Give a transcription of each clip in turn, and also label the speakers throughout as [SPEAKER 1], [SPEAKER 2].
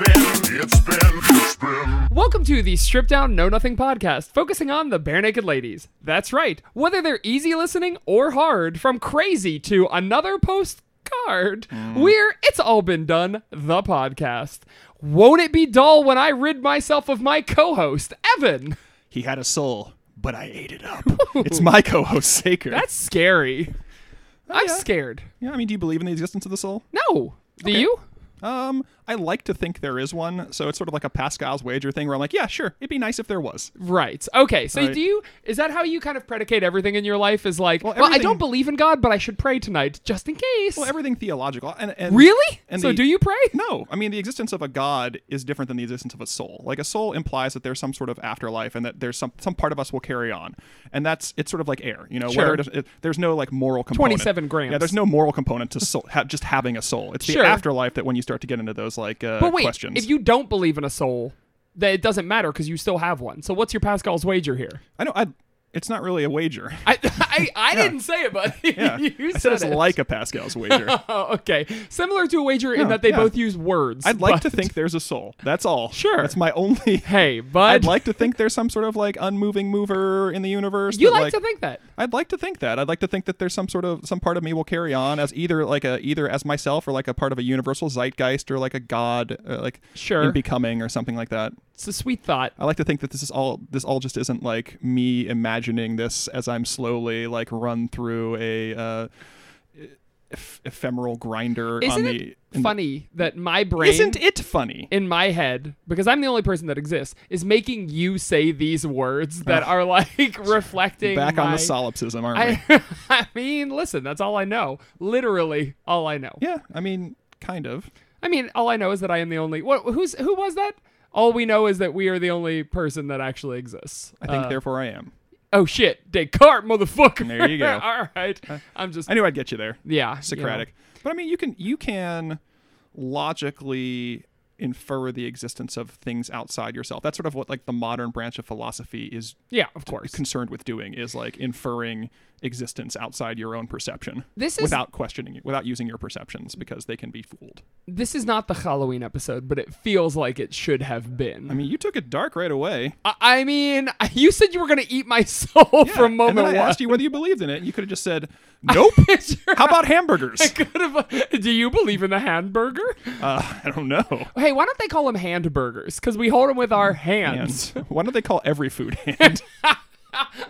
[SPEAKER 1] It's been, it's been.
[SPEAKER 2] Welcome to the Strip Down Know Nothing podcast, focusing on the bare naked ladies. That's right, whether they're easy listening or hard, from crazy to another postcard,
[SPEAKER 3] Mm.
[SPEAKER 2] we're It's All Been Done, the podcast. Won't it be dull when I rid myself of my co host, Evan?
[SPEAKER 3] He had a soul, but I ate it up. it's my co-host Saker.
[SPEAKER 2] That's scary. I'm
[SPEAKER 3] yeah.
[SPEAKER 2] scared.
[SPEAKER 3] yeah, I mean, do you believe in the existence of the soul?
[SPEAKER 2] No. Do you?
[SPEAKER 3] Um, I like to think there is one, so it's sort of like a Pascal's wager thing where I'm like, yeah, sure, it'd be nice if there was.
[SPEAKER 2] Right. Okay. So
[SPEAKER 3] Right.
[SPEAKER 2] do you is that how you kind of predicate everything in your life is like, well, I
[SPEAKER 3] everything-
[SPEAKER 2] don't believe in God, but I should pray tonight just in case.
[SPEAKER 3] Well, everything theological and, and
[SPEAKER 2] really?
[SPEAKER 3] And
[SPEAKER 2] so
[SPEAKER 3] the-
[SPEAKER 2] do you pray?
[SPEAKER 3] No, I mean the existence of a god is different than the existence of a soul. Like a soul implies that there's some sort of afterlife and that there's some some part of us will carry on, and that's it's sort of like air, you know.
[SPEAKER 2] Sure.
[SPEAKER 3] Where it, it- there's no like moral component.
[SPEAKER 2] 27 grams.
[SPEAKER 3] Yeah, there's no moral component to soul, ha- just having a soul. It's the
[SPEAKER 2] Sure.
[SPEAKER 3] afterlife that when you start to get into those like uh,
[SPEAKER 2] But wait,
[SPEAKER 3] questions.
[SPEAKER 2] if you don't believe in a soul, that it doesn't matter because you still have one. So what's your Pascal's wager here?
[SPEAKER 3] I know I. It's not really a wager.
[SPEAKER 2] I I, I didn't say it, but
[SPEAKER 3] Yeah.
[SPEAKER 2] you
[SPEAKER 3] I said
[SPEAKER 2] said,
[SPEAKER 3] it's
[SPEAKER 2] it.
[SPEAKER 3] like a Pascal's wager.
[SPEAKER 2] Oh, okay. Similar to a wager in
[SPEAKER 3] Yeah,
[SPEAKER 2] that they
[SPEAKER 3] yeah.
[SPEAKER 2] both use words.
[SPEAKER 3] I'd like
[SPEAKER 2] but-
[SPEAKER 3] to think there's a soul. That's all.
[SPEAKER 2] Sure.
[SPEAKER 3] That's my only.
[SPEAKER 2] Hey, bud.
[SPEAKER 3] I'd like to think there's some sort of like unmoving mover in the universe.
[SPEAKER 2] You
[SPEAKER 3] that,
[SPEAKER 2] like, to think that.
[SPEAKER 3] I'd like to think that. I'd like to think that there's some sort of some part of me will carry on as either like a either as myself or like a part of a universal zeitgeist or like a god uh, like
[SPEAKER 2] Sure.
[SPEAKER 3] in becoming or something like that.
[SPEAKER 2] It's a sweet thought.
[SPEAKER 3] I like to think that this is all this all just isn't like me imagining this as I'm slowly like run through a uh, eph- ephemeral grinder on
[SPEAKER 2] Isn't
[SPEAKER 3] the
[SPEAKER 2] it
[SPEAKER 3] in the-
[SPEAKER 2] funny that my brain
[SPEAKER 3] Isn't it funny?
[SPEAKER 2] in my head, because I'm the only person that exists, is making you say these words that are like reflecting
[SPEAKER 3] Back on
[SPEAKER 2] my-
[SPEAKER 3] the solipsism, aren't we?
[SPEAKER 2] I, I mean, listen, that's all I know. Literally, all I know.
[SPEAKER 3] Yeah, I mean, kind of.
[SPEAKER 2] I mean, all I know is that I am the only. What? Who's? Who was that? All we know is that we are the only person that actually exists.
[SPEAKER 3] I think
[SPEAKER 2] Uh,
[SPEAKER 3] therefore I am.
[SPEAKER 2] oh shit, Descartes, motherfucker.
[SPEAKER 3] There you go. Uh,
[SPEAKER 2] all right, I'm just.
[SPEAKER 3] I knew I'd get you there.
[SPEAKER 2] yeah, you know.
[SPEAKER 3] Socratic. But I mean, you can you can logically infer the existence of things outside yourself. That's sort of what like the modern branch of philosophy is
[SPEAKER 2] Yeah, of course.
[SPEAKER 3] concerned with doing is like inferring existence outside your own perception
[SPEAKER 2] This is-
[SPEAKER 3] without questioning without using your perceptions because they can be fooled.
[SPEAKER 2] This is not the Halloween episode, but it feels like it should have been.
[SPEAKER 3] I mean, you took it dark right away.
[SPEAKER 2] I, I mean, you said you were gonna eat my soul from
[SPEAKER 3] and then
[SPEAKER 2] moment
[SPEAKER 3] I
[SPEAKER 2] one.
[SPEAKER 3] asked you whether you believed in it. You could have just said, "Nope." How about hamburgers?
[SPEAKER 2] Could have- uh, do you believe in the hamburger?
[SPEAKER 3] Uh, I don't know.
[SPEAKER 2] Hey, why don't they call them hand burgers? Because we hold them with
[SPEAKER 3] Mm,
[SPEAKER 2] our hands.
[SPEAKER 3] And why don't they call every food hand?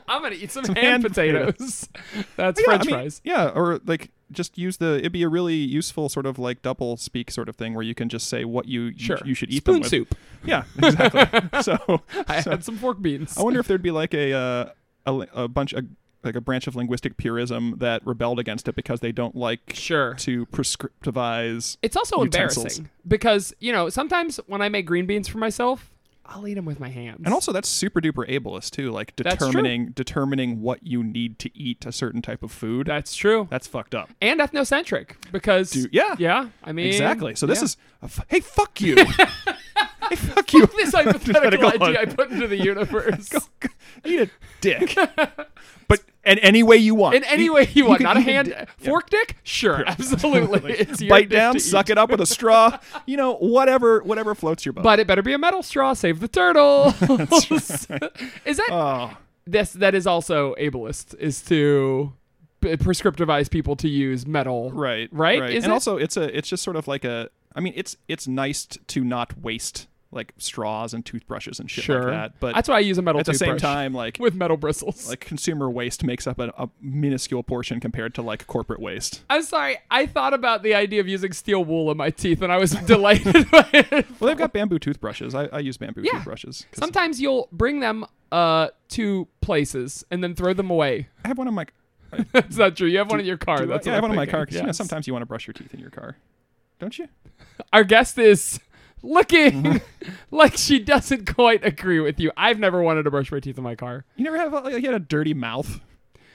[SPEAKER 2] I'm gonna eat some,
[SPEAKER 3] hand
[SPEAKER 2] hand, potatoes. That's
[SPEAKER 3] Yeah,
[SPEAKER 2] French
[SPEAKER 3] I mean,
[SPEAKER 2] fries.
[SPEAKER 3] Yeah, or like just use the. It'd be a really useful sort of like double speak sort of thing where you can just say what you you-
[SPEAKER 2] Sure.
[SPEAKER 3] you, should eat
[SPEAKER 2] Spoon
[SPEAKER 3] them with.
[SPEAKER 2] soup.
[SPEAKER 3] Yeah, exactly. so,
[SPEAKER 2] I
[SPEAKER 3] so
[SPEAKER 2] had some fork beans.
[SPEAKER 3] I wonder if there'd be like a uh, a, li- a bunch of like a branch of linguistic purism that rebelled against it because they don't like
[SPEAKER 2] sure.
[SPEAKER 3] to prescriptivize.
[SPEAKER 2] It's also
[SPEAKER 3] Utensils.
[SPEAKER 2] embarrassing because you know sometimes when I make green beans for myself, I'll eat them with my hands.
[SPEAKER 3] and also, that's super duper ableist too. Like
[SPEAKER 2] That's true.
[SPEAKER 3] determining determining what you need to eat a certain type of food.
[SPEAKER 2] that's true.
[SPEAKER 3] that's fucked up.
[SPEAKER 2] and ethnocentric because
[SPEAKER 3] Do- yeah.
[SPEAKER 2] yeah. I mean
[SPEAKER 3] Exactly. So this
[SPEAKER 2] yeah.
[SPEAKER 3] is a f- hey, fuck you. hey, fuck you.
[SPEAKER 2] this hypothetical
[SPEAKER 3] Hypothetical
[SPEAKER 2] idea I
[SPEAKER 3] one.
[SPEAKER 2] put into the universe.
[SPEAKER 3] Eat a dick. but in any way you want.
[SPEAKER 2] In any way you want,
[SPEAKER 3] can-
[SPEAKER 2] not a
[SPEAKER 3] you can
[SPEAKER 2] hand uh,
[SPEAKER 3] d-
[SPEAKER 2] fork dick? Sure, absolutely. it's your
[SPEAKER 3] Bite
[SPEAKER 2] dick
[SPEAKER 3] down,
[SPEAKER 2] to
[SPEAKER 3] suck
[SPEAKER 2] eat.
[SPEAKER 3] it up with a straw. You know, whatever, whatever floats your boat.
[SPEAKER 2] But it better be a metal straw. Save the turtle. is that
[SPEAKER 3] oh,
[SPEAKER 2] this? That is also ableist. Is to p- prescriptivize people to use metal.
[SPEAKER 3] right,
[SPEAKER 2] Right? Is
[SPEAKER 3] and
[SPEAKER 2] it?
[SPEAKER 3] also, it's a, it's just sort of like a. I mean, it's it's nice t- to not waste like straws and toothbrushes and shit
[SPEAKER 2] Sure.
[SPEAKER 3] like that. But
[SPEAKER 2] that's why I use a metal
[SPEAKER 3] at the same
[SPEAKER 2] toothbrush
[SPEAKER 3] time, like
[SPEAKER 2] with metal bristles.
[SPEAKER 3] like consumer waste makes up a, a minuscule portion compared to like corporate waste.
[SPEAKER 2] I'm sorry. I thought about the idea of using steel wool in my teeth, and I was delighted by it.
[SPEAKER 3] Well, they've got bamboo toothbrushes. I, I use bamboo
[SPEAKER 2] Yeah.
[SPEAKER 3] toothbrushes. 'cause
[SPEAKER 2] Sometimes you'll bring them uh, to places and then throw them away.
[SPEAKER 3] I have one on my.
[SPEAKER 2] That's not true. You have one in your car.
[SPEAKER 3] do I-
[SPEAKER 2] That's
[SPEAKER 3] yeah,
[SPEAKER 2] what
[SPEAKER 3] I have one
[SPEAKER 2] I'm
[SPEAKER 3] on my
[SPEAKER 2] thinking.
[SPEAKER 3] car 'cause, you know
[SPEAKER 2] Yes.
[SPEAKER 3] sometimes you want to brush your teeth in your car, don't you?
[SPEAKER 2] Our guest is looking like she doesn't quite agree with you. I've never wanted to brush my teeth in my car.
[SPEAKER 3] You never have like, you had a dirty mouth.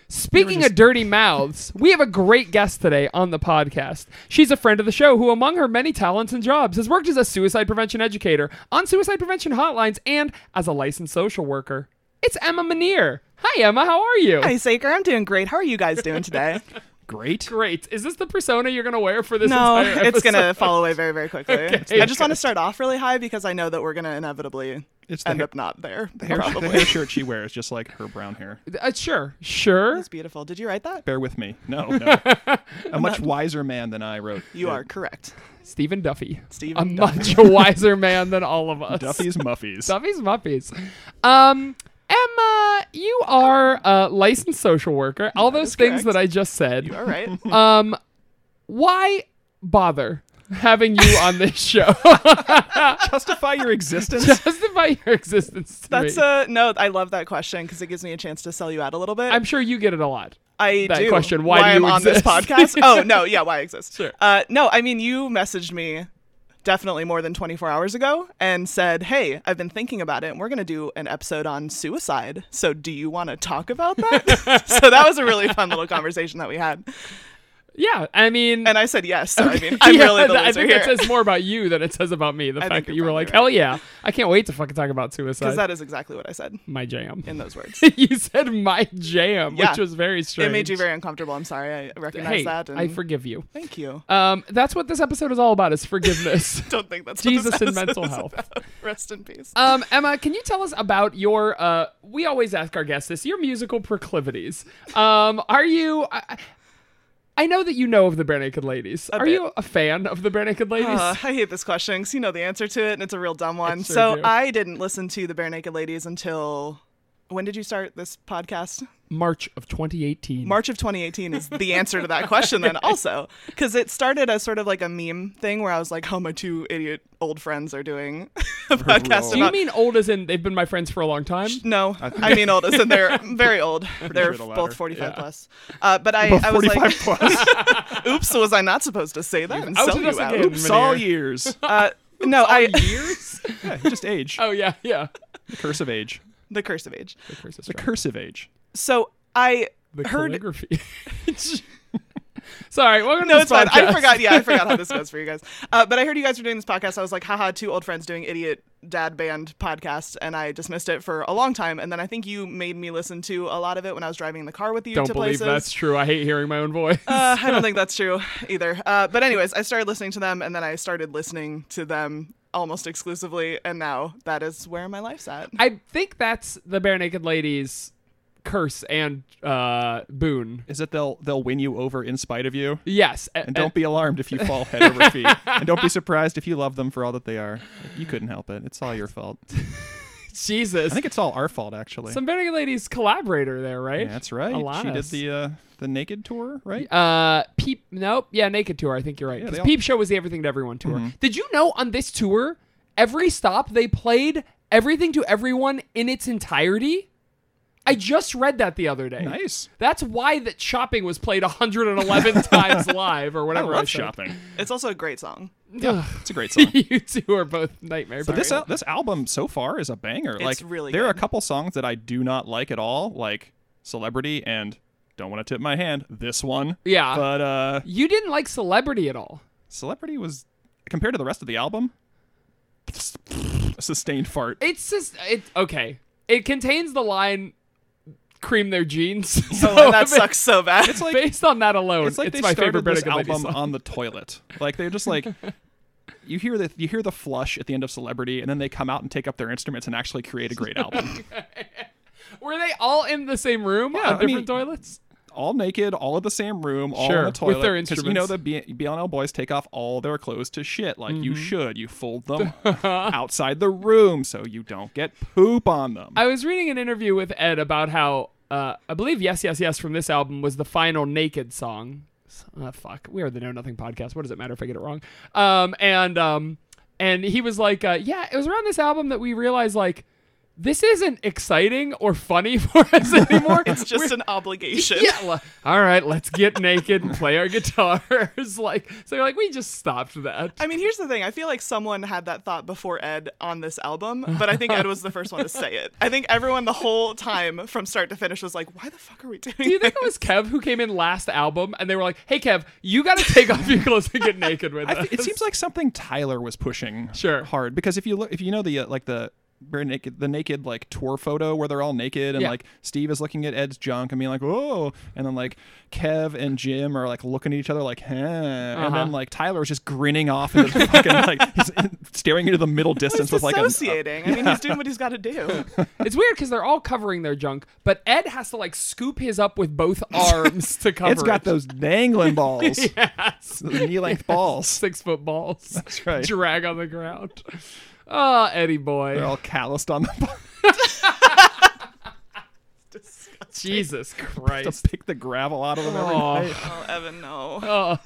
[SPEAKER 2] Speaking
[SPEAKER 3] just-
[SPEAKER 2] of dirty mouths, we have a great guest today on the podcast. She's a friend of the show who, among her many talents and jobs, has worked as a suicide prevention educator on suicide prevention hotlines and as a licensed social worker. It's Emma Manier. Hi, Emma. How are you?
[SPEAKER 4] Hi, Saker. I'm doing great. How are you guys doing today?
[SPEAKER 3] great.
[SPEAKER 2] Great. Is this the persona you're gonna wear for this?
[SPEAKER 4] No,
[SPEAKER 2] entire
[SPEAKER 4] it's
[SPEAKER 2] episode?
[SPEAKER 4] gonna fall away very, very quickly.
[SPEAKER 2] Okay.
[SPEAKER 4] I just want to start off really high because I know that we're gonna inevitably
[SPEAKER 3] It's the
[SPEAKER 4] end
[SPEAKER 3] hair,
[SPEAKER 4] up not there.
[SPEAKER 3] the hair, the
[SPEAKER 4] probably.
[SPEAKER 3] hair shirt she wears, just like her brown hair.
[SPEAKER 2] Uh, sure, sure.
[SPEAKER 4] It's beautiful. Did you write that?
[SPEAKER 3] Bear with me. No, no. a much wiser man than I wrote.
[SPEAKER 4] You
[SPEAKER 3] it.
[SPEAKER 4] are correct.
[SPEAKER 2] Stephen Duffy.
[SPEAKER 4] Stephen
[SPEAKER 2] a much wiser man than all of us.
[SPEAKER 3] Duffy's Muffies.
[SPEAKER 2] Duffy's Muppies. Um, Emma, you are a licensed social worker. All those
[SPEAKER 4] is
[SPEAKER 2] things
[SPEAKER 4] correct.
[SPEAKER 2] that I just said.
[SPEAKER 4] All right.
[SPEAKER 2] Um, why bother having you on this show?
[SPEAKER 3] Justify your existence.
[SPEAKER 2] Justify your existence to
[SPEAKER 4] That's
[SPEAKER 2] me.
[SPEAKER 4] a no. I love that question because it gives me a chance to sell you out a little bit.
[SPEAKER 2] I'm sure you get it a lot.
[SPEAKER 4] I
[SPEAKER 2] that
[SPEAKER 4] do.
[SPEAKER 2] question, why do
[SPEAKER 4] I'm
[SPEAKER 2] you
[SPEAKER 4] on this
[SPEAKER 2] exist?
[SPEAKER 4] podcast? oh no, yeah, why I exist?
[SPEAKER 2] Sure.
[SPEAKER 4] Uh, no, I mean you messaged me definitely more than 24 hours ago and said, "Hey, I've been thinking about it, and we're gonna do an episode on suicide. So do you want to talk about that?" so that was a really fun little conversation that we had,
[SPEAKER 2] Yeah, I mean,
[SPEAKER 4] and I said yes. So I mean, I'm
[SPEAKER 2] yeah,
[SPEAKER 4] really the
[SPEAKER 2] th- I
[SPEAKER 4] loser
[SPEAKER 2] think it
[SPEAKER 4] here
[SPEAKER 2] says more about you than it says about me. The
[SPEAKER 4] I
[SPEAKER 2] fact
[SPEAKER 4] think
[SPEAKER 2] that you
[SPEAKER 4] you're
[SPEAKER 2] were
[SPEAKER 4] probably
[SPEAKER 2] like,
[SPEAKER 4] right.
[SPEAKER 2] hell yeah, I can't wait to fucking talk about suicide.
[SPEAKER 4] because that is exactly what I said
[SPEAKER 2] my jam.
[SPEAKER 4] in those words.
[SPEAKER 2] you said my jam,
[SPEAKER 4] Yeah.
[SPEAKER 2] which was very strange.
[SPEAKER 4] It made you very uncomfortable. I'm sorry. I recognize
[SPEAKER 2] Hey,
[SPEAKER 4] that. And
[SPEAKER 2] I forgive you.
[SPEAKER 4] Thank you.
[SPEAKER 2] Um, that's what this episode is all about: is forgiveness.
[SPEAKER 4] Don't think that's
[SPEAKER 2] Jesus
[SPEAKER 4] what this
[SPEAKER 2] and mental
[SPEAKER 4] episode is
[SPEAKER 2] health.
[SPEAKER 4] about. Rest in peace.
[SPEAKER 2] Um, Emma, can you tell us about your? Uh, we always ask our guests this: your musical proclivities. Um, are you? I, I- I know that you know of the Bare Naked Ladies. are
[SPEAKER 4] bit.
[SPEAKER 2] you a fan of the Bare Naked Ladies?
[SPEAKER 4] Uh, I hate this question because you know the answer to it, and it's a real dumb one.
[SPEAKER 2] sure
[SPEAKER 4] so
[SPEAKER 2] do.
[SPEAKER 4] I didn't listen to the Bare Naked Ladies until when did you start this podcast?
[SPEAKER 2] March of 2018.
[SPEAKER 4] March of 2018 is the answer to that question. Then also because it started as sort of like a meme thing where I was like, "How my two idiot old friends are doing a podcast
[SPEAKER 2] Do you
[SPEAKER 4] about."
[SPEAKER 2] mean old as in they've been my friends for a long time?
[SPEAKER 4] no, I mean old, as in they're very old. They're
[SPEAKER 3] sure the latter.
[SPEAKER 4] both 45
[SPEAKER 2] Yeah.
[SPEAKER 4] plus. Uh, but I,
[SPEAKER 3] Both
[SPEAKER 4] I was
[SPEAKER 3] 45
[SPEAKER 4] like,
[SPEAKER 3] plus.
[SPEAKER 4] "Oops, was I not supposed to say that?" And
[SPEAKER 2] outed
[SPEAKER 4] sell you
[SPEAKER 2] us
[SPEAKER 4] out.
[SPEAKER 2] again.
[SPEAKER 3] Oops, all years.
[SPEAKER 4] Uh, no,
[SPEAKER 2] All
[SPEAKER 4] I
[SPEAKER 2] years?
[SPEAKER 3] Yeah, just age.
[SPEAKER 2] oh yeah, yeah.
[SPEAKER 3] The curse of age.
[SPEAKER 4] the curse of age.
[SPEAKER 2] The curse is
[SPEAKER 3] The
[SPEAKER 2] strong.
[SPEAKER 3] curse of age.
[SPEAKER 4] So I
[SPEAKER 2] the
[SPEAKER 4] heard
[SPEAKER 2] calligraphy. Sorry, welcome
[SPEAKER 4] No,
[SPEAKER 2] to
[SPEAKER 4] it's
[SPEAKER 2] this podcast.
[SPEAKER 4] fine. I forgot. Yeah, I forgot how this goes for you guys. Uh, but I heard you guys were doing this podcast. I was like, haha, two old friends doing idiot dad band podcast. And I dismissed it for a long time. And then I think you made me listen to a lot of it when I was driving in the car with you
[SPEAKER 2] Don't
[SPEAKER 4] to
[SPEAKER 2] believe
[SPEAKER 4] places.
[SPEAKER 2] that's true. I hate hearing my own voice.
[SPEAKER 4] uh, I don't think that's true either. Uh, but, anyways, I started listening to them and then I started listening to them almost exclusively. And now that is where my life's at.
[SPEAKER 2] I think that's the bare naked ladies curse and uh, boon.
[SPEAKER 3] Is that they'll they'll win you over in spite of you.
[SPEAKER 2] Yes, a-
[SPEAKER 3] And don't be alarmed if you fall head over feet. And don't be surprised if you love them for all that they are. Like, you couldn't help it. It's all your fault.
[SPEAKER 2] Jesus.
[SPEAKER 3] I think it's all our fault, actually.
[SPEAKER 2] Some bare naked ladies collaborator there, right?
[SPEAKER 3] Yeah, that's right. She did
[SPEAKER 2] Alanis.
[SPEAKER 3] the uh, the naked tour, right?
[SPEAKER 2] Uh, peep. Nope. Yeah, naked tour. I think you're right.
[SPEAKER 3] Yeah,
[SPEAKER 2] 'Cause
[SPEAKER 3] they all- Mm-hmm.
[SPEAKER 2] Peep Show was the Everything to Everyone tour. Did you know on this tour, every stop they played Everything to Everyone in its entirety? I just read that the other day.
[SPEAKER 3] Nice.
[SPEAKER 2] That's why that shopping was played 111 times live or
[SPEAKER 3] I
[SPEAKER 2] whatever.
[SPEAKER 3] love
[SPEAKER 2] said.
[SPEAKER 3] shopping.
[SPEAKER 4] It's also a great song.
[SPEAKER 2] Ugh.
[SPEAKER 3] It's a great song.
[SPEAKER 2] you two are both nightmare.
[SPEAKER 3] But this
[SPEAKER 2] parents.
[SPEAKER 3] al- this album so far is a banger.
[SPEAKER 4] It's
[SPEAKER 3] like
[SPEAKER 4] really
[SPEAKER 3] there are a
[SPEAKER 4] good.
[SPEAKER 3] couple songs that I do not like at all, like Celebrity and Don't Want to Tip My Hand. This one.
[SPEAKER 2] Yeah.
[SPEAKER 3] But uh
[SPEAKER 2] you didn't like Celebrity at all.
[SPEAKER 3] Celebrity was compared to the rest of the album a sustained fart.
[SPEAKER 2] It's just it. Okay, it contains the line, "Cream their jeans." so
[SPEAKER 4] Oh, that
[SPEAKER 2] I mean,
[SPEAKER 4] sucks so bad.
[SPEAKER 3] It's like
[SPEAKER 2] based on that alone,
[SPEAKER 3] it's like they
[SPEAKER 2] my
[SPEAKER 3] started
[SPEAKER 2] favorite Bare
[SPEAKER 3] this
[SPEAKER 2] Naked Ladies
[SPEAKER 3] album
[SPEAKER 2] song.
[SPEAKER 3] on the toilet. Like they're just like you hear the you hear the flush at the end of Celebrity and then they come out and take up their instruments and actually create a great album.
[SPEAKER 2] Were they all in the same room
[SPEAKER 3] Yeah,
[SPEAKER 2] on
[SPEAKER 3] I
[SPEAKER 2] different
[SPEAKER 3] mean-
[SPEAKER 2] toilets?
[SPEAKER 3] all naked, all in the same room, all
[SPEAKER 2] Sure,
[SPEAKER 3] on the
[SPEAKER 2] with
[SPEAKER 3] toilet.
[SPEAKER 2] their
[SPEAKER 3] 'cause You know
[SPEAKER 2] instruments. Mm-hmm.
[SPEAKER 3] the B- BLNL boys take off all their clothes to shit. Like you should. You fold them outside the room so you don't get poop on them.
[SPEAKER 2] I was reading an interview with Ed about how uh, I believe "Yes, Yes, Yes" from this album was the final naked song. Uh, fuck, we are the Know Nothing podcast. What does it matter if I get it wrong? Um, and um, and he was like, uh, "Yeah, it was around this album that we realized like this isn't exciting or funny for us anymore.
[SPEAKER 4] It's just an obligation.
[SPEAKER 2] yeah, li- all right, let's get naked and play our guitars. like, so like we just stopped that.
[SPEAKER 4] I mean, here's the thing. I feel like someone had that thought before Ed on this album, but I think Ed was the first one to say it. I think everyone the whole time from start to finish was like, why the fuck are we doing
[SPEAKER 2] Do you think
[SPEAKER 4] this?"
[SPEAKER 2] it was Kev who came in last album and they were like, "Hey Kev, you got to take off your clothes and get naked with
[SPEAKER 3] I
[SPEAKER 2] us."
[SPEAKER 3] th- it seems like something Tyler was pushing
[SPEAKER 2] Sure.
[SPEAKER 3] hard because if you look if you know the uh, like the bare naked, the naked like tour photo where they're all naked and
[SPEAKER 2] Yeah.
[SPEAKER 3] like Steve is looking at Ed's junk and being like, "Whoa," and then like Kev and Jim are like looking at each other like, "Huh," and
[SPEAKER 2] Uh-huh.
[SPEAKER 3] then like Tyler is just grinning off into the fucking like he's staring into the middle
[SPEAKER 4] He's
[SPEAKER 3] distance with like uh, a- a
[SPEAKER 4] dissociating. I mean, he's doing what he's got to do.
[SPEAKER 2] It's weird because they're all covering their junk, but Ed has to like scoop his up with both arms to cover
[SPEAKER 3] it's got
[SPEAKER 2] it.
[SPEAKER 3] those dangling balls,
[SPEAKER 2] yes.
[SPEAKER 3] knee length balls.
[SPEAKER 2] six foot balls. That's
[SPEAKER 3] right.
[SPEAKER 2] Drag on the ground. Ah, Eddie boy.
[SPEAKER 3] They're all calloused on the
[SPEAKER 2] Jesus
[SPEAKER 3] to
[SPEAKER 2] Christ.
[SPEAKER 3] pick the gravel out of them every night.
[SPEAKER 2] Oh,
[SPEAKER 4] oh, Evan, no.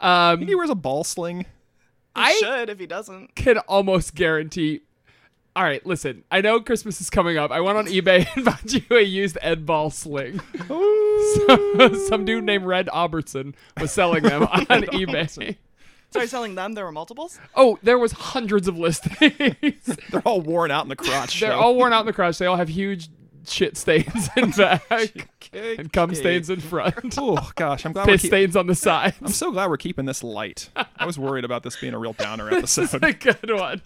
[SPEAKER 2] um,
[SPEAKER 3] He wears a ball sling.
[SPEAKER 4] He
[SPEAKER 2] I
[SPEAKER 4] should if he doesn't.
[SPEAKER 2] can almost guarantee. All right, listen. I know Christmas is coming up. I went on eBay and found you a used Ed Ball sling. Some dude named Red Albertson was selling them on eBay.
[SPEAKER 4] Sorry, selling them. There were multiples.
[SPEAKER 2] Oh, there was hundreds of listings.
[SPEAKER 3] They're all worn out in the crotch.
[SPEAKER 2] They're
[SPEAKER 3] so-
[SPEAKER 2] all worn out in the crotch. They all have huge shit stains in back and cum
[SPEAKER 3] Okay.
[SPEAKER 2] stains in front.
[SPEAKER 3] Oh gosh, I'm glad we're
[SPEAKER 2] Piss
[SPEAKER 3] keep-
[SPEAKER 2] stains on the sides.
[SPEAKER 3] I'm so glad we're keeping this light. I was worried about this being a real downer episode.
[SPEAKER 2] a good one.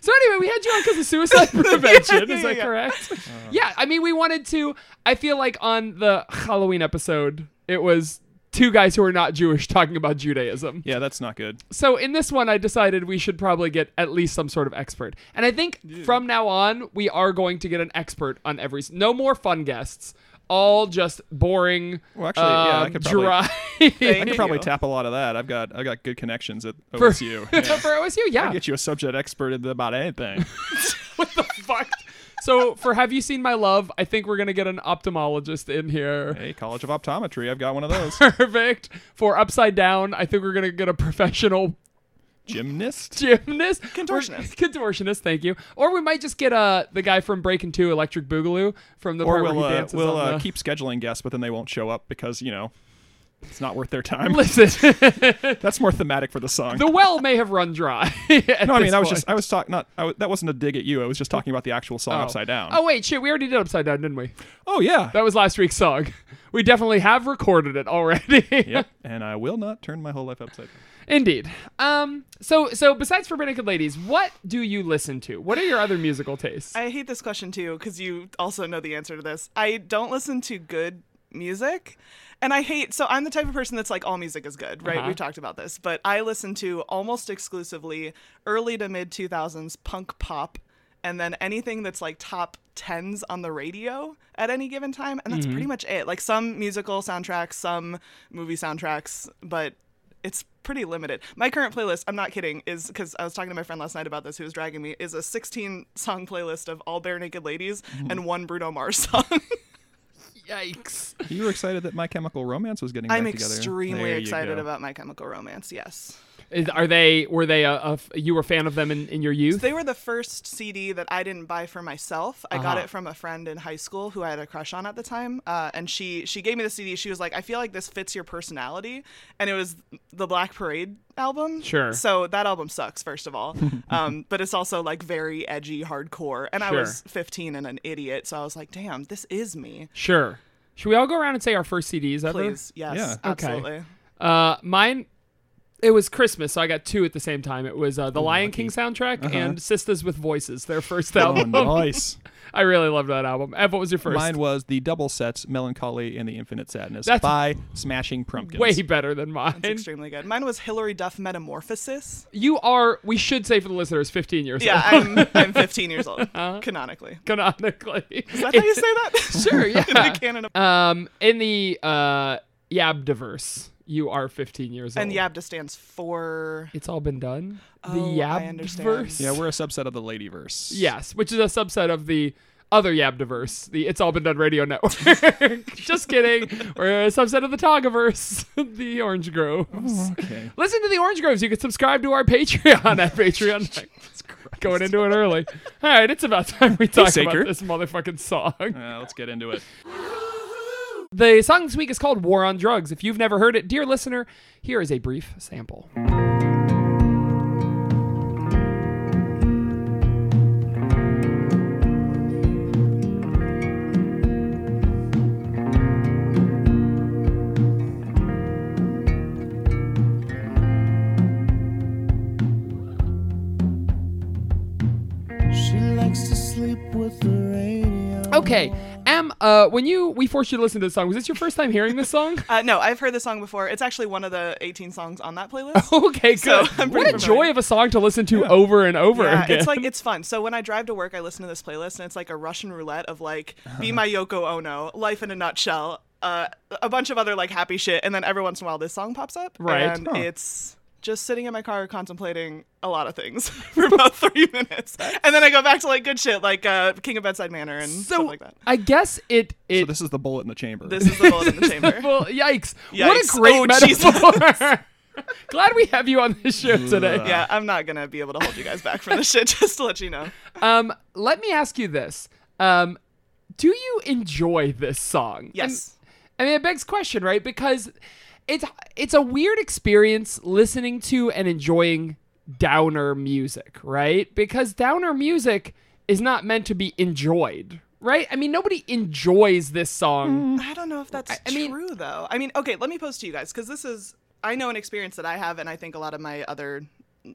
[SPEAKER 2] So anyway, we had you on because of suicide prevention. Is that
[SPEAKER 4] yeah. Uh.
[SPEAKER 2] correct? yeah, I mean, we wanted to. I feel like on the Halloween episode, it was two guys who are not Jewish talking about Judaism.
[SPEAKER 3] yeah, that's not good.
[SPEAKER 2] So in this one, I decided we should probably get at least some sort of expert, and I think from now on we are going to get an expert on every. s- No more fun guests. All just boring.
[SPEAKER 3] Well, actually, yeah, I
[SPEAKER 2] um,
[SPEAKER 3] could probably-
[SPEAKER 2] dry.
[SPEAKER 3] I
[SPEAKER 4] Thank
[SPEAKER 3] could probably
[SPEAKER 4] you.
[SPEAKER 3] tap a lot of that. I've got I got good connections at
[SPEAKER 2] for
[SPEAKER 3] OSU. Yeah.
[SPEAKER 2] for OSU, yeah.
[SPEAKER 3] Get you a subject expert in- about anything.
[SPEAKER 2] what the fuck? So for have you seen my love? I think we're gonna get an ophthalmologist in here.
[SPEAKER 3] Hey, College of Optometry. I've got one of those.
[SPEAKER 2] Perfect. For upside down, I think we're gonna get a professional
[SPEAKER 3] Gymnast.
[SPEAKER 2] gymnast, Or-
[SPEAKER 4] Contortionist.
[SPEAKER 2] contortionist. Thank you. Or we might just get uh the guy from Breaking Two, Electric Boogaloo, from the
[SPEAKER 3] Or
[SPEAKER 2] part
[SPEAKER 3] we'll
[SPEAKER 2] where he
[SPEAKER 3] uh,
[SPEAKER 2] dances
[SPEAKER 3] we'll
[SPEAKER 2] on
[SPEAKER 3] uh,
[SPEAKER 2] the-
[SPEAKER 3] keep scheduling guests, but then they won't show up because you know it's not worth their time.
[SPEAKER 2] Listen,
[SPEAKER 3] That's more thematic for the song.
[SPEAKER 2] the well may have run dry.
[SPEAKER 3] no, I mean I was just I was talking not I was, that wasn't a dig at you. I was just talking about the actual song Upside Down.
[SPEAKER 2] Oh wait, shit, we already did upside down, didn't we?
[SPEAKER 3] oh yeah.
[SPEAKER 2] That was last week's song. We definitely have recorded it already.
[SPEAKER 3] yep. And I will not turn my whole life upside down.
[SPEAKER 2] Indeed. Um. So so besides Forbidden Ladies, what do you listen to? What are your other musical tastes?
[SPEAKER 4] I hate this question too because you also know the answer to this. I don't listen to good music, and I hate. So I'm the type of person that's like, all music is good, right?
[SPEAKER 2] Uh-huh.
[SPEAKER 4] We've talked about this, but I listen to almost exclusively early to mid 2000s punk pop, and then anything that's like top tens on the radio at any given time, and that's
[SPEAKER 3] Mm-hmm.
[SPEAKER 4] pretty much it. Like some musical soundtracks, some movie soundtracks, but it's pretty limited. My current playlist, I'm not kidding, is because I was talking to my friend last night about this, who was dragging me, is a 16 song playlist of all bare naked ladies
[SPEAKER 3] Mm-hmm.
[SPEAKER 4] and one Bruno Mars song.
[SPEAKER 2] Yikes.
[SPEAKER 3] You were excited that My Chemical Romance was getting
[SPEAKER 4] I'm
[SPEAKER 3] back together.
[SPEAKER 4] extremely
[SPEAKER 3] There you
[SPEAKER 4] excited
[SPEAKER 3] go.
[SPEAKER 4] about My Chemical Romance. Yes,
[SPEAKER 2] Is, are they? Were they a, a f- You were a fan of them in, in your youth?
[SPEAKER 4] they were the first CD that I didn't buy for myself. I got
[SPEAKER 2] Uh-huh.
[SPEAKER 4] it from a friend in high school who I had a crush on at the time, uh, and she she gave me the CD. She was like, "I feel like this fits your personality," and it was the Black Parade album.
[SPEAKER 2] Sure.
[SPEAKER 4] So that album sucks, first of all, um, but it's also like very edgy hardcore. And I
[SPEAKER 2] Sure.
[SPEAKER 4] was 15 and an idiot, so I was like, "Damn, this is me."
[SPEAKER 2] sure. Should we all go around and say our first CDs ever?
[SPEAKER 4] Please, yes,
[SPEAKER 3] Yeah. Okay.
[SPEAKER 4] absolutely.
[SPEAKER 2] Uh, mine. It was Christmas, so I got two at the same time. It was uh, the Lion King soundtrack
[SPEAKER 4] Uh-huh.
[SPEAKER 2] and Sisters with Voices, their first
[SPEAKER 3] Oh,
[SPEAKER 2] album.
[SPEAKER 3] nice.
[SPEAKER 2] I really loved that album. Ev, what was your first?
[SPEAKER 3] Mine was the double sets Melancholy and the Infinite Sadness
[SPEAKER 2] That's-
[SPEAKER 3] by Smashing Pumpkins.
[SPEAKER 2] Way better than mine.
[SPEAKER 4] It's extremely good. Mine was Hillary Duff Metamorphosis.
[SPEAKER 2] You are, we should say for the listeners, 15 years
[SPEAKER 4] Yeah,
[SPEAKER 2] old,
[SPEAKER 4] I'm I'm 15 years old
[SPEAKER 2] Uh-huh.
[SPEAKER 4] canonically.
[SPEAKER 2] canonically.
[SPEAKER 4] Is that how you say that?
[SPEAKER 2] Sure, yeah.
[SPEAKER 4] In the canon of-
[SPEAKER 2] Um, in the uh Yabdiverse, you are 15 years old.
[SPEAKER 4] and Yabda stands for
[SPEAKER 2] it's all been done. the
[SPEAKER 4] Oh, I understand.
[SPEAKER 2] Yabdiverse.
[SPEAKER 3] Yeah, we're a subset of the Ladyverse.
[SPEAKER 2] yes, which is a subset of the other Yabdiverse, the It's All Been Done Radio Network. Just kidding. We're a subset of the Togaverse, the Orange Groves.
[SPEAKER 3] Okay.
[SPEAKER 2] Listen to the Orange Groves. You can subscribe to our Patreon at Patreon. Going into it early. All right, it's about time we talk
[SPEAKER 3] Saker.
[SPEAKER 2] about this motherfucking song.
[SPEAKER 3] Uh, let's get into it.
[SPEAKER 2] The song this week is called War on Drugs. If you've never heard it, dear listener, here is a brief sample.
[SPEAKER 5] She likes likes to sleep with the radio.
[SPEAKER 2] Okay, Em, uh, when you we forced you to listen to the song, was this your first time hearing this song?
[SPEAKER 4] Uh, no, I've heard this song before. It's actually one of the 18 songs on that playlist.
[SPEAKER 2] okay, good.
[SPEAKER 4] So, I'm
[SPEAKER 2] what
[SPEAKER 4] pretty
[SPEAKER 2] a
[SPEAKER 4] familiar.
[SPEAKER 2] joy of a song to listen to over and over
[SPEAKER 4] Yeah,
[SPEAKER 2] again.
[SPEAKER 4] it's like it's fun. So when I drive to work, I listen to this playlist, and it's like a Russian roulette of like
[SPEAKER 2] Uh-huh.
[SPEAKER 4] "Be My Yoko Ono," "Life in a Nutshell," uh, a bunch of other like happy shit, and then every once in a while this song pops up,
[SPEAKER 2] Right.
[SPEAKER 4] And it's just sitting in my car contemplating a lot of things for about three minutes, and then I go back to like good shit, like uh, "King of Bedside Manor" and
[SPEAKER 2] so
[SPEAKER 4] stuff like that.
[SPEAKER 2] I guess it it
[SPEAKER 3] So this is the bullet in the chamber.
[SPEAKER 4] This is the bullet in the chamber.
[SPEAKER 2] well, yikes. What a
[SPEAKER 4] Yikes.
[SPEAKER 2] great
[SPEAKER 4] Oh,
[SPEAKER 2] metaphor. Glad we have you on this show today.
[SPEAKER 4] Yeah, I'm not gonna be able to hold you guys back from this shit. Just to let you know.
[SPEAKER 2] Um, let me ask you this. Um, do you enjoy this song?
[SPEAKER 4] Yes.
[SPEAKER 2] And, I mean, it begs question, right? Because it's it's a weird experience listening to and enjoying downer music, right? Because downer music is not meant to be enjoyed, right? I mean, nobody enjoys this
[SPEAKER 3] Mm-hmm.
[SPEAKER 2] song.
[SPEAKER 4] I don't know if that's
[SPEAKER 2] I mean-
[SPEAKER 4] true though. I mean, okay, let me pose to you guys because this is I know an experience that I have, and I think a lot of my other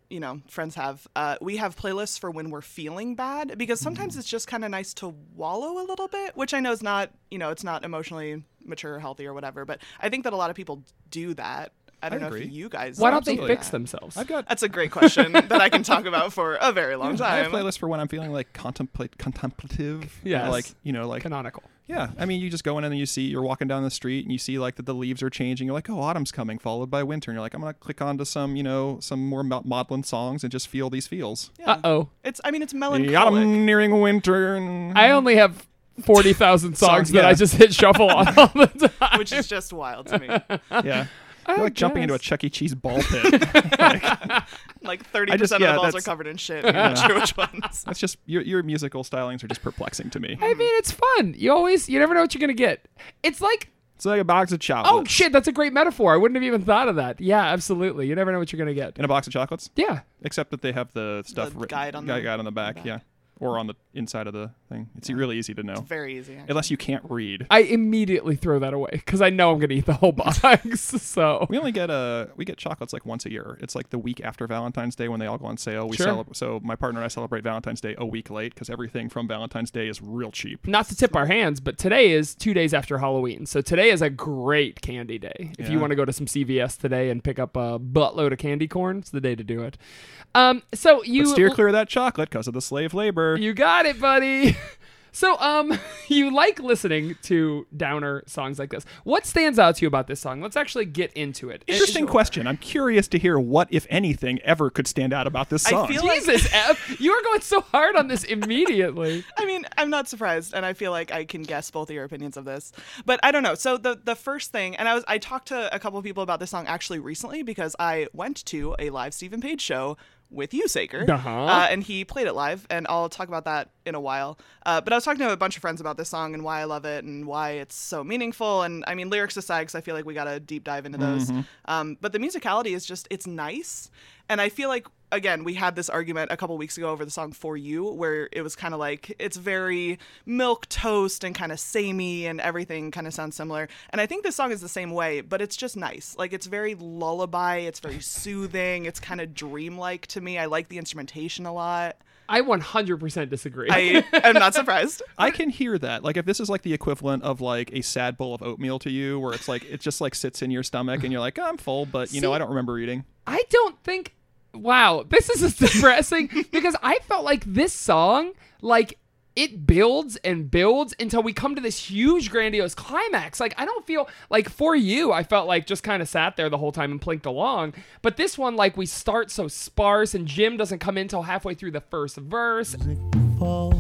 [SPEAKER 4] you know friends have. Uh, we have playlists for when we're feeling bad because sometimes it's just kind of nice to wallow a little bit, which I know is not you know it's not emotionally mature or healthy or whatever, but I think that a lot of people do that. I don't know
[SPEAKER 3] agree.
[SPEAKER 4] if you guys.
[SPEAKER 2] Why don't
[SPEAKER 3] absolutely.
[SPEAKER 2] they fix themselves?
[SPEAKER 3] I've got.
[SPEAKER 4] That's a great question that I can talk about for a very long
[SPEAKER 3] I have
[SPEAKER 4] time.
[SPEAKER 3] a playlist for when I'm feeling like contemplate, contemplative. or,
[SPEAKER 2] Yes.
[SPEAKER 3] Like you know, like
[SPEAKER 2] Canonical.
[SPEAKER 3] yeah. I mean, you just go in and you see you're walking down the street and you see like that the leaves are changing. You're like, oh, autumn's coming, followed by winter. And you're like, I'm gonna click onto some you know some more Mo- Maudlin songs and just feel these feels.
[SPEAKER 4] Yeah.
[SPEAKER 2] Uh oh.
[SPEAKER 4] It's I mean it's
[SPEAKER 3] The
[SPEAKER 4] melancholic.
[SPEAKER 3] autumn nearing winter. And...
[SPEAKER 2] I only have 40,000 songs
[SPEAKER 3] Songs,
[SPEAKER 2] that I
[SPEAKER 3] yeah.
[SPEAKER 2] just hit shuffle on all the time.
[SPEAKER 4] Which is just wild to me.
[SPEAKER 3] yeah. You're like jumping into a
[SPEAKER 2] guess.
[SPEAKER 3] Chuck E. Cheese ball pit.
[SPEAKER 4] Like 30%
[SPEAKER 3] just-
[SPEAKER 4] of
[SPEAKER 3] yeah,
[SPEAKER 4] the balls are
[SPEAKER 3] that's-
[SPEAKER 4] covered in shit. and You're not sure which ones.
[SPEAKER 3] That's just your your musical stylings are just perplexing to me.
[SPEAKER 2] I mean, it's fun. You always, you never know what you're going to get. It's like,
[SPEAKER 3] It's like a box of
[SPEAKER 2] oh
[SPEAKER 3] chocolates.
[SPEAKER 2] shit, that's a great metaphor. I wouldn't have even thought of that. Yeah, absolutely. You never know what you're going to get.
[SPEAKER 3] In a box of chocolates,
[SPEAKER 2] Yeah.
[SPEAKER 3] except that they have the stuff
[SPEAKER 4] The
[SPEAKER 3] writ-
[SPEAKER 4] guide on
[SPEAKER 3] guide,
[SPEAKER 4] the-
[SPEAKER 3] guide on the back, yeah, or on the inside of the thing. It's really easy to know,
[SPEAKER 4] Very easy. actually.
[SPEAKER 3] unless you can't read.
[SPEAKER 2] I immediately throw that away because I know I'm going to eat the whole box. so,
[SPEAKER 3] We only get uh we get chocolates like once a year. It's like the week after Valentine's Day when they all go on sale. We
[SPEAKER 2] Sure.
[SPEAKER 3] celeb- so my partner and I celebrate Valentine's Day a week late because everything from Valentine's Day is real cheap.
[SPEAKER 2] not to tip our hands, but today is two days after Halloween. So, today is a great candy day. If you
[SPEAKER 3] Yeah.
[SPEAKER 2] want to go to some CVS today and pick up a buttload of candy corn, it's the day to do it. Um, so, you.
[SPEAKER 3] But steer clear of that chocolate because of the slave labor.
[SPEAKER 2] You got it, buddy. So, um, you like listening to downer songs like this. What stands out to you about this song? Let's actually get into it.
[SPEAKER 3] Interesting question. I'm curious to hear what, if anything, ever could stand out about this
[SPEAKER 4] I
[SPEAKER 3] song.
[SPEAKER 4] feel-
[SPEAKER 2] Jesus, F, you are going so hard on this immediately.
[SPEAKER 4] I mean, I'm not surprised, and I feel like I can guess both of your opinions of this. But I don't know. So the the first thing, and I was I talked to a couple of people about this song actually recently because I went to a live Stephen Page show with you, Saker,
[SPEAKER 2] Uh-huh.
[SPEAKER 4] uh, and he played it live, and I'll talk about that in a while. Uh, but I was talking to a bunch of friends about this song and why I love it and why it's so meaningful. And I mean, lyrics aside, because I feel like we got to deep dive into those. Um, but the musicality is just it's nice, and I feel like again, we had this argument a couple weeks ago over the song For You, where it was kind of like it's very milk toast and kind of samey and everything kind of sounds similar. And I think this song is the same way, but it's just nice. Like it's very lullaby, it's very soothing, it's kind of dreamlike to me. I like the instrumentation a lot.
[SPEAKER 2] I 100% disagree.
[SPEAKER 4] I am not surprised.
[SPEAKER 3] I can hear that. Like if this is like the equivalent of like a sad bowl of oatmeal to you, where it's like it just like sits in your stomach and you're like, "Oh, I'm full, but you know
[SPEAKER 2] See-
[SPEAKER 3] I don't remember eating.
[SPEAKER 2] I don't think. Wow, this is just depressing because I felt like this song, like it builds and builds until we come to this huge grandiose climax. Like I don't feel like for you, I felt like just kind of sat there the whole time and plinked along. But this one, like we start so sparse, and Jim doesn't come in till halfway through the first verse.
[SPEAKER 5] falls.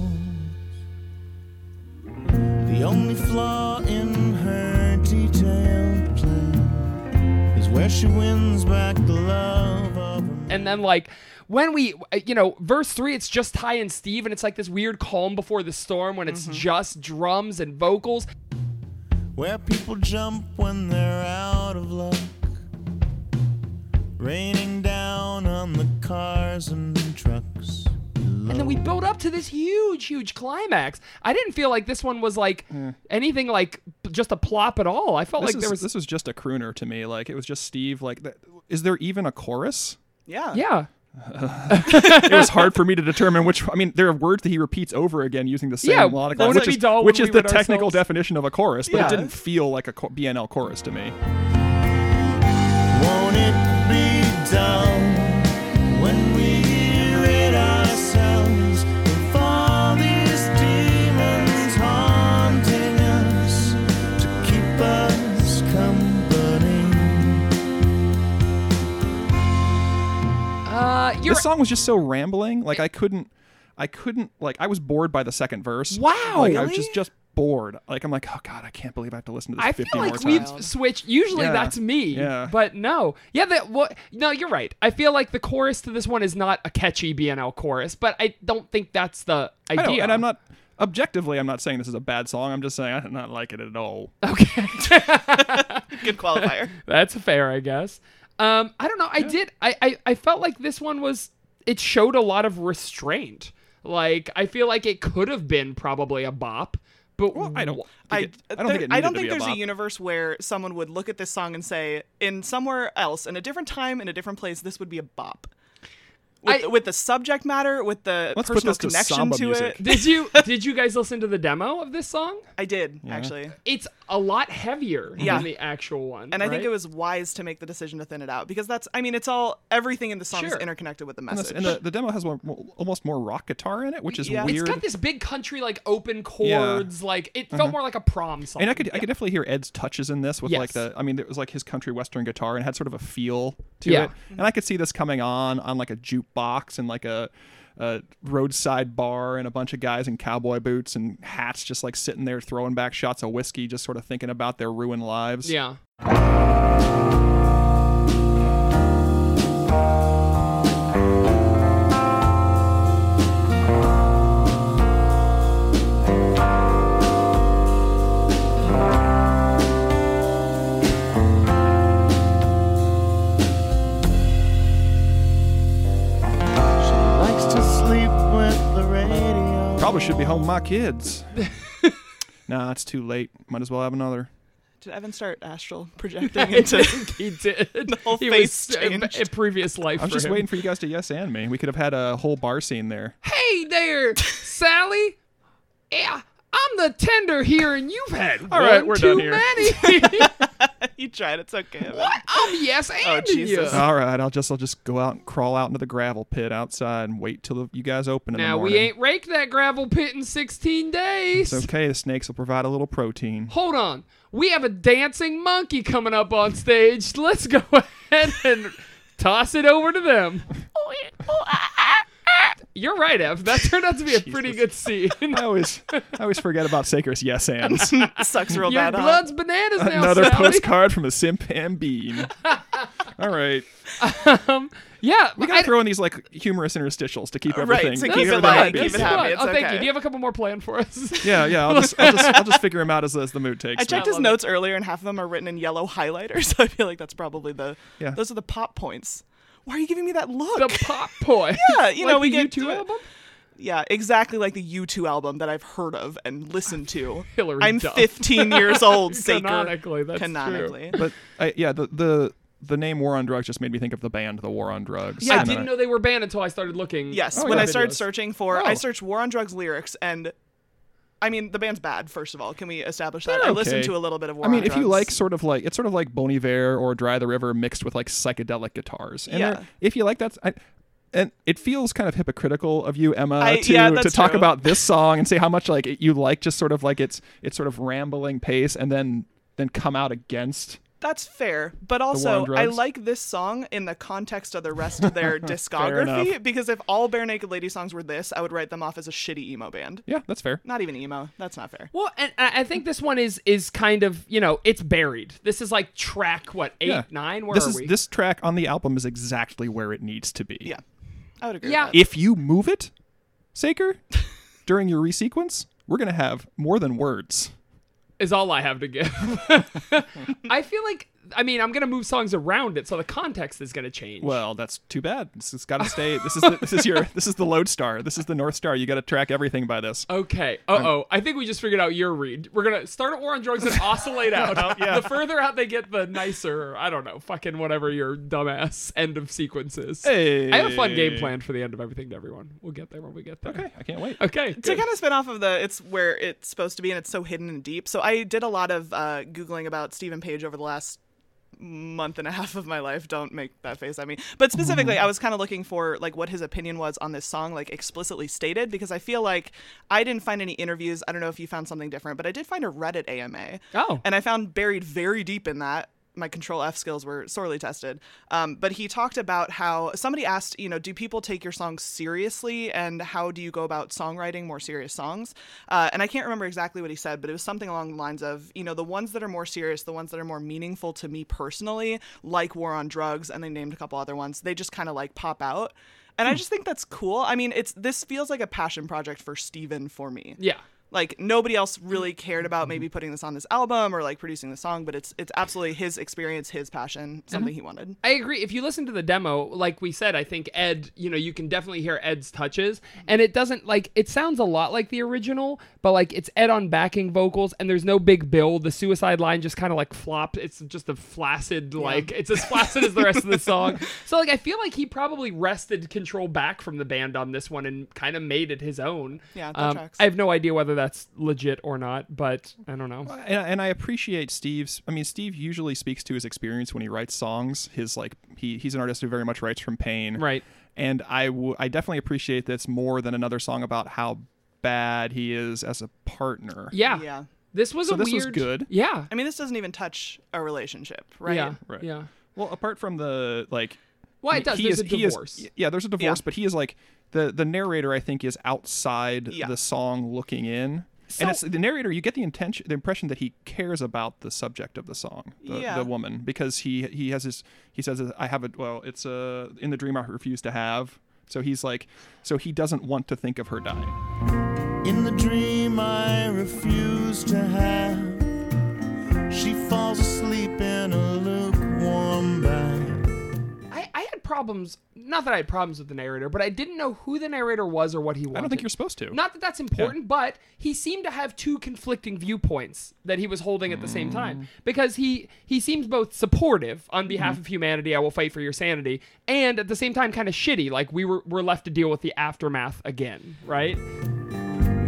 [SPEAKER 5] The only flaw in her detailed plan is where she wins back the love of a
[SPEAKER 2] And then like when we uh, you know, verse 3 it's just Ty and Steve and it's like this weird calm before the storm when it's just drums and vocals.
[SPEAKER 5] where people jump when they're out of luck. Raining down on the cars and trucks.
[SPEAKER 2] And then we built up to this huge, huge climax. I didn't feel like this one was like anything like p- just a plop at all. I felt like
[SPEAKER 3] This, is,
[SPEAKER 2] there was
[SPEAKER 3] this was just a crooner to me. Like it was just Steve. Like, that, is there even a chorus?
[SPEAKER 4] Yeah.
[SPEAKER 2] yeah.
[SPEAKER 3] it was hard for me to determine which. I mean, there are words that he repeats over again using the same
[SPEAKER 2] Yeah,
[SPEAKER 3] melodic
[SPEAKER 2] that
[SPEAKER 3] line,
[SPEAKER 2] would
[SPEAKER 3] which
[SPEAKER 2] be
[SPEAKER 3] is,
[SPEAKER 2] dull
[SPEAKER 3] which
[SPEAKER 2] when
[SPEAKER 3] is
[SPEAKER 2] we
[SPEAKER 3] the
[SPEAKER 2] read
[SPEAKER 3] technical
[SPEAKER 2] ourselves.
[SPEAKER 3] definition of a chorus, but
[SPEAKER 2] Yeah.
[SPEAKER 3] it didn't feel like a cho- BNL chorus to me.
[SPEAKER 5] Won't it be dull when we rid ourselves of all these demons haunting us to keep us company?
[SPEAKER 2] Uh, you're
[SPEAKER 3] This song was just so rambling. Like I couldn't, I couldn't. Like I was bored by the second verse.
[SPEAKER 2] Wow,
[SPEAKER 3] Like I was
[SPEAKER 2] really?
[SPEAKER 3] just just bored. Like I'm like, oh god, I can't believe I have to listen to this
[SPEAKER 2] I
[SPEAKER 3] 50
[SPEAKER 2] feel
[SPEAKER 3] more
[SPEAKER 2] like
[SPEAKER 3] times.
[SPEAKER 2] we've switched. Usually
[SPEAKER 3] Yeah.
[SPEAKER 2] that's me,
[SPEAKER 3] Yeah.
[SPEAKER 2] but no, yeah. That what? No, you're right. I feel like the chorus to this one is not a catchy BNL chorus, but I don't think that's the
[SPEAKER 3] I
[SPEAKER 2] idea.
[SPEAKER 3] know, and I'm not objectively. I'm not saying this is a bad song. I'm just saying I did not like it at all.
[SPEAKER 2] okay.
[SPEAKER 4] Good qualifier.
[SPEAKER 2] that's fair, I guess. Um, I don't know. I did. I, I I felt like this one was. It showed a lot of restraint. Like I feel like it could have been probably a bop, but
[SPEAKER 3] Well, I don't. think
[SPEAKER 4] I,
[SPEAKER 3] it- I don't
[SPEAKER 4] there-
[SPEAKER 3] think it
[SPEAKER 4] I
[SPEAKER 3] needed
[SPEAKER 4] don't
[SPEAKER 3] to
[SPEAKER 4] think
[SPEAKER 3] be
[SPEAKER 4] there's
[SPEAKER 3] a,
[SPEAKER 4] a,
[SPEAKER 3] bop.
[SPEAKER 4] universe where someone would look at this song and say, in somewhere else, in a different time, in a different place, this would be a bop. With,
[SPEAKER 2] I-
[SPEAKER 4] with the subject matter, with the
[SPEAKER 3] Let's put
[SPEAKER 4] personal
[SPEAKER 3] this to
[SPEAKER 4] connection
[SPEAKER 3] samba
[SPEAKER 4] to
[SPEAKER 3] music.
[SPEAKER 4] it.
[SPEAKER 2] Did you did you guys listen to the demo of this song?
[SPEAKER 4] I did, actually.
[SPEAKER 2] It's a lot heavier
[SPEAKER 4] Yeah.
[SPEAKER 2] than the actual one.
[SPEAKER 4] And I think
[SPEAKER 2] right?
[SPEAKER 4] it was wise to make the decision to thin it out because that's, I mean, it's all, everything in the song
[SPEAKER 2] Sure.
[SPEAKER 4] is interconnected with the
[SPEAKER 3] And, this-
[SPEAKER 4] message.
[SPEAKER 3] and the, the demo has one, almost more rock guitar in it, which is
[SPEAKER 4] Yeah. It's
[SPEAKER 3] weird.
[SPEAKER 2] It's got this big country like open
[SPEAKER 3] Yeah. Uh-huh.
[SPEAKER 2] chords, like it felt more like a prom song.
[SPEAKER 3] and I could I could definitely hear Ed's touches in this with like
[SPEAKER 2] Yes.
[SPEAKER 3] the I mean it was like his country western guitar and had sort of a feel to
[SPEAKER 2] Yeah.
[SPEAKER 3] it and I could see this coming on on like a jukebox and like a, a roadside bar and a bunch of guys in cowboy boots and hats just like sitting there throwing back shots of whiskey just sort of thinking about their ruined lives
[SPEAKER 2] yeah.
[SPEAKER 5] She likes to sleep with the radio.
[SPEAKER 3] probably should be home with my kids nah it's too late might as well have another
[SPEAKER 4] Did Evan start astral projecting into.
[SPEAKER 2] He did.
[SPEAKER 4] whole
[SPEAKER 2] he
[SPEAKER 4] face
[SPEAKER 2] was in
[SPEAKER 4] changed.
[SPEAKER 2] a previous life.
[SPEAKER 3] I was
[SPEAKER 2] for
[SPEAKER 3] just
[SPEAKER 2] him.
[SPEAKER 3] waiting for you guys to yes and me we could have had a whole bar scene there
[SPEAKER 2] Hey there, Sally. Yeah, I'm the tender here, and you've had all
[SPEAKER 3] right, we're
[SPEAKER 2] too
[SPEAKER 3] done here.
[SPEAKER 2] many.
[SPEAKER 4] you tried, it's okay. Evan.
[SPEAKER 2] I'm yes and
[SPEAKER 3] Oh,
[SPEAKER 4] Jesus.
[SPEAKER 2] you.
[SPEAKER 3] all right I'll just I'll just go out and crawl out into the gravel pit outside and wait till the, you guys open in the
[SPEAKER 2] Now we
[SPEAKER 3] morning.
[SPEAKER 2] ain't raked that gravel pit in 16 days.
[SPEAKER 3] It's okay. The snakes will provide a little protein.
[SPEAKER 2] Hold on, we have a dancing monkey coming up on stage. Let's go ahead and toss it over to them. You're right, Ev. That turned out to be a pretty good scene.
[SPEAKER 3] I always, I always forget about Saker's yes ands.
[SPEAKER 4] Sucks real
[SPEAKER 2] Your
[SPEAKER 4] bad. huh?
[SPEAKER 2] blood's bananas now,
[SPEAKER 3] uh, Another
[SPEAKER 2] Sally.
[SPEAKER 3] postcard from a simp and bean. All right,
[SPEAKER 2] Yeah,
[SPEAKER 3] we gotta throw in these like humorous interstitials to keep
[SPEAKER 4] right,
[SPEAKER 3] everything.
[SPEAKER 4] to
[SPEAKER 3] keep
[SPEAKER 4] keep it
[SPEAKER 3] everything
[SPEAKER 4] light,
[SPEAKER 3] happy.
[SPEAKER 4] keep it happy. it's
[SPEAKER 2] oh, thank
[SPEAKER 4] okay.
[SPEAKER 2] you. Do you have a couple more planned for us?
[SPEAKER 3] Yeah, yeah. I'll just, I'll just, I'll just figure him out as, as the mood takes.
[SPEAKER 4] I
[SPEAKER 3] me.
[SPEAKER 4] checked
[SPEAKER 2] I
[SPEAKER 4] his
[SPEAKER 2] love
[SPEAKER 4] notes earlier, and half of them are written in yellow highlighter. So I feel like that's probably the.
[SPEAKER 3] Yeah.
[SPEAKER 4] Those are the pop points. Why are you giving me that look?
[SPEAKER 2] the pop boy.
[SPEAKER 4] Yeah, you know,
[SPEAKER 2] Like
[SPEAKER 4] we
[SPEAKER 2] the
[SPEAKER 4] get
[SPEAKER 2] U2
[SPEAKER 4] to it.
[SPEAKER 2] album?
[SPEAKER 4] yeah, exactly like the U2 album that I've heard of and listened to.
[SPEAKER 2] Hillary
[SPEAKER 4] I'm
[SPEAKER 2] Duff.
[SPEAKER 4] 15 years old, Saker.
[SPEAKER 2] Canonically, that's true.
[SPEAKER 4] Canonically.
[SPEAKER 3] But I, yeah, the the the name War on Drugs just made me think of the band The War on Drugs.
[SPEAKER 2] I
[SPEAKER 3] And uh, then
[SPEAKER 2] didn't know they were banned until I started looking.
[SPEAKER 4] Yes,
[SPEAKER 3] Oh,
[SPEAKER 4] when
[SPEAKER 3] yeah.
[SPEAKER 4] I started
[SPEAKER 2] Videos.
[SPEAKER 4] searching for,
[SPEAKER 3] Oh.
[SPEAKER 4] I searched War on Drugs lyrics and. I mean, the band's bad. First of all, can we establish that?
[SPEAKER 3] They're
[SPEAKER 4] I listened
[SPEAKER 3] okay.
[SPEAKER 4] to a little bit of War
[SPEAKER 3] I mean,
[SPEAKER 4] on
[SPEAKER 3] if you
[SPEAKER 4] Drugs.
[SPEAKER 3] like sort of like it's sort of like Bon Iver or Dry the River mixed with like psychedelic guitars. And
[SPEAKER 4] Yeah.
[SPEAKER 3] they're- if you like that, I, and it feels kind of hypocritical of you, Emma,
[SPEAKER 4] I-
[SPEAKER 3] to
[SPEAKER 4] yeah,
[SPEAKER 3] to
[SPEAKER 4] that's
[SPEAKER 3] talk
[SPEAKER 4] true.
[SPEAKER 3] about this song and say how much like it, you like just sort of like it's it's sort of rambling pace and then then come out against.
[SPEAKER 4] That's fair, but
[SPEAKER 3] War on
[SPEAKER 4] also I
[SPEAKER 3] Drugs?
[SPEAKER 4] like this song in the context of the rest of their
[SPEAKER 3] enough.
[SPEAKER 4] discography because if all Bare Naked Lady songs were this, I would write them off as a shitty emo band.
[SPEAKER 3] Yeah, that's fair.
[SPEAKER 4] Not even emo. That's not fair.
[SPEAKER 2] Well, and I I think this one is is kind of you know it's buried. This is like track what eight
[SPEAKER 3] yeah.
[SPEAKER 2] nine. Where
[SPEAKER 3] this
[SPEAKER 2] are
[SPEAKER 3] is
[SPEAKER 2] we?
[SPEAKER 3] this track on the album is exactly where it needs to be.
[SPEAKER 4] Yeah, I would agree.
[SPEAKER 2] Yeah.
[SPEAKER 4] With
[SPEAKER 3] If you move it, Saker, during your resequence, we're gonna have more than words.
[SPEAKER 2] is all I have to give. I feel like I mean, I'm gonna move songs around it, so the context is gonna change.
[SPEAKER 3] Well, that's too bad. This has got to stay. This is the, this is your this is the lodestar. This is the north star. You got to track everything by this.
[SPEAKER 2] Okay. Uh oh. I think we just figured out your read. We're gonna start at War on Drugs and oscillate out. The further out they get, the nicer. I don't know. Fucking whatever your dumbass end of sequence is. I have a fun game
[SPEAKER 3] Hey.
[SPEAKER 2] planned for the end of everything to everyone. We'll get there when we get there.
[SPEAKER 3] Okay, I can't wait.
[SPEAKER 2] Okay.
[SPEAKER 4] to
[SPEAKER 2] good.
[SPEAKER 4] kind of spin off of the it's where it's supposed to be and it's so hidden and deep so i did a lot of uh, googling about stephen page over the last month and a half of my life don't make that face at me but specifically i was kind of looking for like what his opinion was on this song like explicitly stated because i feel like i didn't find any interviews i don't know if you found something different but i did find a reddit ama
[SPEAKER 2] Oh.
[SPEAKER 4] and I found buried very deep in that. My control F skills were sorely tested. Um, but he talked about how somebody asked, you know, do people take your songs seriously and how do you go about songwriting more serious songs? Uh, and I can't remember exactly what he said, but it was something along the lines of, you know, the ones that are more serious, the ones that are more meaningful to me personally, like War on Drugs, and they named a couple other ones, they just kind of like pop out. And I just think that's cool. I mean, it's this feels like a passion project for Steven for me
[SPEAKER 2] yeah.
[SPEAKER 4] like nobody else really cared about maybe putting this on this album or like producing the song but it's it's absolutely his experience his passion something he wanted
[SPEAKER 2] I agree. If you listen to the demo, like we said, I think Ed, you know, you can definitely hear Ed's touches. And it doesn't like it sounds a lot like the original, but like it's Ed on backing vocals and there's no big build. The suicide line just kind of like flops. It's just a flaccid, like it's as flaccid as the rest of the song. So like I feel like he probably wrested control back from the band on this one and kind of made it his own.
[SPEAKER 4] Yeah, that
[SPEAKER 2] Um,
[SPEAKER 4] tracks.
[SPEAKER 2] I have no idea whether that's legit or not, but I don't know.
[SPEAKER 3] and, and I appreciate Steve's. I mean, Steve usually speaks to his experience when he writes songs. His like he he's an artist who very much writes from pain.
[SPEAKER 2] Right.
[SPEAKER 3] And I w- I definitely appreciate this more than another song about how bad he is as a partner.
[SPEAKER 2] Yeah.
[SPEAKER 4] yeah
[SPEAKER 2] This was
[SPEAKER 3] So
[SPEAKER 2] a
[SPEAKER 3] this was
[SPEAKER 2] weird
[SPEAKER 3] good.
[SPEAKER 2] Yeah.
[SPEAKER 4] i mean this doesn't even touch a relationship right
[SPEAKER 2] Yeah.
[SPEAKER 3] Right.
[SPEAKER 2] Yeah.
[SPEAKER 3] Well, apart from the like
[SPEAKER 2] Well,
[SPEAKER 3] I
[SPEAKER 2] it does.
[SPEAKER 3] mean,
[SPEAKER 2] There's a
[SPEAKER 3] he he
[SPEAKER 2] divorce.
[SPEAKER 3] yeah, there's a divorce, but he is like the the narrator. I think is outside
[SPEAKER 4] Yeah.
[SPEAKER 3] the song, looking in. and it's the narrator. You get the intention, the impression that he cares about the subject of the song, the,
[SPEAKER 4] Yeah.
[SPEAKER 3] the woman, because he he has his he says, "I have a well, it's a in the dream I refuse to have." So he's like, so he doesn't want to think of her dying.
[SPEAKER 5] In the dream I refuse to have, she falls asleep in a lukewarm bath.
[SPEAKER 2] I, I had problems. Not that I had problems with the narrator, but I didn't know who the narrator was or what he wanted.
[SPEAKER 3] I don't think you're supposed to.
[SPEAKER 2] Not that that's important, but he seemed to have two conflicting viewpoints that he was holding at the same
[SPEAKER 3] Mm.
[SPEAKER 2] time because he he seems both supportive on
[SPEAKER 3] Mm-hmm.
[SPEAKER 2] behalf of humanity, I will fight for your sanity, and at the same time kind of shitty, like we were we're left to deal with the aftermath again, right?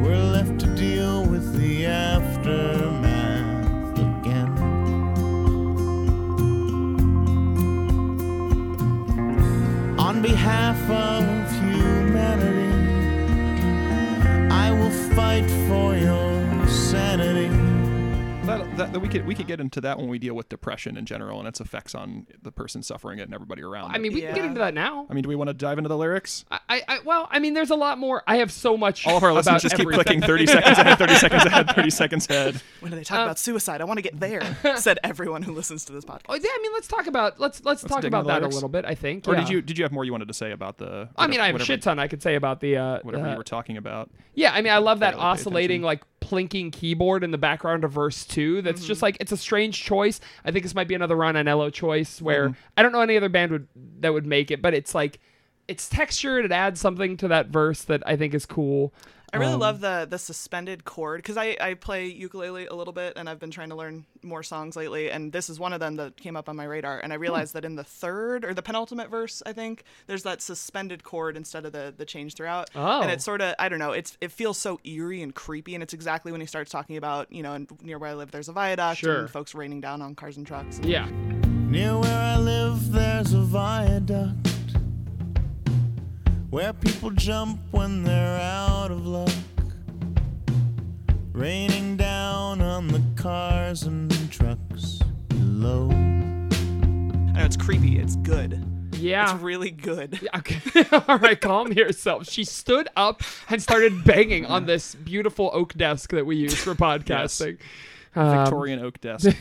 [SPEAKER 5] We're left to deal with the aftermath again. On behalf of humanity, I will fight for your sanity.
[SPEAKER 3] That, that, that we could we could get into that when we deal with depression in general and its effects on the person suffering it and everybody around.
[SPEAKER 2] I
[SPEAKER 3] them.
[SPEAKER 2] mean, we can get
[SPEAKER 4] Yeah.
[SPEAKER 2] into that now.
[SPEAKER 3] I mean, do we want to dive into the lyrics?
[SPEAKER 2] I, I, I well, I mean, there's a lot more. I have so much.
[SPEAKER 3] All of our listeners
[SPEAKER 2] about
[SPEAKER 3] just
[SPEAKER 2] everything.
[SPEAKER 3] keep clicking 30 seconds ahead, 30 seconds ahead, 30 seconds ahead.
[SPEAKER 4] when do they talk about suicide i want to get there said everyone who listens to this podcast
[SPEAKER 2] Oh, yeah, I mean, let's talk about let's let's, talk
[SPEAKER 3] dig into
[SPEAKER 2] about
[SPEAKER 3] the
[SPEAKER 2] that a
[SPEAKER 3] lyrics.
[SPEAKER 2] little bit. I think.
[SPEAKER 3] Or
[SPEAKER 2] yeah.
[SPEAKER 3] did you did you have more you wanted to say about the?
[SPEAKER 2] I mean, I have a
[SPEAKER 3] whatever-
[SPEAKER 2] shit ton I could say about the uh,
[SPEAKER 3] Whatever
[SPEAKER 2] uh,
[SPEAKER 3] you were talking about.
[SPEAKER 2] Yeah, I mean, I love that
[SPEAKER 3] really pay
[SPEAKER 2] oscillating, like plinking keyboard in the background of verse two. That's just
[SPEAKER 3] Mm-hmm.
[SPEAKER 2] like it's a strange choice. I think this might be another Ron Anello choice where
[SPEAKER 3] Mm-hmm.
[SPEAKER 2] I don't know any other band would that would make it, but it's like it's textured. It adds something to that verse that I think is cool.
[SPEAKER 4] I really
[SPEAKER 2] Um,
[SPEAKER 4] love the the suspended chord because I, I play ukulele a little bit and I've been trying to learn more songs lately and this is one of them that came up on my radar
[SPEAKER 2] Hmm.
[SPEAKER 4] and I realized that in the third or the penultimate verse I think there's that suspended chord instead of the the change throughout
[SPEAKER 2] Oh.
[SPEAKER 4] and it's sort of I don't know it's it feels so eerie and creepy and it's exactly when he starts talking about you know and near where I live there's a viaduct
[SPEAKER 2] Sure.
[SPEAKER 4] and folks raining down on cars and trucks and
[SPEAKER 2] Yeah,
[SPEAKER 5] Near where I live, there's a viaduct where people jump when they're out of luck. Raining down on the cars and trucks below.
[SPEAKER 4] I know it's creepy it's good
[SPEAKER 2] yeah.
[SPEAKER 4] it's really good
[SPEAKER 2] Okay. All right, calm yourself. She stood up and started banging on this beautiful oak desk that we use for podcasting.
[SPEAKER 3] Victorian oak desk.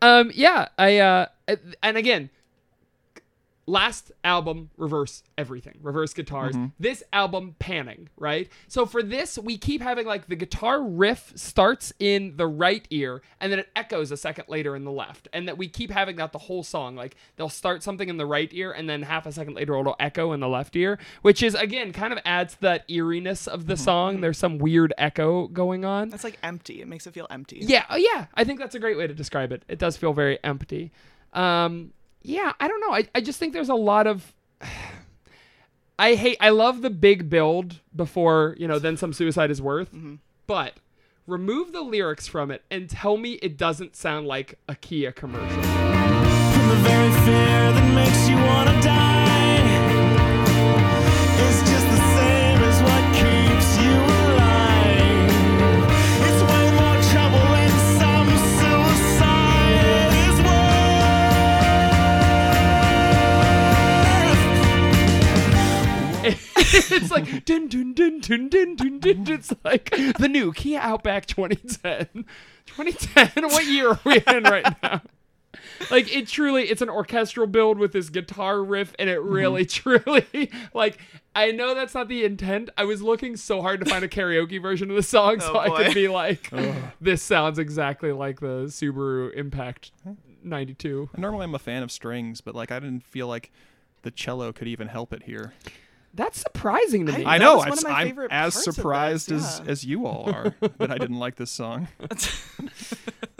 [SPEAKER 2] Um, yeah, I uh, and again, last album reverse everything reverse guitars this album panning right so for this we keep having like the guitar riff starts in the right ear and then it echoes a second later in the left and that we keep having that the whole song like they'll start something in the right ear and then half a second later it'll echo in the left ear which is again kind of adds to that eeriness of the song there's some weird echo going on
[SPEAKER 4] It's like empty. It makes it feel empty.
[SPEAKER 2] yeah, oh, yeah. I think that's a great way to describe it. It does feel very empty. Um, yeah, I don't know. I, I just think there's a lot of. I hate. I love the big build before you know. Then some suicide is worth. But remove the lyrics from it and tell me it doesn't sound like a Kia commercial.
[SPEAKER 5] From the very fear that makes you wanna die It's just the same as what keeps you alive It's way more trouble than some suicide is worth
[SPEAKER 2] it's like dun dun dun dun dun dun dun. dun. It's like the new Kia Outback 2010. 2010. What year are we in right now? Like it truly, it's an orchestral build with this guitar riff, and it really, truly, like I know that's not the intent. I was looking so hard to find a karaoke version of the song, so
[SPEAKER 4] Oh,
[SPEAKER 2] I could
[SPEAKER 4] boy.
[SPEAKER 2] be like, this sounds exactly like the Subaru Impact '92.
[SPEAKER 3] Normally, I'm a fan of strings, but like I didn't feel like the cello could even help it here.
[SPEAKER 2] That's surprising to me.
[SPEAKER 3] I
[SPEAKER 4] That
[SPEAKER 3] know.
[SPEAKER 4] was one
[SPEAKER 3] it's-
[SPEAKER 4] of my
[SPEAKER 3] I'm
[SPEAKER 4] favorite
[SPEAKER 3] as
[SPEAKER 4] parts of
[SPEAKER 3] surprised
[SPEAKER 4] this,
[SPEAKER 3] as
[SPEAKER 4] yeah.
[SPEAKER 3] as you all are that I didn't like this song.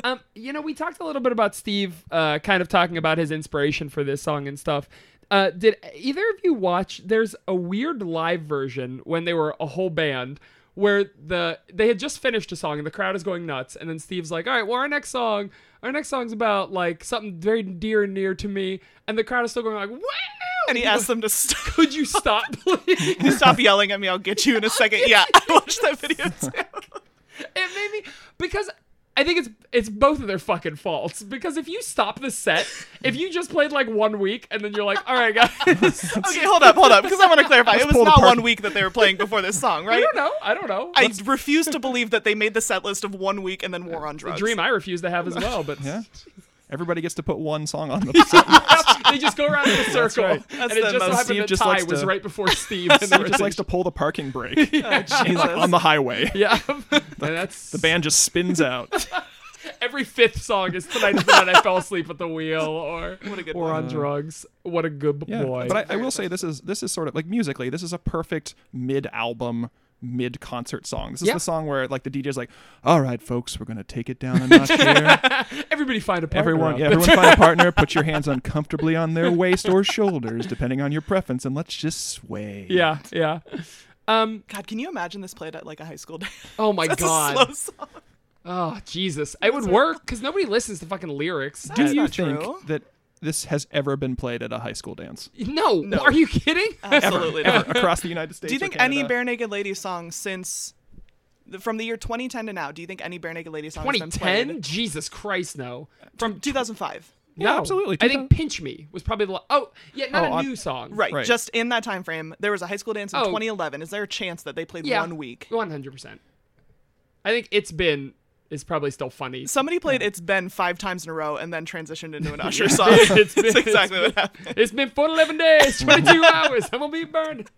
[SPEAKER 2] Um, you know, we talked a little bit about Steve, uh, kind of talking about his inspiration for this song and stuff. Uh, did either of you watch? There's a weird live version when they were a whole band where the they had just finished a song and the crowd is going nuts, and then Steve's like, "All right, well, our next song, our next song's about like something very dear and near to me," and the crowd is still going like, "Wow!"
[SPEAKER 4] And he asked them to stop,
[SPEAKER 2] "Could you stop, please?"
[SPEAKER 4] stop yelling at me. I'll get you in a second. Yeah, I watched that video too.
[SPEAKER 2] It made me because I think it's it's both of their fucking faults. Because if you stop the set, if you just played like one week and then you're like, all right, guys, I
[SPEAKER 4] okay, hold up, hold up, because I want to clarify. it was
[SPEAKER 3] pull the
[SPEAKER 4] not
[SPEAKER 3] part-
[SPEAKER 4] one week that they were playing before this song, right?
[SPEAKER 2] don't know, I don't know.
[SPEAKER 4] I refuse to believe that they made the set list of one week and then War on Drugs.
[SPEAKER 2] dream I refuse to have as well, but
[SPEAKER 3] Yeah. Everybody gets to put one song on the set.
[SPEAKER 2] they just go around in a circle,
[SPEAKER 3] right.
[SPEAKER 2] and
[SPEAKER 4] That's
[SPEAKER 2] it
[SPEAKER 4] the
[SPEAKER 2] just so
[SPEAKER 4] most-
[SPEAKER 2] happened
[SPEAKER 3] Steve
[SPEAKER 2] that
[SPEAKER 3] just
[SPEAKER 2] Ty
[SPEAKER 3] likes
[SPEAKER 2] was
[SPEAKER 3] to-
[SPEAKER 2] right before Steve, and
[SPEAKER 3] He
[SPEAKER 2] they
[SPEAKER 3] just likes to pull the parking brake
[SPEAKER 4] Jesus.
[SPEAKER 3] on the highway.
[SPEAKER 2] yeah, and that's
[SPEAKER 3] The band just spins out.
[SPEAKER 2] every fifth song is tonight is the night I fell asleep at the wheel or
[SPEAKER 4] What a good
[SPEAKER 2] or
[SPEAKER 4] one.
[SPEAKER 2] on drugs. What a good
[SPEAKER 3] Uh, Yeah.
[SPEAKER 2] boy.
[SPEAKER 3] But I, I will say this is this is sort of like musically, this is a perfect mid-album mid-concert song. This is
[SPEAKER 2] Yeah.
[SPEAKER 3] the song where like the DJ's like, "All right, folks, we're gonna take it down a notch here.
[SPEAKER 2] Everybody find a partner.
[SPEAKER 3] everyone,
[SPEAKER 2] up.
[SPEAKER 3] yeah, everyone find a partner. Put your hands uncomfortably on their waist or shoulders, depending on your preference, and let's just sway."
[SPEAKER 2] yeah, yeah. Um,
[SPEAKER 4] God, can you imagine this played at like a high school dance?
[SPEAKER 2] oh my
[SPEAKER 4] That's
[SPEAKER 2] god.
[SPEAKER 4] a slow song.
[SPEAKER 2] Oh Jesus! It would work because nobody listens to fucking lyrics.
[SPEAKER 3] Do
[SPEAKER 2] Uh,
[SPEAKER 3] you
[SPEAKER 4] not
[SPEAKER 3] think
[SPEAKER 4] true.
[SPEAKER 3] that this has ever been played at a high school dance
[SPEAKER 2] No, are you kidding?
[SPEAKER 4] Absolutely
[SPEAKER 3] ever
[SPEAKER 4] not.
[SPEAKER 3] across the United States?
[SPEAKER 4] Do you
[SPEAKER 3] or
[SPEAKER 4] think any
[SPEAKER 3] Canada?
[SPEAKER 4] Bare Naked Lady song since from the year 2010 to now? Do you think any Bare Naked Lady song has been
[SPEAKER 2] 2010?
[SPEAKER 4] played?
[SPEAKER 2] Jesus Christ, no. From
[SPEAKER 4] 2005.
[SPEAKER 2] no,
[SPEAKER 3] absolutely,
[SPEAKER 2] I think "Pinch Me" was probably the la- oh yeah, not
[SPEAKER 3] Oh,
[SPEAKER 2] a
[SPEAKER 3] on-
[SPEAKER 2] new song.
[SPEAKER 4] Right,
[SPEAKER 3] Right.
[SPEAKER 4] just in that time frame, there was a high school dance in
[SPEAKER 2] Oh.
[SPEAKER 4] 2011. Is there a chance that they played
[SPEAKER 2] Yeah,
[SPEAKER 4] one week?
[SPEAKER 2] One hundred percent. I think it's been is probably still funny.
[SPEAKER 4] Somebody played "It's Been" five times in a row and then transitioned into an Usher song.
[SPEAKER 2] It's been-
[SPEAKER 4] That's exactly what happened.
[SPEAKER 2] It's been four eleven days, 22 hours. I'm gonna be burned.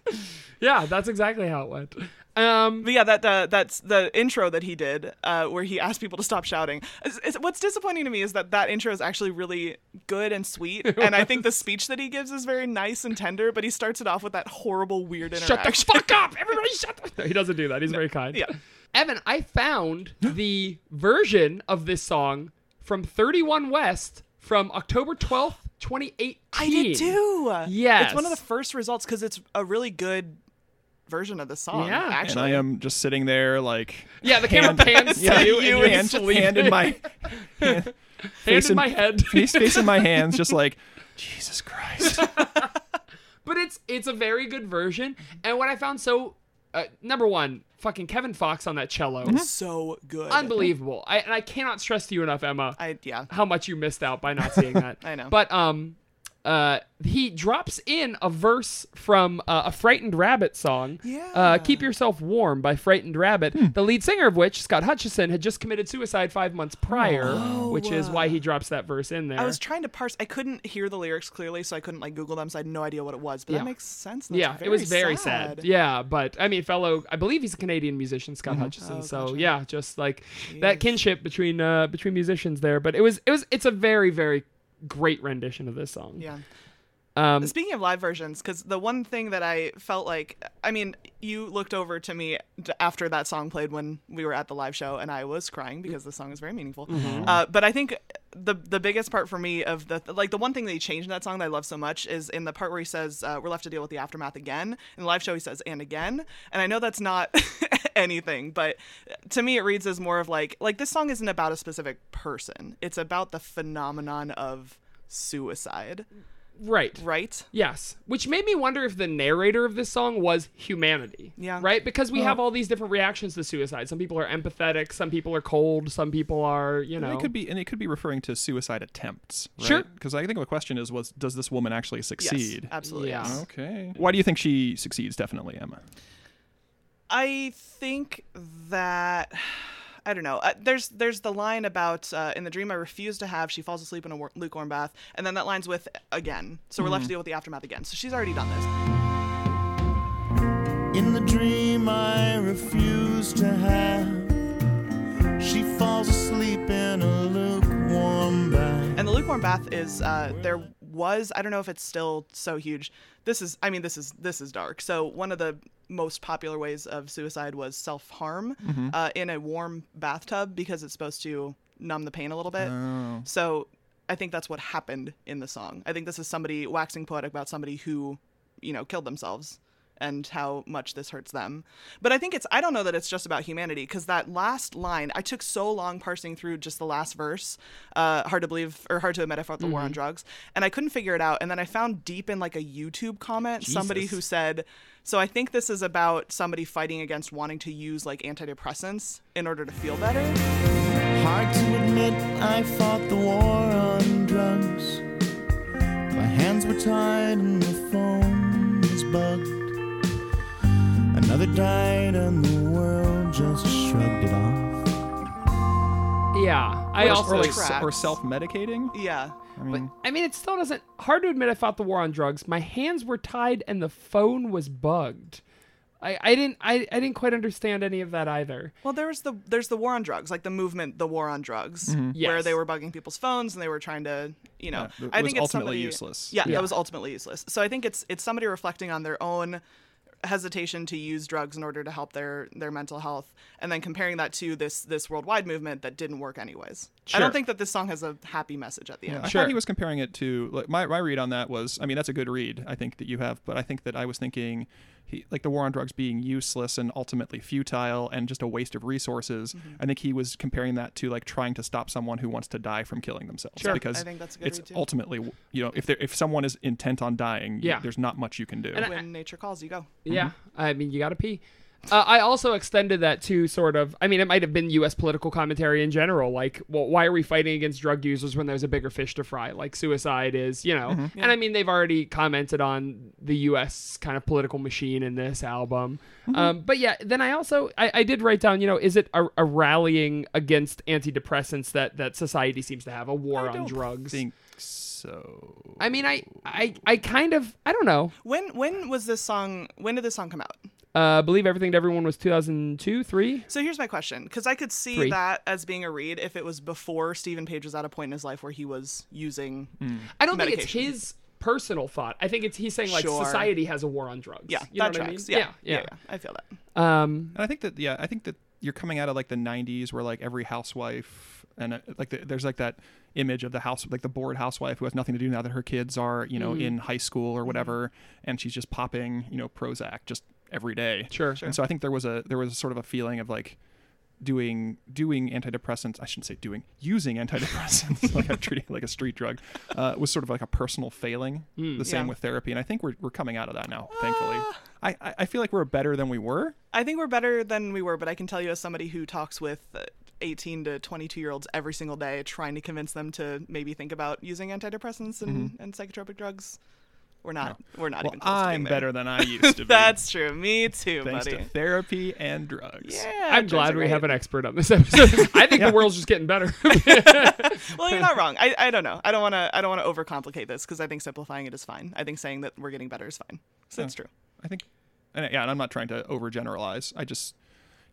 [SPEAKER 2] yeah, that's exactly how it went. Um,
[SPEAKER 4] But yeah, that uh, that's the intro that he did, uh, where he asked people to stop shouting. It's- it's- what's disappointing to me is that that intro is actually really good and sweet, and I think the speech that he gives is very nice and tender. But he starts it off with that horrible, weird
[SPEAKER 2] shut the
[SPEAKER 4] interaction.
[SPEAKER 2] fuck up, everybody! Shut. The- no, he doesn't do that. He's very kind.
[SPEAKER 4] yeah.
[SPEAKER 2] Evan, I found the version of this song from 31 West from October 12th, 2018.
[SPEAKER 4] I did too. it's one of
[SPEAKER 2] Yes.
[SPEAKER 4] the first results because it's a really good version of the song.
[SPEAKER 2] Yeah. And
[SPEAKER 3] And
[SPEAKER 4] actually,
[SPEAKER 3] I am just sitting there like
[SPEAKER 2] Yeah, the camera pans
[SPEAKER 3] yeah,
[SPEAKER 2] to you, and you're
[SPEAKER 3] hand, just
[SPEAKER 2] sleeping.
[SPEAKER 3] hand in my
[SPEAKER 2] hand
[SPEAKER 3] face
[SPEAKER 2] in my head.
[SPEAKER 3] face, face in my hands, just like Jesus Christ.
[SPEAKER 2] but it's it's a very good version. And what I found so uh, number one, fucking Kevin Fox on that cello,
[SPEAKER 4] so good.
[SPEAKER 2] unbelievable. I, and I cannot stress to you enough, Emma.
[SPEAKER 4] I yeah.
[SPEAKER 2] how much you missed out by not seeing that.
[SPEAKER 4] I know.
[SPEAKER 2] But um, uh, he drops in a verse from uh, a Frightened Rabbit song, uh,
[SPEAKER 4] Yeah.
[SPEAKER 2] Keep Yourself Warm by Frightened Rabbit, the lead singer of which, Scott Hutchison, had just committed suicide five months prior, which is why he drops that verse in there.
[SPEAKER 4] Oh, I was trying to parse. I couldn't hear the lyrics clearly, so I couldn't like Google them, so I had no idea what it was. But
[SPEAKER 2] Yeah.
[SPEAKER 4] that makes sense. That's
[SPEAKER 2] yeah, it was very sad. Yeah, but I mean, fellow, I believe he's a Canadian musician, Scott Hutchison.
[SPEAKER 4] Oh,
[SPEAKER 2] so
[SPEAKER 4] gotcha.
[SPEAKER 2] yeah, just like that kinship between uh, between musicians there. But it was it was it's a very very great rendition of this song.
[SPEAKER 4] Yeah.
[SPEAKER 2] Um,
[SPEAKER 4] Speaking of live versions, because the one thing that I felt like, I mean, you looked over to me d- after that song played when we were at the live show, and I was crying because the song is very meaningful. Uh, but I think the the biggest part for me of the like the one thing that he changed in that song that I love so much is in the part where he says uh, we're left to deal with the aftermath again. In the live show, he says and again, and I know that's not anything, but to me it reads as more of like like this song isn't about a specific person; it's about the phenomenon of suicide,
[SPEAKER 2] right.
[SPEAKER 4] right?
[SPEAKER 2] Yes, which made me wonder if the narrator of this song was humanity.
[SPEAKER 4] Yeah.
[SPEAKER 2] Right? Because we have all these different reactions to suicide. Some people are empathetic, some people are cold, some people are, you know.
[SPEAKER 3] And it could be, and it could be referring to suicide attempts. Right?
[SPEAKER 2] Sure.
[SPEAKER 3] Because I think the question is, was does this woman actually succeed?
[SPEAKER 4] Yes, Uh, absolutely.
[SPEAKER 2] Yeah.
[SPEAKER 4] yes.
[SPEAKER 3] okay. Why do you think she succeeds? Definitely, Emma.
[SPEAKER 4] I think that I don't know. Uh, there's there's the line about uh, in the dream I refuse to have. She falls asleep in a wor- lukewarm bath, and then that lines with again. So we're left to deal with the aftermath again. So she's already done this.
[SPEAKER 5] In the dream I refuse to have, she falls asleep in a lukewarm bath.
[SPEAKER 4] And the lukewarm bath is uh, there was I don't know if it's still so huge. This is I mean this is this is dark. So one of the most popular ways of suicide was self harm uh, in a warm bathtub because it's supposed to numb the pain a little bit. So I think that's what happened in the song. I think this is somebody waxing poetic about somebody who, you know, killed themselves and how much this hurts them. But I think it's I don't know that it's just about humanity because that last line I took so long parsing through just the last verse, uh, hard to believe or hard to admit I fought the war on drugs and I couldn't figure it out. And then I found deep in like a YouTube comment somebody
[SPEAKER 3] Jesus.
[SPEAKER 4] who said, so I think this is about somebody fighting against wanting to use like antidepressants in order to feel better.
[SPEAKER 5] Hard to admit I fought the war on drugs. My hands were tied and the phone was bugged. Another died and the world just shrugged it off.
[SPEAKER 2] yeah. I
[SPEAKER 4] Or-
[SPEAKER 2] also
[SPEAKER 4] or
[SPEAKER 3] Like,
[SPEAKER 4] Tracks.
[SPEAKER 3] s- or self-medicating.
[SPEAKER 4] Yeah.
[SPEAKER 2] I mean, it still doesn't. Hard to admit I fought the war on drugs. My hands were tied and the phone was bugged. I, I didn't I, I didn't quite understand any of that either.
[SPEAKER 4] Well, there's the there's the war on drugs, like the movement, the war on drugs, where
[SPEAKER 2] Yes.
[SPEAKER 4] they were bugging people's phones and they were trying to, you know,
[SPEAKER 3] Mm-hmm. Yeah, it
[SPEAKER 4] I
[SPEAKER 3] was
[SPEAKER 4] think it's
[SPEAKER 3] ultimately
[SPEAKER 4] somebody,
[SPEAKER 3] useless.
[SPEAKER 4] Yeah,
[SPEAKER 2] Yeah.
[SPEAKER 4] that was ultimately useless. So I think it's it's somebody reflecting on their own hesitation to use drugs in order to help their their mental health, and then comparing that to this this worldwide movement that didn't work anyways. I
[SPEAKER 2] Sure.
[SPEAKER 4] don't think that this song has a happy message at the end.
[SPEAKER 3] I
[SPEAKER 2] Sure.
[SPEAKER 3] thought he was comparing it to like my, my read on that was I mean that's a good read I think that you have but I think that I was thinking he like the war on drugs being useless and ultimately futile and just a waste of resources
[SPEAKER 4] Mm-hmm.
[SPEAKER 3] I think he was comparing that to like trying to stop someone who wants to die from killing themselves
[SPEAKER 2] Sure.
[SPEAKER 3] because
[SPEAKER 4] I think that's a good
[SPEAKER 3] it's
[SPEAKER 4] read, too.
[SPEAKER 3] ultimately you know if there if someone is intent on dying you-
[SPEAKER 2] Yeah.
[SPEAKER 3] there's not much you can do
[SPEAKER 2] And I-
[SPEAKER 4] When nature calls, you go.
[SPEAKER 2] Yeah,
[SPEAKER 3] Mm-hmm.
[SPEAKER 2] I mean, you gotta pee. Uh, I also extended that to sort of. I mean, it might have been U.S. political commentary in general, like, well, why are we fighting against drug users when there's a bigger fish to fry? Like, suicide is, you know.
[SPEAKER 3] Mm-hmm.
[SPEAKER 2] And I mean, they've already commented on the U.S. kind of political machine in this album.
[SPEAKER 3] Mm-hmm.
[SPEAKER 2] Um, but yeah, then I also I, I did write down, you know, is it a, a rallying against antidepressants that that society seems to have a war on drugs?
[SPEAKER 3] I think so
[SPEAKER 2] I mean, I I I kind of I don't know.
[SPEAKER 4] When when was this song? When did this song come out?
[SPEAKER 2] Uh, believe everything to everyone was 2002, three.
[SPEAKER 4] So here's my question, because I could see
[SPEAKER 2] Three.
[SPEAKER 4] that as being a read if it was before Stephen Page was at a point in his life where he was using.
[SPEAKER 3] Mm.
[SPEAKER 2] I don't
[SPEAKER 4] medication.
[SPEAKER 2] think it's his personal thought. I think it's he's saying like
[SPEAKER 4] Sure.
[SPEAKER 2] society has a war on drugs.
[SPEAKER 4] Yeah,
[SPEAKER 2] you know
[SPEAKER 4] that
[SPEAKER 2] what
[SPEAKER 4] tracks.
[SPEAKER 2] I mean?
[SPEAKER 4] yeah. Yeah, yeah, I feel that.
[SPEAKER 2] yeah. Um,
[SPEAKER 3] And I think that yeah, I think that you're coming out of like the '90s where like every housewife and uh, like the, there's like that image of the house like the bored housewife who has nothing to do now that her kids are you
[SPEAKER 2] Mm-hmm.
[SPEAKER 3] know in high school or whatever, and she's just popping you know Prozac just every day.
[SPEAKER 2] Sure. Sure.
[SPEAKER 3] And so I think there was a there was sort of a feeling of like doing doing antidepressants i shouldn't say doing using antidepressants like i'm treating it like a street drug uh, was sort of like a personal failing
[SPEAKER 2] Mm.
[SPEAKER 3] the same
[SPEAKER 4] Yeah.
[SPEAKER 3] with therapy and i think we're, we're coming out of that now
[SPEAKER 2] Ah.
[SPEAKER 3] thankfully I, I i feel like we're better than we were
[SPEAKER 4] I think we're better than we were, but I can tell you as somebody who talks with uh, 18 to 22 year olds every single day trying to convince them to maybe think about using antidepressants and, and psychotropic drugs. We're not. We're not
[SPEAKER 3] Mm-hmm. Well,
[SPEAKER 4] even. close to being
[SPEAKER 3] I'm
[SPEAKER 4] there.
[SPEAKER 3] better than I used to be.
[SPEAKER 4] That's true. Me too,
[SPEAKER 3] thanks
[SPEAKER 4] buddy.
[SPEAKER 3] to therapy and drugs.
[SPEAKER 4] yeah,
[SPEAKER 2] I'm
[SPEAKER 4] drugs
[SPEAKER 2] glad
[SPEAKER 4] are
[SPEAKER 2] we have
[SPEAKER 4] great.
[SPEAKER 2] an expert on this episode. I think the world's just getting better.
[SPEAKER 4] Well, you're not wrong. I, I don't know. I don't want to. I don't want to overcomplicate this because I think simplifying it is fine. I think saying that we're getting better is fine. So that's true.
[SPEAKER 3] I think, and yeah, and I'm not trying to overgeneralize. I just,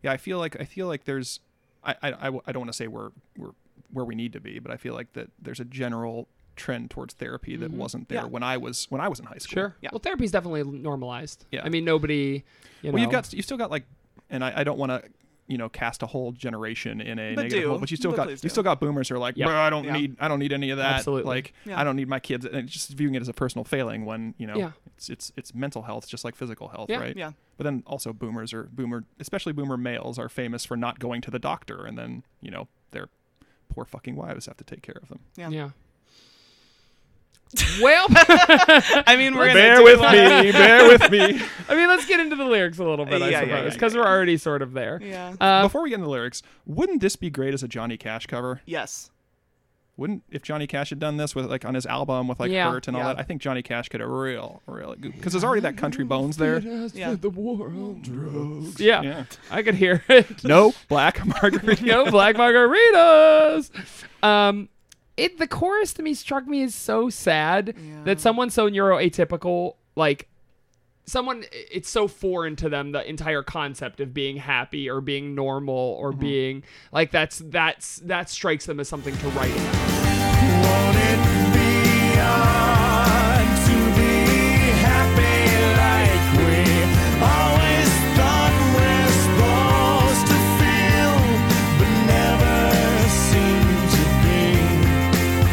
[SPEAKER 3] yeah, I feel like I feel like there's, I I, I, I don't want to say we're we're where we need to be, but I feel like that there's a general trend towards therapy that wasn't there
[SPEAKER 4] Mm-hmm. Yeah.
[SPEAKER 3] when I was when I was in high school.
[SPEAKER 2] sure.
[SPEAKER 4] Yeah.
[SPEAKER 2] Well, therapy's definitely normalized.
[SPEAKER 3] Yeah.
[SPEAKER 2] I mean, nobody. You know,
[SPEAKER 3] Well, you've got you still got like, and I, I don't want to. You know, cast a whole generation in a
[SPEAKER 4] But
[SPEAKER 3] negative
[SPEAKER 4] do.
[SPEAKER 3] hole, but you still
[SPEAKER 4] But
[SPEAKER 3] got
[SPEAKER 4] please
[SPEAKER 3] you
[SPEAKER 4] do.
[SPEAKER 3] still got boomers who are like,
[SPEAKER 2] Yeah.
[SPEAKER 3] "Bruh, I don't
[SPEAKER 4] Yeah.
[SPEAKER 3] need I don't need any of that.
[SPEAKER 2] Absolutely.
[SPEAKER 3] Like,
[SPEAKER 4] Yeah.
[SPEAKER 3] I don't need my kids, and it's just viewing it as a personal failing when you know
[SPEAKER 2] Yeah.
[SPEAKER 3] it's it's it's mental health just like physical health,
[SPEAKER 2] Yeah.
[SPEAKER 3] right?
[SPEAKER 4] Yeah.
[SPEAKER 3] But then also boomers are boomer, especially boomer males are famous for not going to the doctor, and then you know their poor fucking wives have to take care of them.
[SPEAKER 4] Yeah.
[SPEAKER 2] Yeah. Well,
[SPEAKER 4] I mean, we're gonna
[SPEAKER 3] Bear
[SPEAKER 4] do
[SPEAKER 3] with
[SPEAKER 4] one-
[SPEAKER 3] me, bear with me.
[SPEAKER 2] I mean, let's get into the lyrics a little bit, I
[SPEAKER 4] Yeah, yeah, yeah,
[SPEAKER 2] suppose, because we're already sort of there.
[SPEAKER 4] Yeah.
[SPEAKER 2] Uh,
[SPEAKER 3] Before we get into the lyrics, wouldn't this be great as a Johnny Cash cover?
[SPEAKER 4] Yes.
[SPEAKER 3] Wouldn't if Johnny Cash had done this with like on his album with like
[SPEAKER 2] Yeah,
[SPEAKER 3] Hurt and all
[SPEAKER 4] yeah.
[SPEAKER 3] that? I think Johnny Cash could have real, real because there's already that country bones there.
[SPEAKER 4] Yeah.
[SPEAKER 2] The war on drugs. Yeah,
[SPEAKER 3] Yeah.
[SPEAKER 2] I could hear it.
[SPEAKER 3] No black margarita.
[SPEAKER 2] no black margaritas. Um, it the chorus to me struck me as so sad
[SPEAKER 4] Yeah.
[SPEAKER 2] that someone so neuroatypical, like someone, it's so foreign to them the entire concept of being happy or being normal or
[SPEAKER 4] Mm-hmm.
[SPEAKER 2] being like that's that's that strikes them as something to write. About.
[SPEAKER 5] Won't it be odd to be happy like we always thought we're supposed to feel, but never seem to be?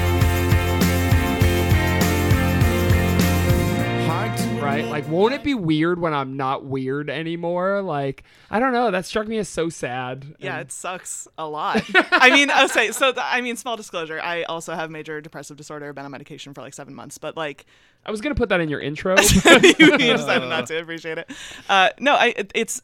[SPEAKER 5] Hard to
[SPEAKER 2] right? Like, won't it be weird when I'm not weird anymore? Like, I don't know. That struck me as so sad.
[SPEAKER 4] Yeah,
[SPEAKER 2] And-
[SPEAKER 4] it sucks a lot. I mean, okay, so th- I mean, small disclosure. I also have major depressive disorder. Been on medication for like seven months, but like
[SPEAKER 2] I was gonna put that in your intro.
[SPEAKER 4] you decided not to appreciate it. Uh, no, I it, it's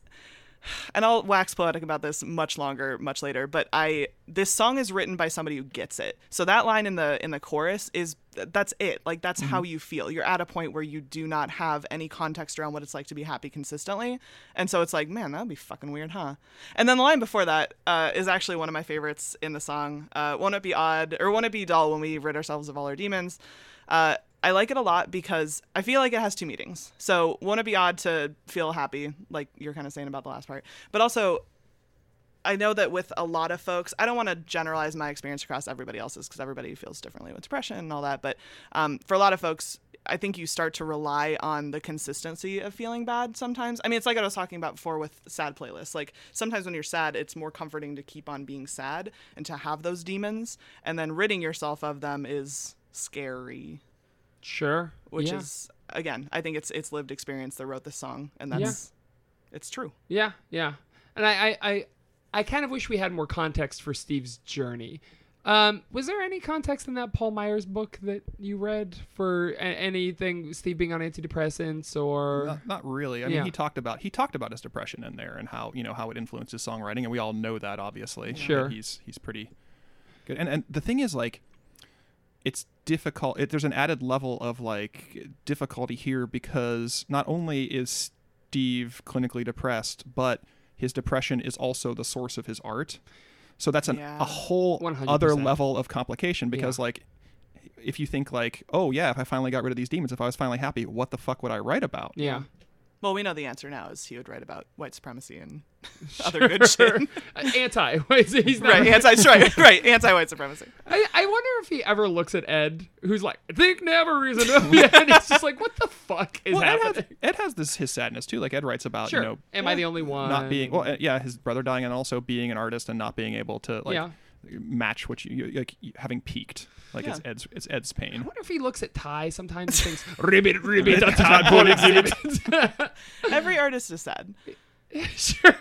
[SPEAKER 4] and I'll wax poetic about this much longer, much later. But I this song is written by somebody who gets it. So that line in the in the chorus is that's it. Like that's how you feel. You're at a point where you do not have any context around what it's like to be happy consistently, and so it's like, man, that'd be fucking weird, huh? And then the line before that uh, is actually one of my favorites in the song. Uh, won't it be odd or won't it be dull when we rid ourselves of all our demons? Uh, I like it a lot because I feel like it has two meanings. So, won't it be odd to feel happy, like you're kind of saying about the last part? But also, I know that with a lot of folks, I don't want to generalize my experience across everybody else's because everybody feels differently with depression and all that. But um, for a lot of folks, I think you start to rely on the consistency of feeling bad sometimes. I mean, it's like what I was talking about before with sad playlists. Like sometimes when you're sad, it's more comforting to keep on being sad and to have those demons, and then ridding yourself of them is scary
[SPEAKER 2] sure.
[SPEAKER 4] which
[SPEAKER 2] yeah.
[SPEAKER 4] is again, I think it's it's lived experience that wrote this song, and that's it's true.
[SPEAKER 2] Yeah, yeah. And I, I, I, I kind of wish we had more context for Steve's journey. Um, was there any context in that Paul Myers book that you read for a- anything Steve being on antidepressants or?
[SPEAKER 3] Not, not really. I mean,
[SPEAKER 2] Yeah.
[SPEAKER 3] he talked about he talked about his depression in there and how you know how it influenced his songwriting, and we all know that obviously. that
[SPEAKER 2] Sure.
[SPEAKER 3] he's he's pretty good. And and the thing is, like, it's difficult. It, there's an added level of like difficulty here because not only is Steve clinically depressed, but his depression is also the source of his art. So that's an,
[SPEAKER 4] Yeah.
[SPEAKER 3] a whole
[SPEAKER 2] 100%.
[SPEAKER 3] other level of complication because like if you think like oh yeah if i finally got rid of these demons if i was finally happy what the fuck would i write about
[SPEAKER 2] Yeah.
[SPEAKER 4] Well, we know the answer now is he would write about white supremacy and other good shit.
[SPEAKER 2] Uh, Anti. He's not
[SPEAKER 4] right, anti right, right, anti white supremacy.
[SPEAKER 2] I, I wonder if he ever looks at Ed, who's like, think never reason of yet. And he's just like, what the fuck is
[SPEAKER 3] well, Ed has,
[SPEAKER 2] happening?
[SPEAKER 3] Ed has this his sadness too. Like Ed writes about
[SPEAKER 2] sure. Um,
[SPEAKER 3] you know
[SPEAKER 2] Am I the only one?
[SPEAKER 3] not being well, uh, yeah, his brother dying and also being an artist and not being able to like
[SPEAKER 2] Yeah.
[SPEAKER 3] match what you you- like you- having peaked. Like it's
[SPEAKER 4] Yeah.
[SPEAKER 3] Ed's it's Ed's pain.
[SPEAKER 2] I wonder if he looks at Ty sometimes and thinks, ribbit, ribbit, a tadpole exhibit.
[SPEAKER 4] Every artist is sad.
[SPEAKER 2] sure.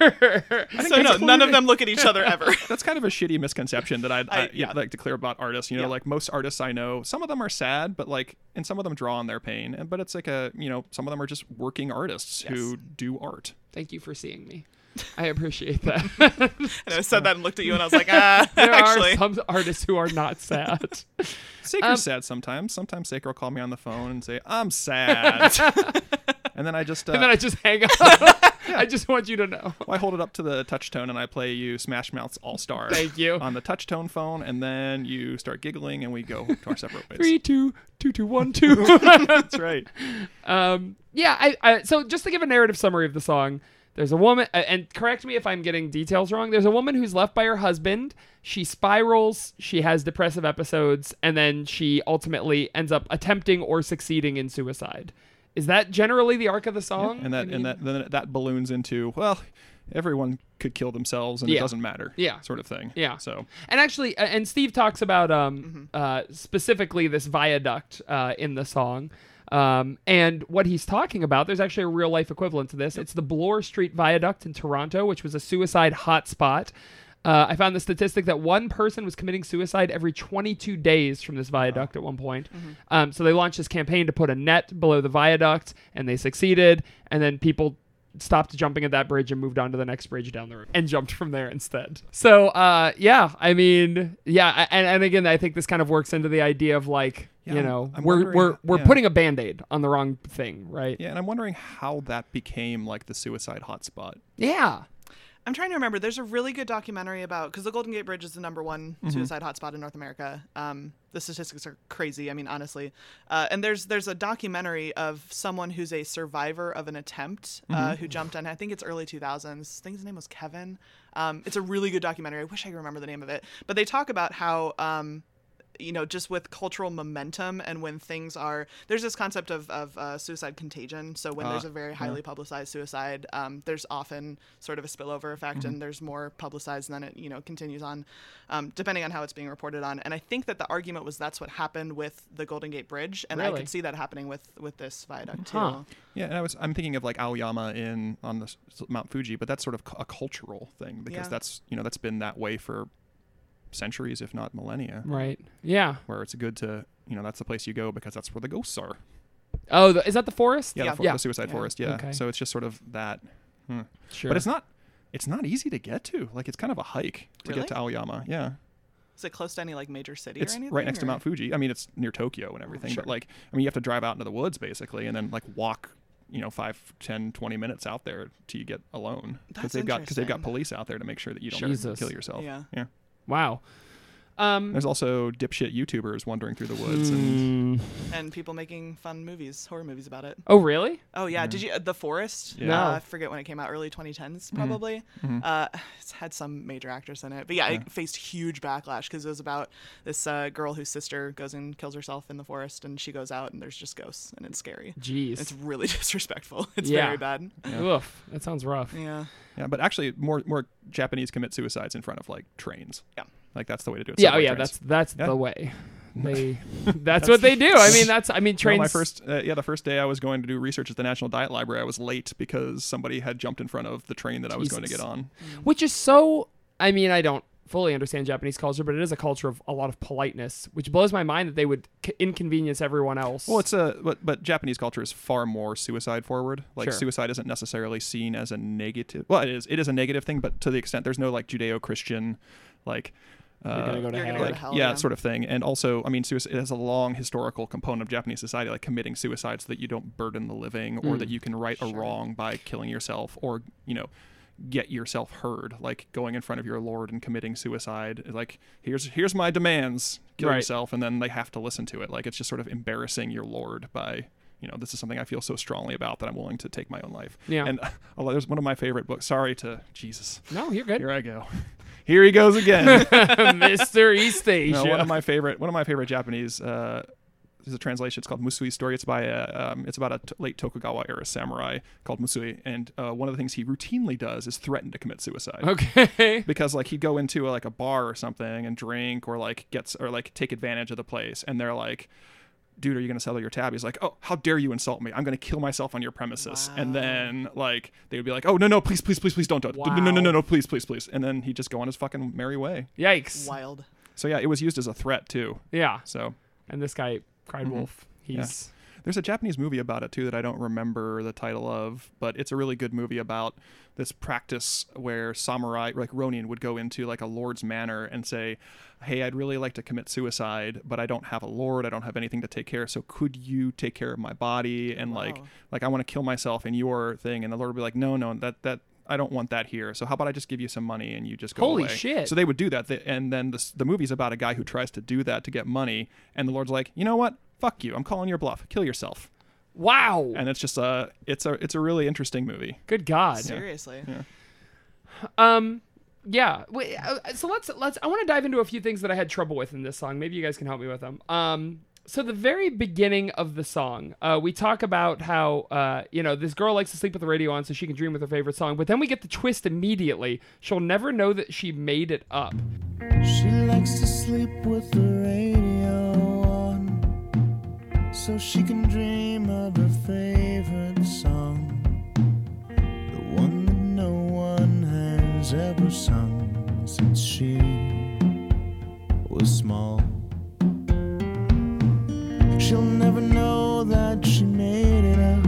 [SPEAKER 4] So no, none of them look at each other ever.
[SPEAKER 3] That's kind of a shitty misconception that I'd, I,
[SPEAKER 4] I-
[SPEAKER 3] would yeah.
[SPEAKER 4] yeah.
[SPEAKER 3] like to clear about artists. You know,
[SPEAKER 4] Yeah.
[SPEAKER 3] like most artists I know, some of them are sad, but like, and some of them draw on their pain. And but it's like a, you know, some of them are just working artists who do art.
[SPEAKER 2] Thank you for seeing me. I appreciate that.
[SPEAKER 4] And I said that and looked at you, and I was like, ah,
[SPEAKER 2] there
[SPEAKER 4] actually.
[SPEAKER 2] are some artists who are not sad. Um,
[SPEAKER 3] Saker's sad sometimes. Sometimes Saker will call me on the phone and say, "I'm sad," and then I just, uh,
[SPEAKER 2] and then I just hang up. I just want you to know.
[SPEAKER 3] I hold it up to the touchtone and I play you Smash Mouth's All Star.
[SPEAKER 2] Thank you.
[SPEAKER 3] on the touchtone phone, and then you start giggling, and we go to our separate ways.
[SPEAKER 2] Three, two, two, two, one, two.
[SPEAKER 3] That's right.
[SPEAKER 2] um, yeah. I, I. So just to give a narrative summary of the song, there's a woman, uh, and correct me if I'm getting details wrong. There's a woman who's left by her husband. She spirals. She has depressive episodes, and then she ultimately ends up attempting or succeeding in suicide. Is that generally the arc of the song?
[SPEAKER 3] And that,
[SPEAKER 2] I mean-
[SPEAKER 3] and that, then that balloons into well, everyone could kill themselves, and it
[SPEAKER 2] Yeah.
[SPEAKER 3] doesn't matter.
[SPEAKER 2] Yeah.
[SPEAKER 3] sort of thing.
[SPEAKER 2] Yeah.
[SPEAKER 3] So
[SPEAKER 2] And actually, a- and Steve talks about um, uh, specifically this viaduct uh, in the song. Um, and what he's talking about, there's actually a real life equivalent to this. It's the Bloor Street Viaduct in Toronto, which was a suicide hotspot. Uh, I found the statistic that one person was committing suicide every 22 days from this viaduct at one point. Um, so they launched this campaign to put a net below the viaduct, and they succeeded. And then people stopped jumping at that bridge and moved on to the next bridge down the road and jumped from there instead. So, uh, yeah, I mean, yeah, a- and, and again, I think this kind of works into the idea of like,
[SPEAKER 3] Yeah,
[SPEAKER 2] you
[SPEAKER 3] I'm-
[SPEAKER 2] know,
[SPEAKER 3] I'm
[SPEAKER 2] we're
[SPEAKER 3] wondering-
[SPEAKER 2] we're we're
[SPEAKER 3] yeah.
[SPEAKER 2] putting a band-aid on the wrong thing, right?
[SPEAKER 3] yeah, and I'm wondering how that became like the suicide hotspot.
[SPEAKER 2] Yeah.
[SPEAKER 4] I'm trying to remember. There's a really good documentary about because the Golden Gate Bridge is the number one suicide hotspot in North America. Um, the statistics are crazy. I mean, honestly, uh, and there's there's a documentary of someone who's a survivor of an attempt uh, who jumped on. I think it's early 2000s. I think his name was Kevin. Um, it's a really good documentary. I wish I could remember the name of it, but they talk about how. Um, you know, just with cultural momentum and when things are, there's this concept of, of uh, suicide contagion. So when
[SPEAKER 3] Ah,
[SPEAKER 4] there's a very highly publicized suicide, um, there's often sort of a spillover effect
[SPEAKER 3] Mm-hmm.
[SPEAKER 4] and there's more publicized and then it, you know, continues on, um, depending on how it's being reported on. And I think that the argument was that's what happened with the Golden Gate Bridge. And I
[SPEAKER 2] Really?
[SPEAKER 4] could see that happening with, with this viaduct too.
[SPEAKER 2] Huh.
[SPEAKER 3] Yeah, and I was I'm thinking of like Aoyama in on the s- Mount Fuji, but that's sort of cu- a cultural thing because
[SPEAKER 4] Yeah.
[SPEAKER 3] that's you know that's been that way for centuries, if not millennia.
[SPEAKER 2] Right. Yeah.
[SPEAKER 3] Where it's good to you know that's the place you go because that's where the ghosts are.
[SPEAKER 2] Oh, the, is that the forest?
[SPEAKER 3] Yeah,
[SPEAKER 4] Yeah.
[SPEAKER 3] The, fo-
[SPEAKER 2] Yeah.
[SPEAKER 3] the suicide
[SPEAKER 4] Yeah.
[SPEAKER 3] forest. Yeah.
[SPEAKER 2] Okay.
[SPEAKER 3] So it's just sort of that. hmm.
[SPEAKER 2] Sure.
[SPEAKER 3] But it's not. It's not easy to get to. Like it's kind of a hike to get
[SPEAKER 4] Really?
[SPEAKER 3] to Aoyama. Yeah,
[SPEAKER 4] Is it close to any like major city or
[SPEAKER 3] it's
[SPEAKER 4] anything?
[SPEAKER 3] right next to
[SPEAKER 4] or-
[SPEAKER 3] Mount Fuji. I mean, it's near Tokyo and everything. But like, I mean, you have to drive out into the woods basically, and then like walk, you know, five, 10, 20 minutes out there till you get alone because
[SPEAKER 4] That's
[SPEAKER 3] they've got because they've got
[SPEAKER 4] interesting.
[SPEAKER 3] police out there to make sure that you don't
[SPEAKER 2] Jesus.
[SPEAKER 3] kill yourself.
[SPEAKER 4] Yeah.
[SPEAKER 3] yeah.
[SPEAKER 2] Wow. Um.
[SPEAKER 3] There's also dipshit YouTubers wandering through the woods,
[SPEAKER 2] Hmm.
[SPEAKER 3] and
[SPEAKER 4] And people making fun movies, horror movies about it.
[SPEAKER 2] Oh, really?
[SPEAKER 4] Oh yeah, did you uh, the Forest?
[SPEAKER 3] Mm-hmm. Yeah. Mm-hmm.
[SPEAKER 2] No.
[SPEAKER 4] Uh, I forget when it came out, early 2010s probably. Uh, it's had some major actors in it, but yeah, it faced huge backlash because it was about this uh, girl whose sister goes and kills herself in the forest, and she goes out and there's just ghosts and it's scary.
[SPEAKER 2] Jeez.
[SPEAKER 4] It's really disrespectful. It's
[SPEAKER 2] Yeah.
[SPEAKER 4] very bad.
[SPEAKER 2] Oof. That sounds rough.
[SPEAKER 4] Yeah.
[SPEAKER 3] yeah. But actually, more more Japanese commit suicides in front of like trains.
[SPEAKER 4] Yeah.
[SPEAKER 3] Like that's the way to do it.
[SPEAKER 2] Yeah, oh
[SPEAKER 3] subway
[SPEAKER 2] yeah,
[SPEAKER 3] trains.
[SPEAKER 2] that's that's
[SPEAKER 3] Yeah.
[SPEAKER 2] the way. They that's what they do. I mean, that's I mean
[SPEAKER 3] You know,
[SPEAKER 2] trains
[SPEAKER 3] my first, uh, yeah, the first day I was going to do research at the National Diet Library, I was late because somebody had jumped in front of the train that I was going to
[SPEAKER 2] Jesus.
[SPEAKER 3] get on.
[SPEAKER 2] which is so I mean, I don't fully understand Japanese culture, but it is a culture of a lot of politeness, which blows my mind that they would c- inconvenience everyone else.
[SPEAKER 3] Well, it's a but, but Japanese culture is far more suicide forward. Like
[SPEAKER 2] Sure.
[SPEAKER 3] suicide isn't necessarily seen as a negative. Well, it is. It is a negative thing, but to the extent there's no like Judeo-Christian, like.
[SPEAKER 2] You're
[SPEAKER 3] Uh,
[SPEAKER 2] gonna go to
[SPEAKER 4] You're
[SPEAKER 2] hell.
[SPEAKER 4] gonna go
[SPEAKER 3] like,
[SPEAKER 4] to hell,
[SPEAKER 3] yeah,
[SPEAKER 4] yeah.
[SPEAKER 3] sort of thing, and also, I mean, suicide it has a long historical component of Japanese society, like committing suicide so that you don't burden the living, or that you can right a wrong by killing yourself, or you know, get yourself heard, like going in front of your lord and committing suicide. Like, here's here's my demands, kill
[SPEAKER 2] Right.
[SPEAKER 3] yourself, and then they have to listen to it. Like, it's just sort of embarrassing your lord by. You know, this is something I feel so strongly about that I'm willing to take my own life.
[SPEAKER 2] Yeah.
[SPEAKER 3] And uh, there's one of my favorite books. Sorry to Jesus.
[SPEAKER 2] no, you're good.
[SPEAKER 3] Here I go. Here he goes again.
[SPEAKER 2] Mr. East Asia.
[SPEAKER 3] No, one of my favorite one of my favorite Japanese uh, is a translation. It's called Musui Story. It's by a um, it's about a t- late Tokugawa era samurai called Musui, and uh, one of the things he routinely does is threaten to commit suicide.
[SPEAKER 2] okay.
[SPEAKER 3] Because like he'd go into uh, like a bar or something and drink or like gets or like take advantage of the place, and they're like, dude, are you going to settle your tab? He's like, oh, how dare you insult me? I'm going to kill myself on your premises. And then like they would be like, oh no no please please please please don't do it. No no no no
[SPEAKER 2] Wow.
[SPEAKER 3] no please please please. And then he'd just go on his fucking merry way.
[SPEAKER 2] Yikes.
[SPEAKER 4] Wild.
[SPEAKER 3] So yeah, it was used as a threat too.
[SPEAKER 2] Yeah.
[SPEAKER 3] So
[SPEAKER 2] And this guy, Cried
[SPEAKER 3] Mm-hmm.
[SPEAKER 2] Wolf, he's
[SPEAKER 3] There's a Japanese movie about it too that I don't remember the title of, but it's a really good movie about this practice where samurai, like Ronin, would go into like a lord's manor and say, "Hey, I'd really like to commit suicide, but I don't have a lord. I don't have anything to take care of. So could you take care of my body and like, like I want to kill myself in your thing?" And the lord would be like, "No, no, that that." I don't want that here. So how about I just give you some money and you just go
[SPEAKER 2] Holy
[SPEAKER 3] away?"
[SPEAKER 2] shit.
[SPEAKER 3] So they would do that, They- and then the, the movie's about a guy who tries to do that to get money, and the Lord's like, you know what? Fuck you! I'm calling your bluff. Kill yourself.
[SPEAKER 2] wow.
[SPEAKER 3] And it's just a, it's a, it's a really interesting movie.
[SPEAKER 2] Good God.
[SPEAKER 4] Seriously.
[SPEAKER 2] Um, yeah. Wait, uh, so let's let's. I want to dive into a few things that I had trouble with in this song. Maybe you guys can help me with them. Um, so the very beginning of the song, uh, we talk about how uh, you know this girl likes to sleep with the radio on so she can dream with her favorite song. But then we get the twist immediately. She'll never know that she made it up.
[SPEAKER 5] She likes to sleep with the radio on so she can dream of her favorite song, the one that no one has ever sung since she was small. She'll never know that she made it up.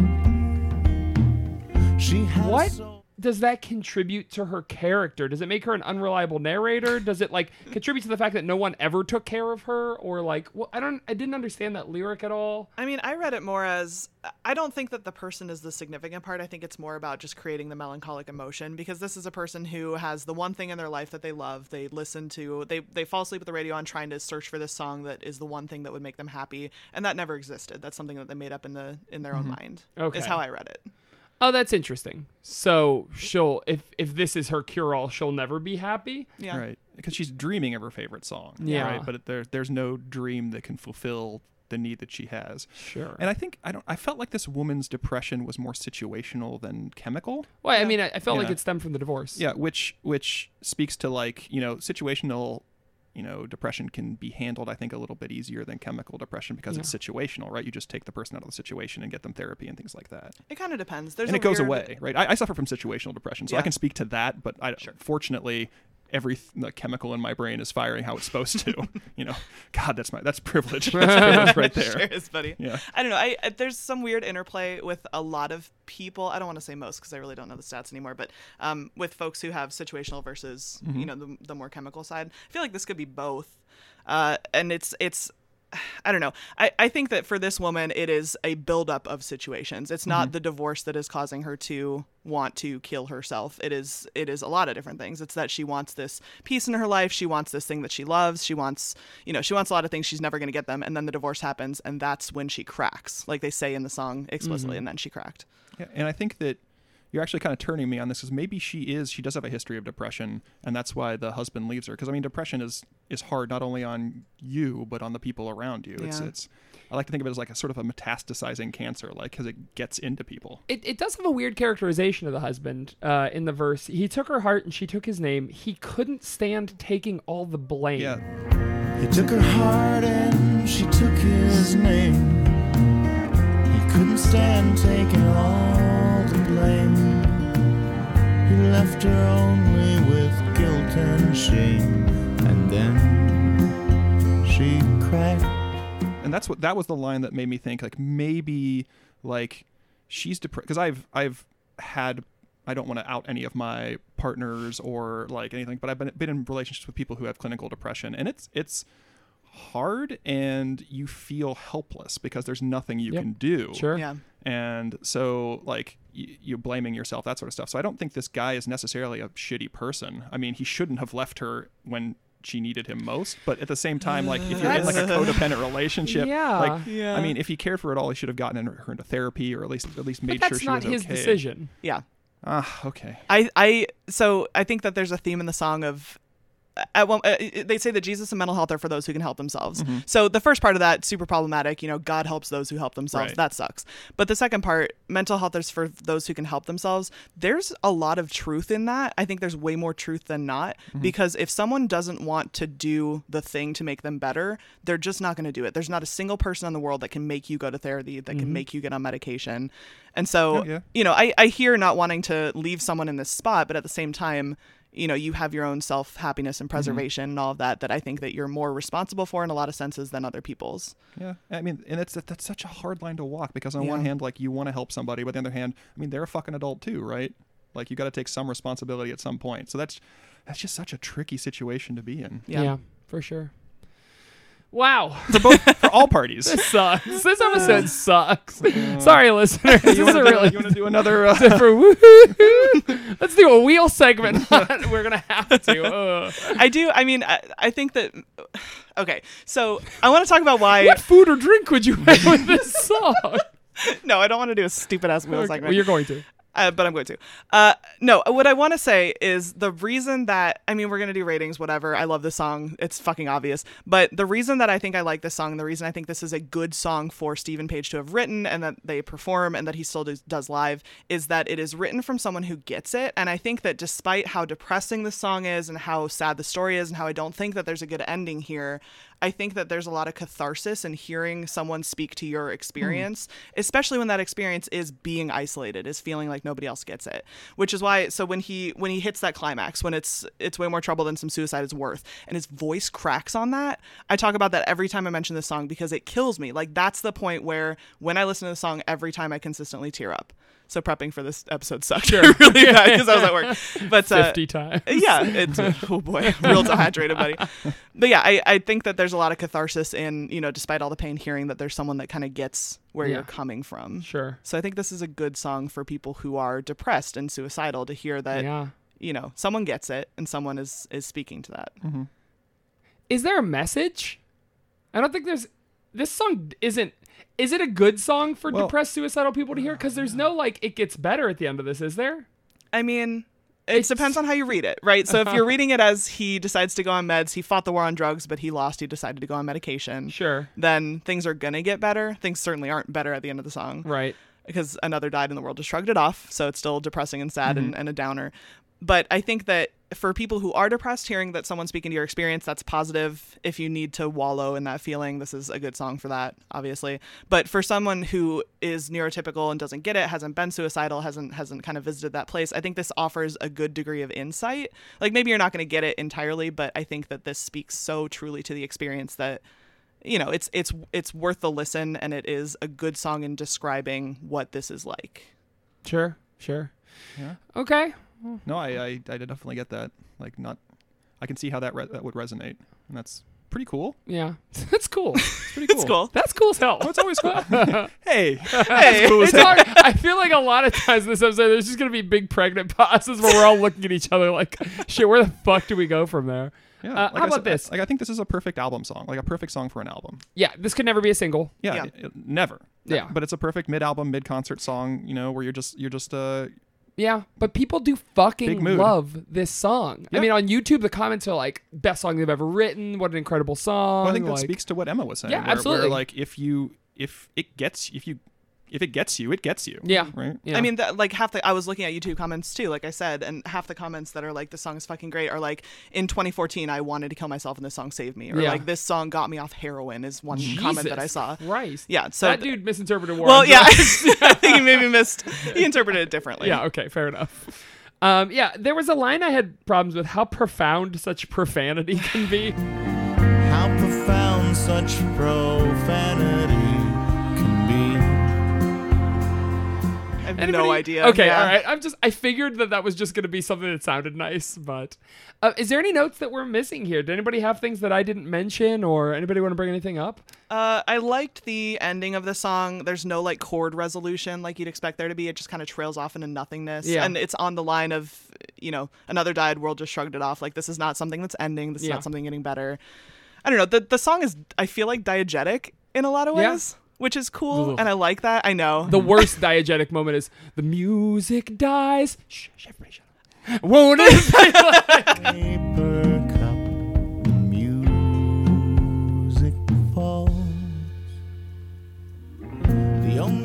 [SPEAKER 5] She has
[SPEAKER 2] What?
[SPEAKER 5] so-
[SPEAKER 2] Does that contribute to her character? Does it make her an unreliable narrator? Does it like contribute to the fact that no one ever took care of her, or like, well, I don't, I didn't understand that lyric at all.
[SPEAKER 4] I mean, I read it more as I don't think that the person is the significant part. I think it's more about just creating the melancholic emotion because this is a person who has the one thing in their life that they love. They listen to they they fall asleep with the radio on trying to search for this song that is the one thing that would make them happy, and that never existed. That's something that they made up in the in their own
[SPEAKER 3] Mm-hmm.
[SPEAKER 4] mind.
[SPEAKER 2] Okay.
[SPEAKER 4] is how I read it.
[SPEAKER 2] Oh, that's interesting. So she'll if if this is her cure all, she'll never be happy.
[SPEAKER 4] Yeah.
[SPEAKER 3] Right. Because she's dreaming of her favorite song.
[SPEAKER 2] Yeah.
[SPEAKER 3] Right. But there, there's no dream that can fulfill the need that she has.
[SPEAKER 2] Sure.
[SPEAKER 3] And I think I don't. I felt like this woman's depression was more situational than chemical.
[SPEAKER 2] Well, I mean, I, I felt like
[SPEAKER 3] Yeah.
[SPEAKER 2] it stemmed from the divorce.
[SPEAKER 3] Yeah, which which speaks to like you know situational, you know depression can be handled I think a little bit easier than chemical depression because it's situational, right? You just take the person out of the situation and get them therapy and things like that,
[SPEAKER 4] It kind of depends. There's
[SPEAKER 3] and
[SPEAKER 4] a
[SPEAKER 3] it goes
[SPEAKER 4] weird-
[SPEAKER 3] away, right? I, I suffer from situational depression, so I
[SPEAKER 4] Yeah.
[SPEAKER 3] can speak to that, but I fortunately. Every th- the chemical in my brain is firing how it's supposed to. you know, God, that's my that's privilege, that's privilege right there.
[SPEAKER 4] Sure is, buddy.
[SPEAKER 3] Yeah.
[SPEAKER 4] I don't know. I, I there's some weird interplay with a lot of people. I don't want to say most because I really don't know the stats anymore, but um, with folks who have situational versus
[SPEAKER 3] Mm-hmm.
[SPEAKER 4] you know the, the more chemical side, I feel like this could be both, uh, and it's it's. I don't know. I, I think that for this woman, it is a buildup of situations. It's not the divorce that is causing her to want to kill herself. It is it is a lot of different things. It's that she wants this peace in her life. She wants this thing that she loves. She wants you know she wants a lot of things she's never going to get them. And then the divorce happens, and that's when she cracks, like they say in the song explicitly. And then she cracked.
[SPEAKER 3] Yeah, and I think that you're actually kind of turning me on this because maybe she is she does have a history of depression and that's why the husband leaves her because I mean depression is is hard not only on you but on the people around you. It's
[SPEAKER 4] Yeah.
[SPEAKER 3] it's I like to think of it as like a sort of a metastasizing cancer like because it gets into people.
[SPEAKER 2] It, it does have a weird characterization of the husband uh, in the verse. He took her heart and she took his name. He couldn't stand taking all the blame.
[SPEAKER 3] Yeah,
[SPEAKER 5] He took her heart and she took his name. He couldn't stand taking all the blame. He left her only with guilt and shame. And then she cried.
[SPEAKER 3] and that's what that was the line that made me think like maybe like she's depressed because I've I've had I don't want to out any of my partners or like anything, but I've been been in relationships with people who have clinical depression, and it's it's hard and you feel helpless because there's nothing you
[SPEAKER 2] Yep.
[SPEAKER 3] can do.
[SPEAKER 2] Sure.
[SPEAKER 4] Yeah.
[SPEAKER 3] And so, like, y- you're blaming yourself, that sort of stuff. So, I don't think this guy is necessarily a shitty person. I mean, he shouldn't have left her when she needed him most. But at the same time, like, if you're in like a codependent relationship,
[SPEAKER 2] Yeah.
[SPEAKER 3] like,
[SPEAKER 4] Yeah.
[SPEAKER 3] I mean, if he cared for it all, he should have gotten her into therapy or at least at least made
[SPEAKER 2] But that's
[SPEAKER 3] sure she
[SPEAKER 2] not
[SPEAKER 3] was
[SPEAKER 2] his
[SPEAKER 3] okay.
[SPEAKER 2] decision.
[SPEAKER 4] Yeah.
[SPEAKER 3] Ah, okay.
[SPEAKER 4] I I so I think that there's a theme in the song of at one, uh, they say that Jesus and mental health are for those who can help themselves. So the first part of that super problematic. You know, God helps those who help themselves.
[SPEAKER 3] Right.
[SPEAKER 4] That sucks. But the second part, mental health is for those who can help themselves. There's a lot of truth in that. I think there's way more truth than not because if someone doesn't want to do the thing to make them better, they're just not going to do it. There's not a single person in the world that can make you go to therapy, that can make you get on medication. And so,
[SPEAKER 3] Yeah, yeah.
[SPEAKER 4] you know, I, I hear not wanting to leave someone in this spot, but at the same time, you know, you have your own self happiness and preservation and all of that that I think that you're more responsible for in a lot of senses than other people's.
[SPEAKER 3] Yeah, I mean, and it's that's such a hard line to walk because on one
[SPEAKER 4] Yeah.
[SPEAKER 3] hand, like you want to help somebody, but on the other hand, I mean, they're a fucking adult too, right? Like you got to take some responsibility at some point. So that's that's just such a tricky situation to be in
[SPEAKER 4] Yeah.
[SPEAKER 2] for sure. Wow,
[SPEAKER 3] for both for all parties.
[SPEAKER 2] this sucks. This episode sucks. Sorry, listeners. This is a really
[SPEAKER 3] you want to do another? Uh,
[SPEAKER 2] different. woo-hoo-hoo. Let's do a wheel segment. We're gonna have to. Ugh.
[SPEAKER 4] I do. I mean, I, I think that. Okay, so I want to talk about why.
[SPEAKER 2] What food or drink would you have with this song?
[SPEAKER 4] No, I don't want to do a stupid ass wheel
[SPEAKER 2] Okay,
[SPEAKER 4] segment.
[SPEAKER 2] well, you're going to.
[SPEAKER 4] uh, but I'm going to. Uh, no, what I want to say is the reason that I mean we're gonna do ratings, whatever. I love this song; it's fucking obvious. But the reason that I think I like this song, the reason I think this is a good song for Stephen Page to have written and that they perform and that he still does, does live, is that it is written from someone who gets it. And I think that despite how depressing this song is and how sad the story is and how I don't think that there's a good ending here, I think that there's a lot of catharsis in hearing someone speak to your experience, especially when that experience is being isolated, is feeling like nobody else gets it. Which is why so when he when he hits that climax, when it's it's way more trouble than some suicide is worth, and his voice cracks on that, I talk about that every time I mention this song because it kills me. Like that's the point where when I listen to the song every time I consistently tear up. So prepping for this episode sucked really bad because I was at work. But uh,
[SPEAKER 2] Fifty times.
[SPEAKER 4] yeah, it's oh boy, real dehydrated, buddy. But yeah, I, I think that there's a lot of catharsis in you know, despite all the pain, hearing that there's someone that kind of gets where
[SPEAKER 2] Yeah.
[SPEAKER 4] you're coming from.
[SPEAKER 2] Sure.
[SPEAKER 4] So I think this is a good song for people who are depressed and suicidal to hear that
[SPEAKER 2] Yeah.
[SPEAKER 4] you know someone gets it and someone is is speaking to that.
[SPEAKER 2] Is there a message? I don't think there's. This song isn't. Is it a good song for
[SPEAKER 3] Well-
[SPEAKER 2] depressed suicidal people to hear? Because there's no like it gets better at the end of this, is there?
[SPEAKER 4] I mean, it depends on how you read it, right? So if you're reading it as he decides to go on meds, he fought the war on drugs, but he lost. He decided to go on medication.
[SPEAKER 2] Sure.
[SPEAKER 4] Then things are gonna get better. Things certainly aren't better at the end of the song.
[SPEAKER 2] Right.
[SPEAKER 4] because another died and the world just shrugged it off. So it's still depressing and sad and, and a downer. But I think that for people who are depressed, hearing that someone's speaking to your experience, that's positive. If you need to wallow in that feeling, this is a good song for that, obviously. But for someone who is neurotypical and doesn't get it, hasn't been suicidal, hasn't hasn't kind of visited that place, I think this offers a good degree of insight. Like maybe you're not going to get it entirely, but I think that this speaks so truly to the experience that you know it's it's it's worth the listen and it is a good song in describing what this is like
[SPEAKER 2] Sure. Sure.
[SPEAKER 3] Yeah.
[SPEAKER 2] Okay.
[SPEAKER 3] no, I, I I definitely get that. Like not, I can see how that re- that would resonate, and that's pretty cool.
[SPEAKER 2] Yeah. That's cool.
[SPEAKER 3] It's pretty cool.
[SPEAKER 4] it's cool
[SPEAKER 2] That's cool as hell.
[SPEAKER 3] Oh, it's always cool. hey,
[SPEAKER 4] Hey.
[SPEAKER 3] cool as
[SPEAKER 2] It's hard. I feel like a lot of times in this episode, there's just gonna be big pregnant pauses where we're all looking at each other like, "Shit, where the fuck do we go from there?"
[SPEAKER 3] Yeah,
[SPEAKER 2] Uh,
[SPEAKER 3] like
[SPEAKER 2] how
[SPEAKER 3] I
[SPEAKER 2] about
[SPEAKER 3] said,
[SPEAKER 2] this?
[SPEAKER 3] Like I think this is a perfect album song, like a perfect song for an album.
[SPEAKER 2] Yeah, this could never be a single.
[SPEAKER 3] Yeah,
[SPEAKER 4] Yeah.
[SPEAKER 3] it- it- never.
[SPEAKER 2] Yeah.
[SPEAKER 3] but it's a perfect mid-album, mid-concert song. You know, where you're just you're just uh
[SPEAKER 2] Yeah, but people do
[SPEAKER 3] Big
[SPEAKER 2] fucking
[SPEAKER 3] mood.
[SPEAKER 2] love this song. I
[SPEAKER 3] Yeah.
[SPEAKER 2] mean, on YouTube, the comments are like, "Best song they've ever written." What an incredible song!
[SPEAKER 3] Well, I think that
[SPEAKER 2] like-
[SPEAKER 3] speaks to what Emma was saying.
[SPEAKER 2] Yeah,
[SPEAKER 3] where,
[SPEAKER 2] absolutely.
[SPEAKER 3] Where, like if you if it gets if you if it gets you, it gets you.
[SPEAKER 2] Yeah.
[SPEAKER 3] Right.
[SPEAKER 2] Yeah.
[SPEAKER 4] i mean that like half the i was looking at youtube comments too like i said and half the comments that are like this song is fucking great are like in 2014 i wanted to kill myself and this song saved me or
[SPEAKER 2] Yeah.
[SPEAKER 4] like this song got me off heroin is one
[SPEAKER 2] Jesus
[SPEAKER 4] comment that i saw
[SPEAKER 2] Christ.
[SPEAKER 4] Yeah, so
[SPEAKER 2] that
[SPEAKER 4] th-
[SPEAKER 2] dude misinterpreted war.
[SPEAKER 4] well
[SPEAKER 2] on
[SPEAKER 4] yeah i
[SPEAKER 2] drugs.
[SPEAKER 4] think he maybe missed he interpreted it differently
[SPEAKER 2] yeah. Okay, fair enough. Um, yeah, there was a line I had problems with. How profound such profanity can be.
[SPEAKER 5] How profound such profanity can be.
[SPEAKER 4] i have
[SPEAKER 2] Anybody-
[SPEAKER 4] no idea
[SPEAKER 2] Okay,
[SPEAKER 4] Yeah.
[SPEAKER 2] all right. I'm just I figured that that was just going to be something that sounded nice, but uh, is there any notes that we're missing here? Did anybody have things that I didn't mention, or anybody want to bring anything up?
[SPEAKER 4] Uh, I liked the ending of the song. There's no like chord resolution like you'd expect there to be. It just kind of trails off into nothingness.
[SPEAKER 2] Yeah.
[SPEAKER 4] And it's on the line of, you know, another died world just shrugged it off. Like this is not something that's ending. This is
[SPEAKER 2] Yeah.
[SPEAKER 4] not something getting better. I don't know. The the song is I feel like diegetic in a lot of
[SPEAKER 2] Yeah.
[SPEAKER 4] ways, which is cool,
[SPEAKER 2] Ugh.
[SPEAKER 4] and I like that. I know.
[SPEAKER 2] The worst diegetic moment is the music dies. Shh, shh, everybody shut up. Won't it?
[SPEAKER 5] paper cup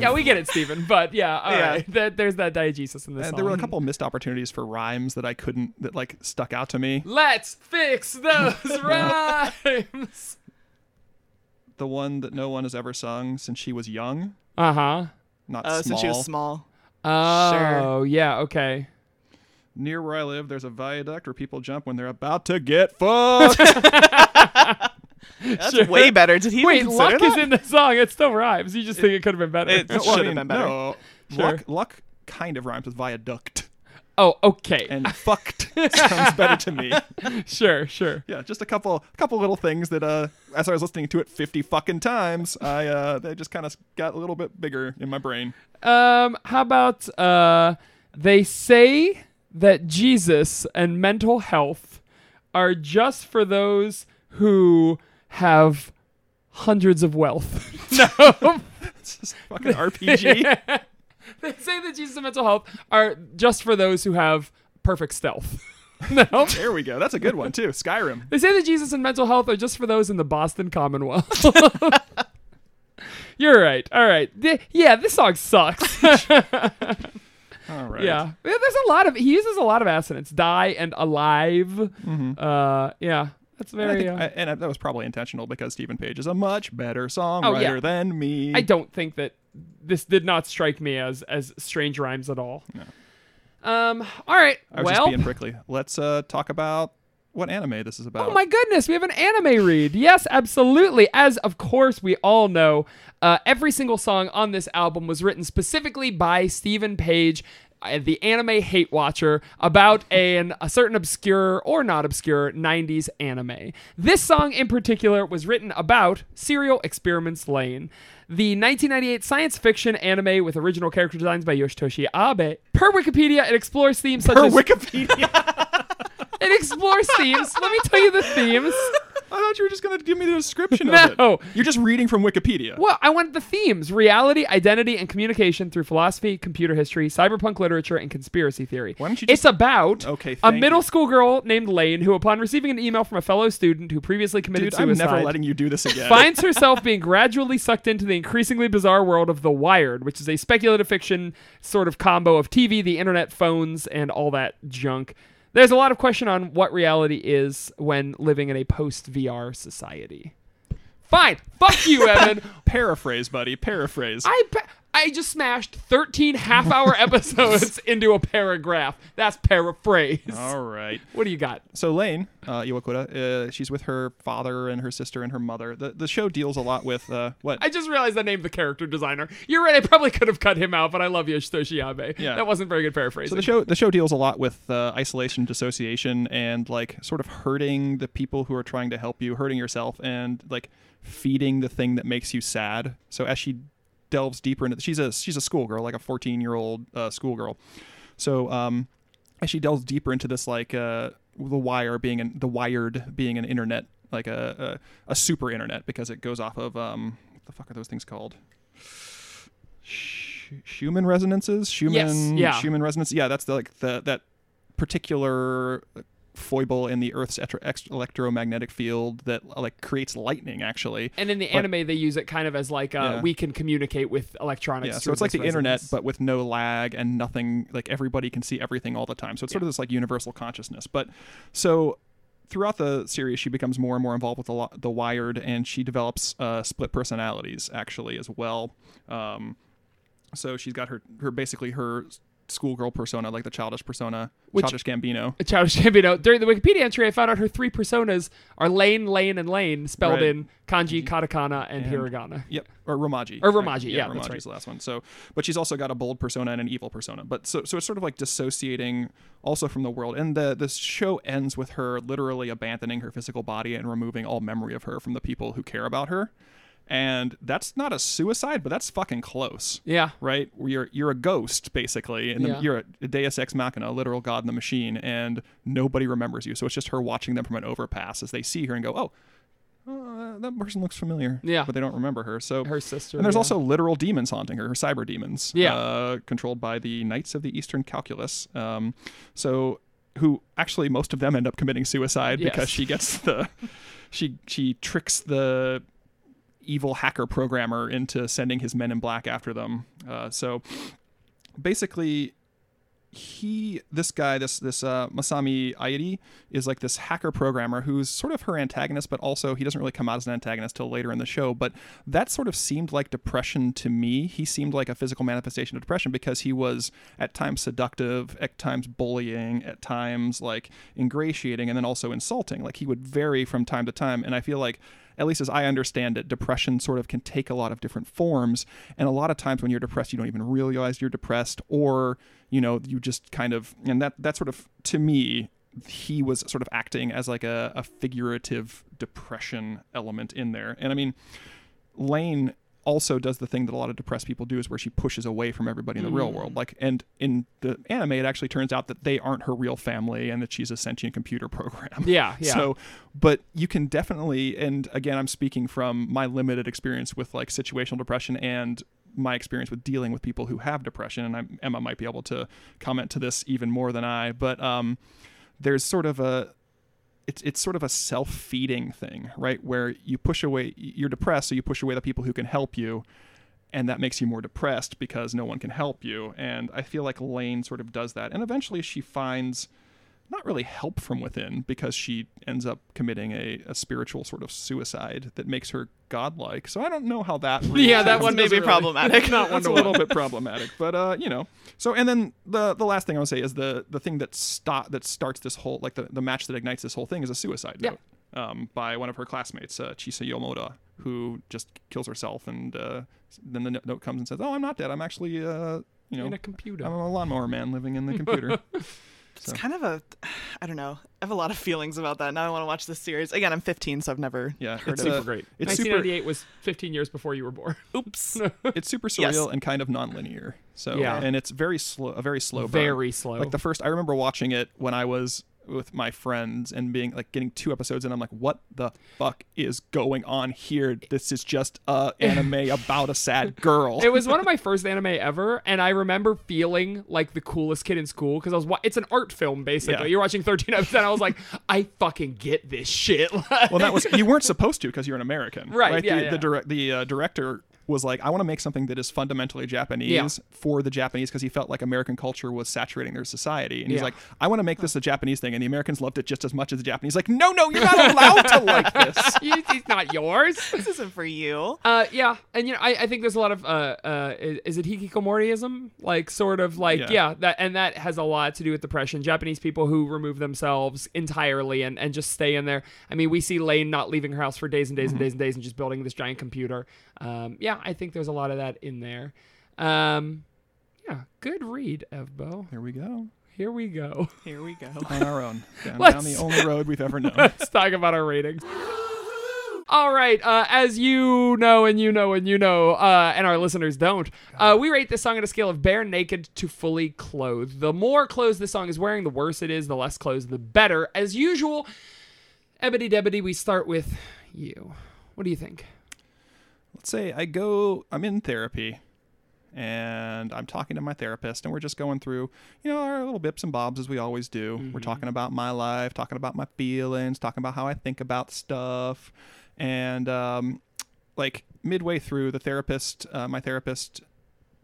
[SPEAKER 2] Yeah, we get it, Stephen. But yeah, all right.
[SPEAKER 4] Yeah.
[SPEAKER 2] That, there's that diegesis in this
[SPEAKER 3] Uh,
[SPEAKER 2] song.
[SPEAKER 3] there were a couple of missed opportunities for rhymes that I couldn't that like stuck out to me.
[SPEAKER 2] Let's fix those rhymes.
[SPEAKER 3] The one that no one has ever sung since she was young,
[SPEAKER 2] Uh huh.
[SPEAKER 3] not
[SPEAKER 4] Oh,
[SPEAKER 3] small.
[SPEAKER 4] since she was small.
[SPEAKER 2] Oh,
[SPEAKER 4] Sure.
[SPEAKER 2] yeah, okay.
[SPEAKER 3] Near where I live, there's a viaduct where people jump when they're about to get fucked.
[SPEAKER 4] That's way better. Did he
[SPEAKER 2] Wait,
[SPEAKER 4] even consider
[SPEAKER 2] luck is
[SPEAKER 4] that?
[SPEAKER 2] in the song. It still rhymes. You just think it could have been better.
[SPEAKER 4] it-
[SPEAKER 3] Well, I
[SPEAKER 4] Should've
[SPEAKER 3] mean,
[SPEAKER 4] been better.
[SPEAKER 3] No,
[SPEAKER 2] Sure.
[SPEAKER 3] luck, luck kind of rhymes with viaduct,
[SPEAKER 2] oh, okay.
[SPEAKER 3] and fucked sounds better to me.
[SPEAKER 2] sure, sure.
[SPEAKER 3] Yeah, just a couple, a couple little things that, uh, as I was listening to it fifty fucking times, I uh, they just kind of got a little bit bigger in my brain.
[SPEAKER 2] Um, how about uh, they say that Jesus and mental health are just for those who have hundreds of wealth. no.
[SPEAKER 3] It's just fucking RPG.
[SPEAKER 2] they say that Jesus and mental health are just for those who have perfect stealth. no.
[SPEAKER 3] There we go. That's a good one too. Skyrim.
[SPEAKER 2] They say that Jesus and mental health are just for those in the Boston Commonwealth. You're right. All right. Th- yeah, this song sucks.
[SPEAKER 3] All right.
[SPEAKER 2] yeah. Yeah, There's a lot of he uses a lot of assonance. Die and alive. Uh yeah. That's
[SPEAKER 3] And, I
[SPEAKER 2] very
[SPEAKER 3] think,
[SPEAKER 2] uh, Oh,
[SPEAKER 3] I- and I- that was probably intentional because Stephen Page is a much better songwriter
[SPEAKER 2] yeah.
[SPEAKER 3] than me.
[SPEAKER 2] I don't think that this did not strike me as as strange rhymes at all. Um all right.
[SPEAKER 3] I was
[SPEAKER 2] well,
[SPEAKER 3] just being prickly. Let's uh, talk about what anime this is about.
[SPEAKER 2] Oh my goodness, we have an anime read. Yes, absolutely. As of course we all know, uh, every single song on this album was written specifically by Stephen Page, uh, the anime hate watcher, about an, a certain obscure or not obscure 90s anime. This song in particular was written about Serial Experiments Lane. The 1998 science fiction anime with original character designs by Yoshitoshi Abe. Per Wikipedia, it explores themes such
[SPEAKER 3] Per
[SPEAKER 2] as
[SPEAKER 3] Wikipedia.
[SPEAKER 2] it explores themes. Let me tell you the themes.
[SPEAKER 3] I thought you were just gonna give me the description of it.
[SPEAKER 2] No.
[SPEAKER 3] You're just reading from Wikipedia.
[SPEAKER 2] Well, I wanted the themes reality, identity, and communication through philosophy, computer history, cyberpunk literature, and conspiracy theory.
[SPEAKER 3] Why don't you
[SPEAKER 2] it's
[SPEAKER 3] just-
[SPEAKER 2] about
[SPEAKER 3] Okay,
[SPEAKER 2] a
[SPEAKER 3] thank
[SPEAKER 2] middle
[SPEAKER 3] you.
[SPEAKER 2] school girl named Lane who, upon receiving an email from a fellow student who previously committed
[SPEAKER 3] Dude, I'm
[SPEAKER 2] suicide,
[SPEAKER 3] never letting you do this again.
[SPEAKER 2] finds herself being gradually sucked into the increasingly bizarre world of The Wired, which is a speculative fiction sort of combo of TV, the internet, phones, and all that junk. There's a lot of question on what reality is when living in a post VR society. Fine. Fuck you, Evan.
[SPEAKER 3] Paraphrase, buddy. Paraphrase.
[SPEAKER 2] I pa- I just smashed 13 half hour episodes into a paragraph. That's paraphrase.
[SPEAKER 3] All right.
[SPEAKER 2] What do you got?
[SPEAKER 3] So Lane uh, Iwakura, uh, she's with her father and her sister and her mother. The the show deals a lot with uh, what
[SPEAKER 2] I just realized I named the character designer. You're right, I probably could have cut him out, but I love Yoshitoshi Abe.
[SPEAKER 3] Yeah.
[SPEAKER 2] That wasn't very good paraphrasing.
[SPEAKER 3] So the show the show deals a lot with uh, isolation, dissociation, and like sort of hurting the people who are trying to help you, hurting yourself, and like feeding the thing that makes you sad. So as she delves deeper into, she's a she's a schoolgirl, like a fourteen year old uh, schoolgirl. So um, as she delves deeper into this, like uh, the wire being an, the wired being an internet, like a, a a super internet because it goes off of um, what the fuck are those things called? Sh- Schumann resonances, Schumann,
[SPEAKER 2] yeah.
[SPEAKER 3] Schumann resonance. Yeah, that's the, like the that particular uh, foible in the Earth's etro- ex- electromagnetic field that uh, like creates lightning. Actually,
[SPEAKER 2] and in the
[SPEAKER 3] But-
[SPEAKER 2] anime, they use it kind of as like uh,
[SPEAKER 3] Yeah.
[SPEAKER 2] we can communicate with electronics.
[SPEAKER 3] yeah, so
[SPEAKER 2] through
[SPEAKER 3] it's like the
[SPEAKER 2] this
[SPEAKER 3] internet,
[SPEAKER 2] resonance.
[SPEAKER 3] but with no lag and nothing. Like everybody can see everything all the time. So it's sort of this like universal consciousness. But so throughout the series, she becomes more and more involved with the, lo- the Wired, and she develops uh, split personalities actually as well. Um, so she's got her her basically her schoolgirl persona, like the childish persona,
[SPEAKER 2] Which-
[SPEAKER 3] childish Gambino.
[SPEAKER 2] Childish Gambino. During the Wikipedia entry, I found out her three personas are Lane, Lane, and Lane, spelled
[SPEAKER 3] Right.
[SPEAKER 2] in kanji, katakana, and, hiragana.
[SPEAKER 3] Yep, or Romaji.
[SPEAKER 2] Or Romaji, yeah,
[SPEAKER 3] Romaji's
[SPEAKER 2] that's right.
[SPEAKER 3] the last one. So, but she's also got a bold persona and an evil persona. But so, so it's sort of like dissociating also from the world. And the this show ends with her literally abandoning her physical body and removing all memory of her from the people who care about her. And that's not a suicide, but that's fucking close.
[SPEAKER 2] Yeah.
[SPEAKER 3] Right, Where you're you're a ghost basically, and the-
[SPEAKER 2] Yeah.
[SPEAKER 3] you're a Deus ex machina, a literal god in the machine, and nobody remembers you. So it's just her watching them from an overpass as they see her and go, "Oh, uh, that person looks familiar.
[SPEAKER 2] Yeah.
[SPEAKER 3] But they don't remember her. So
[SPEAKER 2] Her sister,
[SPEAKER 3] And there's
[SPEAKER 2] yeah.
[SPEAKER 3] also literal demons haunting her, her cyber demons.
[SPEAKER 2] Yeah.
[SPEAKER 3] Uh, controlled by the Knights of the Eastern Calculus. Um, so who actually most of them end up committing suicide
[SPEAKER 2] Yes.
[SPEAKER 3] because she gets the she she tricks the evil hacker programmer into sending his men in black after them. Uh, so basically, he this guy this this uh, Masami Aidi is like this hacker programmer who's sort of her antagonist, but also he doesn't really come out as an antagonist till later in the show. But that sort of seemed like depression to me. He seemed like a physical manifestation of depression because he was at times seductive, at times bullying, at times like ingratiating, and then also insulting. Like he would vary from time to time, and I feel like at least as I understand it, depression sort of can take a lot of different forms. And a lot of times when you're depressed, you don't even realize you're depressed, or, you know, you just kind of, and that, that sort of, to me, he was sort of acting as like a, a figurative depression element in there. And I mean, Lane also does the thing that a lot of depressed people do is where she pushes away from everybody in the real world like and in the anime it actually turns out that they aren't her real family and that she's a sentient computer program
[SPEAKER 2] Yeah, yeah.
[SPEAKER 3] so but you can definitely and again i'm speaking from my limited experience with like situational depression and my experience with dealing with people who have depression and I'm, emma might be able to comment to this even more than i but um there's sort of a it's it's sort of a self-feeding thing right where you push away you're depressed so you push away the people who can help you and that makes you more depressed because no one can help you and i feel like lane sort of does that and eventually she finds not really help from within because she ends up committing a, a spiritual sort of suicide that makes her godlike so i don't know how that really
[SPEAKER 2] Yeah, that
[SPEAKER 3] ties
[SPEAKER 2] one
[SPEAKER 4] may
[SPEAKER 2] doesn't
[SPEAKER 4] be
[SPEAKER 2] really-
[SPEAKER 4] problematic.
[SPEAKER 2] Not one
[SPEAKER 3] that's
[SPEAKER 2] to
[SPEAKER 3] a
[SPEAKER 2] one.
[SPEAKER 3] little bit problematic, but uh, you know. So, and then the the last thing I want to say is the the thing that stop that starts this whole like the, the match that ignites this whole thing is a suicide
[SPEAKER 2] Yeah.
[SPEAKER 3] note um, by one of her classmates, uh, Chisa Yomoda, who just kills herself, and uh, then the no- note comes and says, "Oh, I'm not dead. I'm actually uh, you know
[SPEAKER 2] In a computer.
[SPEAKER 3] I'm a lawnmower man living in the computer."
[SPEAKER 4] It's kind of a, I don't know. I have a lot of feelings about that. Now I want to watch this series again. I'm 15, so I've never.
[SPEAKER 3] yeah,
[SPEAKER 4] Heard
[SPEAKER 3] it's
[SPEAKER 4] of it.
[SPEAKER 3] uh,
[SPEAKER 2] super great.
[SPEAKER 3] It's super
[SPEAKER 2] 1998 was 15 years before you were born.
[SPEAKER 4] Oops.
[SPEAKER 3] it's super surreal
[SPEAKER 4] Yes.
[SPEAKER 3] and kind of nonlinear. So
[SPEAKER 2] Yeah.
[SPEAKER 3] and it's very slow, a very slow, burn.
[SPEAKER 2] Very slow.
[SPEAKER 3] Like the first, I remember watching it when I was with my friends and being like getting two episodes and I'm like, what the fuck is going on here? This is just a anime about a sad girl.
[SPEAKER 2] it was one of my first anime ever, and I remember feeling like the coolest kid in school because I was. Wa- it's an art film basically.
[SPEAKER 3] Yeah.
[SPEAKER 2] You're watching 13 episodes. And I was like, I fucking get this shit. Like-
[SPEAKER 3] well, that was you weren't supposed to because you're an American,
[SPEAKER 2] Right, yeah,
[SPEAKER 3] the
[SPEAKER 2] yeah.
[SPEAKER 3] the, direct, the uh, director was like, I want to make something that is fundamentally Japanese
[SPEAKER 2] Yeah.
[SPEAKER 3] for the Japanese because he felt like American culture was saturating their society, and he's
[SPEAKER 2] Yeah.
[SPEAKER 3] like, I want to make this a Japanese thing, and the Americans loved it just as much as the Japanese. Like, no, no, you're not allowed to like this.
[SPEAKER 2] You- it's not yours.
[SPEAKER 4] this isn't for you.
[SPEAKER 2] Uh, yeah, and you know, I, I think there's a lot of uh, uh, is, is it hikikomoriism? Like sort of like yeah.
[SPEAKER 3] Yeah.
[SPEAKER 2] that and that has a lot to do with depression. Japanese people who remove themselves entirely and and just stay in there. I mean, we see Lane not leaving her house for days and days and days and days and just building this giant computer. Um, yeah, I think there's a lot of that in there. Um, yeah, good read, Evbo.
[SPEAKER 3] Here we go
[SPEAKER 2] Here we go.
[SPEAKER 4] Here we go.
[SPEAKER 3] on our own down,
[SPEAKER 2] Let's-
[SPEAKER 3] down the only road we've ever known.
[SPEAKER 2] Let's talk about our ratings. All right, uh, as you know, and you know, and you know, uh, and our listeners don't, uh, we rate this song on a scale of bare naked to fully clothed. The more clothes this song is wearing, the worse it is. The less clothes, the better. As usual, ebony debity, we start with you. What do you think?
[SPEAKER 3] let's say I go, I'm in therapy, and I'm talking to my therapist, and we're just going through, you know, our little bips and bobs as we always do. We're talking about my life, talking about my feelings, talking about how I think about stuff, and um, like midway through, the therapist, uh, my therapist,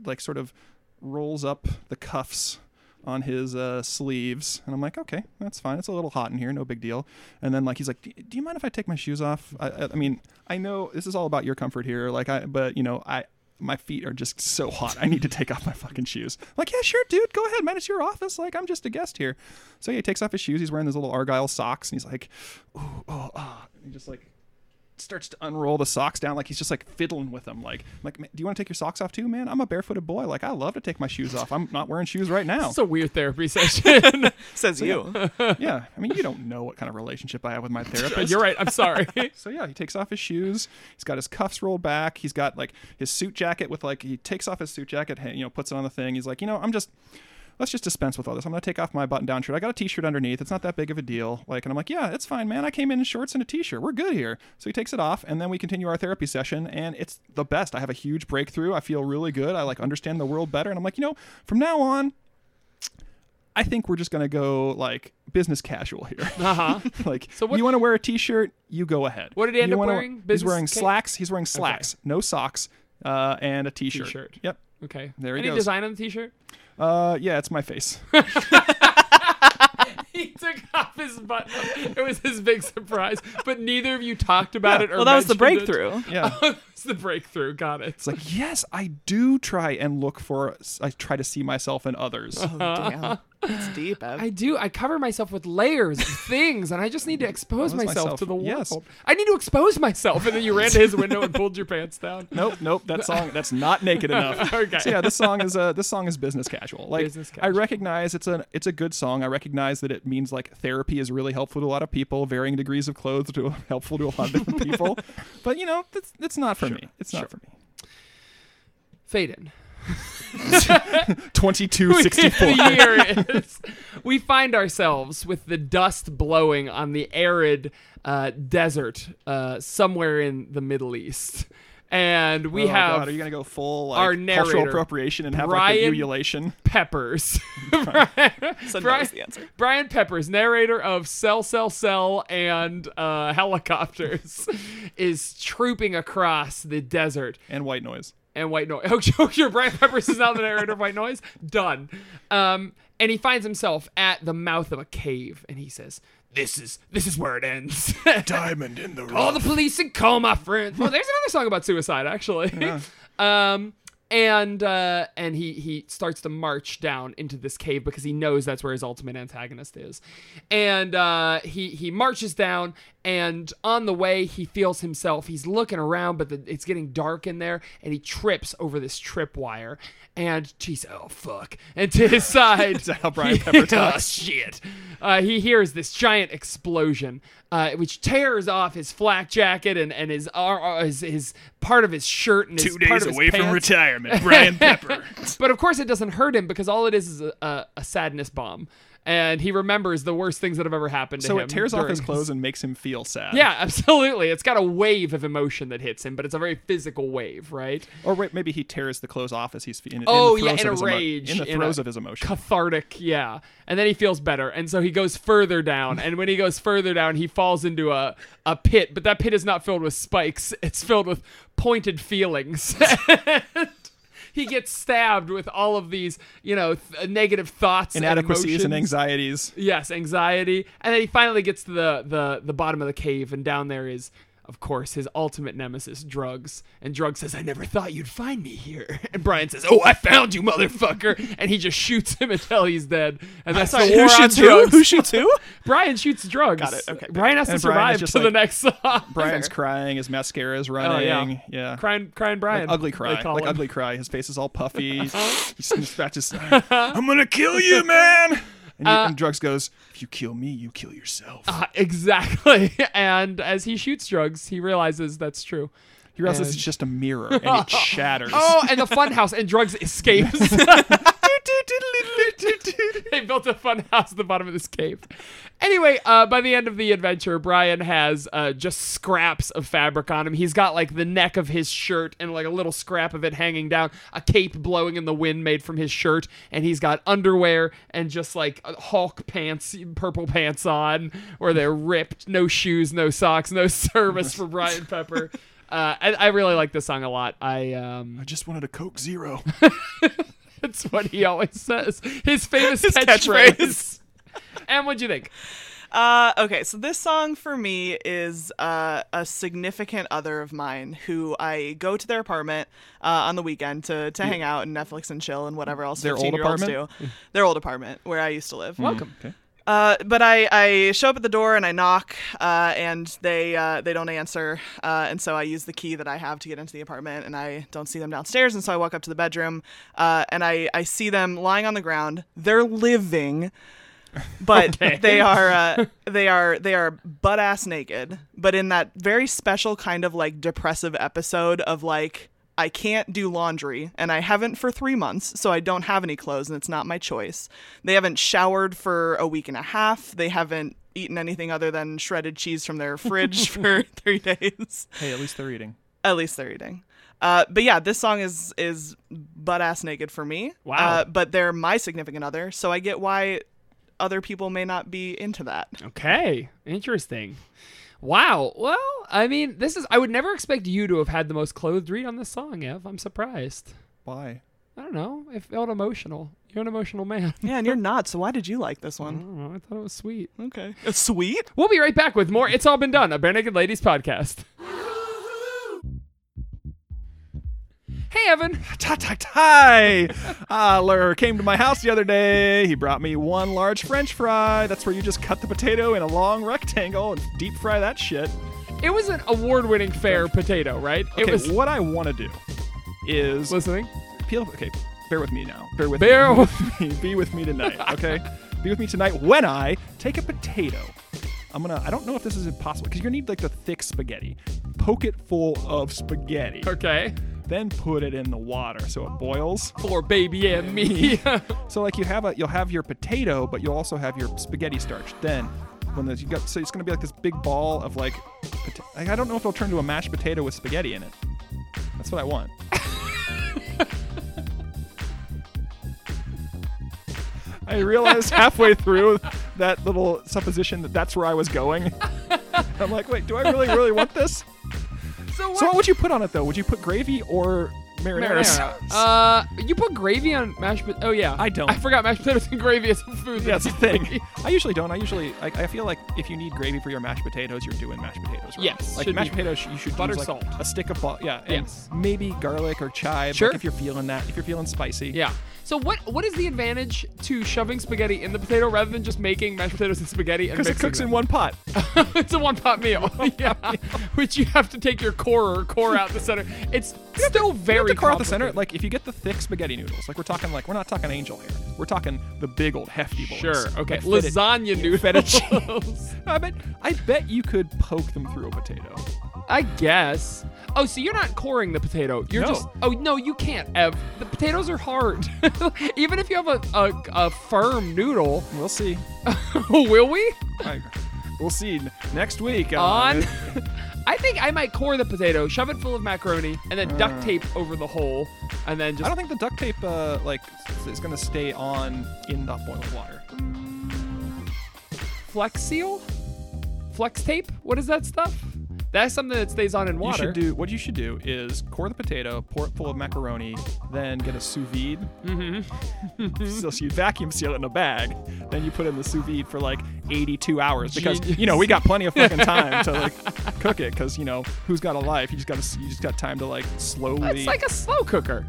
[SPEAKER 3] like sort of rolls up the cuffs on his uh, sleeves and i'm like okay that's fine it's a little hot in here no big deal and then like he's like "Do- do you mind if i take my shoes off I, I, I mean i know this is all about your comfort here like i but you know i my feet are just so hot i need to take off my fucking shoes I'm like yeah sure dude go ahead man it's your office like i'm just a guest here so yeah, he takes off his shoes he's wearing those little argyle socks and he's like ooh oh ah and he just like starts to unroll the socks down like he's just like fiddling with them like like "Man, do you want to take your socks off too man i'm a barefooted boy like i love to take my shoes off i'm not wearing shoes right now
[SPEAKER 2] It's a weird therapy session.
[SPEAKER 4] Says you.
[SPEAKER 3] yeah i mean you don't know what kind of relationship i have with my therapist
[SPEAKER 2] You're right. I'm sorry.
[SPEAKER 3] so yeah he takes off his shoes he's got his cuffs rolled back he's got like his suit jacket with like he takes off his suit jacket hey, you know puts it on the thing he's like you know i'm just let's just dispense with all this i'm gonna take off my button down shirt i got a t-shirt underneath it's not that big of a deal like and i'm like yeah it's fine man i came in in shorts and a t-shirt we're good here so he takes it off and then we continue our therapy session and it's the best i have a huge breakthrough i feel really good i like understand the world better and i'm like you know from now on I think we're just gonna go like business casual here.
[SPEAKER 2] Uh huh.
[SPEAKER 3] like,
[SPEAKER 2] So what-
[SPEAKER 3] you want to wear a t-shirt, you go ahead.
[SPEAKER 2] What did he end
[SPEAKER 3] You
[SPEAKER 2] up
[SPEAKER 3] wanna-
[SPEAKER 2] wearing?
[SPEAKER 3] He's
[SPEAKER 2] Business
[SPEAKER 3] wearing
[SPEAKER 2] ca-
[SPEAKER 3] slacks. He's wearing slacks, no socks, uh, and a t-shirt.
[SPEAKER 2] T-shirt.
[SPEAKER 3] Yep.
[SPEAKER 2] Okay.
[SPEAKER 3] There he
[SPEAKER 2] Any
[SPEAKER 3] goes.
[SPEAKER 2] design on the t-shirt?
[SPEAKER 3] Uh, yeah, it's my face.
[SPEAKER 2] He took off his butt. It was his big surprise, but neither of you talked about it. Or
[SPEAKER 4] Well, that was the
[SPEAKER 2] mentioned it.
[SPEAKER 4] breakthrough.
[SPEAKER 3] Yeah.
[SPEAKER 2] It's the breakthrough. Got it.
[SPEAKER 3] It's like, yes, I do try and look for, I try to see myself in others.
[SPEAKER 4] Oh, Damn. It's deep, Ev.
[SPEAKER 2] I do. I cover myself with layers of things, and I just need to expose
[SPEAKER 3] Expose
[SPEAKER 2] myself,
[SPEAKER 3] myself,
[SPEAKER 2] to the world.
[SPEAKER 3] yes.
[SPEAKER 2] I need to expose myself. And then you ran to his window and pulled your pants down.
[SPEAKER 3] Nope, nope. That song, that's not naked enough.
[SPEAKER 2] Okay.
[SPEAKER 3] So yeah, this song is uh, this song is business casual. Like
[SPEAKER 2] Business
[SPEAKER 3] I
[SPEAKER 2] casual.
[SPEAKER 3] recognize it's a it's a good song. I recognize that it means like therapy is really helpful to a lot of people. Varying degrees of clothes to helpful to a lot of different people. But you know, that's that's not for me. It's not for me.
[SPEAKER 2] Fade in.
[SPEAKER 3] Twenty two sixty four.
[SPEAKER 2] the year is. We find ourselves with the dust blowing on the arid uh, desert uh, somewhere in the Middle East. And we
[SPEAKER 3] oh,
[SPEAKER 2] have
[SPEAKER 3] God, are you gonna go full like,
[SPEAKER 2] our
[SPEAKER 3] cultural
[SPEAKER 2] narrator,
[SPEAKER 3] appropriation and have like
[SPEAKER 2] Brian-
[SPEAKER 3] a ululation?
[SPEAKER 2] peppers.
[SPEAKER 4] so no
[SPEAKER 2] Brian,
[SPEAKER 4] is the answer.
[SPEAKER 2] Brian Peppers, narrator of Cell, Cell, Cell and uh, Helicopters, is trooping across the desert
[SPEAKER 3] and white noise.
[SPEAKER 2] and White Noise. Oh, joke, your Brian Peppers is now the narrator of White Noise. Done. Um, and he finds himself at the mouth of a cave, and he says, "This is this is where it ends."
[SPEAKER 3] Diamond in the
[SPEAKER 2] Call the police and call my friends. Well, there's another song about suicide, actually. Um, and uh, and he he starts to march down into this cave because he knows that's where his ultimate antagonist is, and uh, he he marches down and on the way he feels himself. He's looking around, but the, it's getting dark in there, and he trips over this tripwire, and geez, oh fuck! And to his side,
[SPEAKER 3] Is that how Brian Pepper
[SPEAKER 2] Oh,
[SPEAKER 3] talks?
[SPEAKER 2] shit. Uh, he hears this giant explosion, uh, which tears off his flak jacket and, and his, ar uh, his his part of his shirt and his part of his pants.
[SPEAKER 3] retirement, Brian Pepper.
[SPEAKER 2] But of course, it doesn't hurt him because all it is is a, a, a sadness bomb, and he remembers the worst things that have ever happened to
[SPEAKER 3] so
[SPEAKER 2] him.
[SPEAKER 3] it tears off
[SPEAKER 2] during
[SPEAKER 3] his clothes and makes him feel sad.
[SPEAKER 2] Yeah, absolutely. It's got a wave of emotion that hits him, but it's a very physical wave, right?
[SPEAKER 3] Or wait, maybe he tears the clothes off as he's in, in
[SPEAKER 2] Oh,
[SPEAKER 3] the
[SPEAKER 2] yeah,
[SPEAKER 3] throes
[SPEAKER 2] in
[SPEAKER 3] of
[SPEAKER 2] a
[SPEAKER 3] his emo-
[SPEAKER 2] rage,
[SPEAKER 3] in the
[SPEAKER 2] in
[SPEAKER 3] throes
[SPEAKER 2] a
[SPEAKER 3] of his emotion.
[SPEAKER 2] cathartic yeah and then he feels better and so he goes further down and when he goes further down he falls into a, a pit but that pit is not filled with spikes it's filled with pointed feelings And he gets stabbed with all of these you know th- negative thoughts and,
[SPEAKER 3] Inadequacies
[SPEAKER 2] emotions.
[SPEAKER 3] and anxieties.
[SPEAKER 2] Yes, anxiety. And then he finally gets to the, the, the bottom of the cave, and down there is, of course, his ultimate nemesis, Drugs. And Drugs says, I never thought you'd find me here. And Brian says, Oh, I found you, motherfucker. And he just shoots him until he's dead. And that's the war
[SPEAKER 4] Who
[SPEAKER 2] on
[SPEAKER 4] shoots who?
[SPEAKER 2] drugs.
[SPEAKER 4] Who shoots who?
[SPEAKER 2] Brian shoots drugs.
[SPEAKER 4] Got it. Okay,
[SPEAKER 2] Brian has to
[SPEAKER 3] And Brian
[SPEAKER 2] survive
[SPEAKER 3] is just
[SPEAKER 2] to the
[SPEAKER 3] like-
[SPEAKER 2] next song.
[SPEAKER 3] Brian's crying, his mascara is
[SPEAKER 2] Oh,
[SPEAKER 3] running.
[SPEAKER 2] yeah.
[SPEAKER 3] yeah.
[SPEAKER 2] Crying, crying Brian.
[SPEAKER 3] Ugly
[SPEAKER 2] they
[SPEAKER 3] cry,
[SPEAKER 2] call
[SPEAKER 3] like
[SPEAKER 2] him.
[SPEAKER 3] ugly cry. His face is all puffy. He's- he's just about to say, I'm gonna kill you, man. And, he- and drugs goes, if you kill me, you kill yourself.
[SPEAKER 2] Uh, exactly. And as he shoots drugs, he realizes that's true.
[SPEAKER 3] he realizes it's just a mirror, and it shatters.
[SPEAKER 2] Oh, and the funhouse and drugs escapes. they built a fun house at the bottom of this cave. Anyway, uh, by the end of the adventure, Brian has uh, just scraps of fabric on him. He's got like the neck of his shirt and like a little scrap of it hanging down, a cape blowing in the wind made from his shirt, and he's got underwear and just like uh, Hulk pants, purple pants on, where they're ripped, no shoes, no socks, no service for Brian Pepper. Uh, I, I really like this song a lot. I um,
[SPEAKER 3] I just wanted a Coke Zero.
[SPEAKER 2] that's what he always says. His famous
[SPEAKER 4] catchphrase.
[SPEAKER 2] catchphrase. and what'd you think?
[SPEAKER 4] Uh, okay, so this song for me is uh, a significant other of mine who I go to their apartment uh, on the weekend to, to hang out and Netflix and chill and whatever else
[SPEAKER 3] Their old
[SPEAKER 4] 15 year olds do.
[SPEAKER 3] apartment? Hmm,
[SPEAKER 4] Their old apartment where I used to live.
[SPEAKER 2] Welcome.
[SPEAKER 3] okay.
[SPEAKER 4] Uh, but I, I show up at the door and I knock, uh, and they uh, they don't answer, uh, and so I use the key that I have to get into the apartment, and I don't see them downstairs, and so I walk up to the bedroom, uh, and I I see them lying on the ground. They're living, but they are uh, they are they are butt ass naked, but in that very special kind of like depressive episode of like. I can't do laundry and I haven't for three months, so I don't have any clothes and it's not my choice. They haven't showered for a week and a half. They haven't eaten anything other than shredded cheese from their fridge for three days.
[SPEAKER 3] Hey, at least they're eating.
[SPEAKER 4] At least they're eating. Uh, but yeah, this song is is butt ass naked for me.
[SPEAKER 2] Wow.
[SPEAKER 4] Uh, but they're my significant other, so I get why other people may not be into that.
[SPEAKER 2] Okay, interesting. Wow. Well, I mean, this is. I would never expect you to have had the most clothed read on this song, Ev. I'm surprised.
[SPEAKER 3] Why?
[SPEAKER 2] I don't know. It felt emotional. You're an emotional man.
[SPEAKER 4] Yeah, and you're not. So why did you like this
[SPEAKER 2] I
[SPEAKER 4] one?
[SPEAKER 2] don't know. I thought it was sweet.
[SPEAKER 3] Mm-hmm.
[SPEAKER 4] Okay. It's sweet.
[SPEAKER 2] We'll be right back with more It's All Been Done, a Bare Naked Ladies podcast. Hey, Evan.
[SPEAKER 3] Ta ta Ty! Adler came to my house the other day. He brought me one large french fry. That's where you just cut the potato in a long rectangle and deep fry that shit.
[SPEAKER 2] It was an award winning fair potato, right?
[SPEAKER 3] Okay,
[SPEAKER 2] it was.
[SPEAKER 3] what I want to do is
[SPEAKER 2] Listening?
[SPEAKER 3] peel. Okay, bear with me now. Bear with
[SPEAKER 2] Bear
[SPEAKER 3] me.
[SPEAKER 2] with
[SPEAKER 3] me. Be with me tonight, okay? Be with me tonight when I take a potato. I'm gonna. I don't know if this is impossible because you're gonna need like the thick spaghetti. Poke it full of spaghetti,
[SPEAKER 2] Okay.
[SPEAKER 3] then put it in the water so it boils.
[SPEAKER 2] For baby and me.
[SPEAKER 3] So like you have a you'll have your potato, but you'll also have your spaghetti starch. Then when the, you got so it's gonna be like this big ball of like, pota- like I don't know if it'll turn to a mashed potato with spaghetti in it. That's what I want. I realized halfway through that little supposition that that's where I was going. I'm like, wait, do I really, really want this?
[SPEAKER 2] so what?
[SPEAKER 3] So what would you put on it though? Would you put gravy or marinara?
[SPEAKER 2] Marinara.
[SPEAKER 3] sauce?
[SPEAKER 2] Uh, you put gravy on mashed pot Oh yeah,
[SPEAKER 3] I don't.
[SPEAKER 2] I forgot mashed potatoes and gravy is a food.
[SPEAKER 3] Yeah, that's the thing. I usually don't. I usually, I, I feel like if you need gravy for your mashed potatoes, you're doing mashed potatoes. Wrong.
[SPEAKER 2] Yes,
[SPEAKER 3] like
[SPEAKER 2] should
[SPEAKER 3] mashed
[SPEAKER 2] be
[SPEAKER 3] potatoes, you should
[SPEAKER 2] butter
[SPEAKER 3] use like
[SPEAKER 2] salt.
[SPEAKER 3] a stick of butter. Yeah, and
[SPEAKER 2] Yes.
[SPEAKER 3] maybe garlic or chive.
[SPEAKER 2] Sure.
[SPEAKER 3] like if you're feeling that, if you're feeling spicy.
[SPEAKER 2] Yeah. So what what is the advantage to shoving spaghetti in the potato rather than just making mashed potatoes and spaghetti and
[SPEAKER 3] because it
[SPEAKER 2] mixing
[SPEAKER 3] cooks
[SPEAKER 2] them?
[SPEAKER 3] in one pot.
[SPEAKER 2] it's a one pot meal. yeah. Which you have to take your core or core out the center. It's still very
[SPEAKER 3] Put the car at the center.
[SPEAKER 2] complicated.
[SPEAKER 3] Like if you get the thick spaghetti noodles, like we're talking, like we're not talking angel hair. We're talking the big old hefty boys.
[SPEAKER 2] Sure. Okay.
[SPEAKER 3] Like fettuc-
[SPEAKER 2] Lasagna noodles.
[SPEAKER 3] fettuccine. I bet, I bet you could poke them through a potato.
[SPEAKER 2] I guess. Oh, so you're not coring the potato. You're
[SPEAKER 3] No.
[SPEAKER 2] just. Oh no, you can't. Ev. The potatoes are hard. Even if you have a a, a firm noodle,
[SPEAKER 3] We'll see.
[SPEAKER 2] will we?
[SPEAKER 3] I- we'll see next week uh,
[SPEAKER 2] On.
[SPEAKER 3] on
[SPEAKER 2] I think I might core the potato, shove it full of macaroni, and then duct tape over the hole, and then
[SPEAKER 3] Uh. I
[SPEAKER 2] just.
[SPEAKER 3] don't think the duct tape uh, like s- is gonna stay on in the boiling water.
[SPEAKER 2] flex seal? Flex tape? What is that stuff? That's something that stays on in
[SPEAKER 3] You
[SPEAKER 2] water.
[SPEAKER 3] should do what you should do is core the potato, pour it full of macaroni, then get a sous vide. Mm-hmm. so you vacuum seal it in a bag, then you put it in the sous vide for like 82 hours because
[SPEAKER 2] Genius.
[SPEAKER 3] you know we got plenty of fucking time to like cook it because you know who's got a life? You just got to you just got time to like slowly.
[SPEAKER 2] It's like a slow cooker.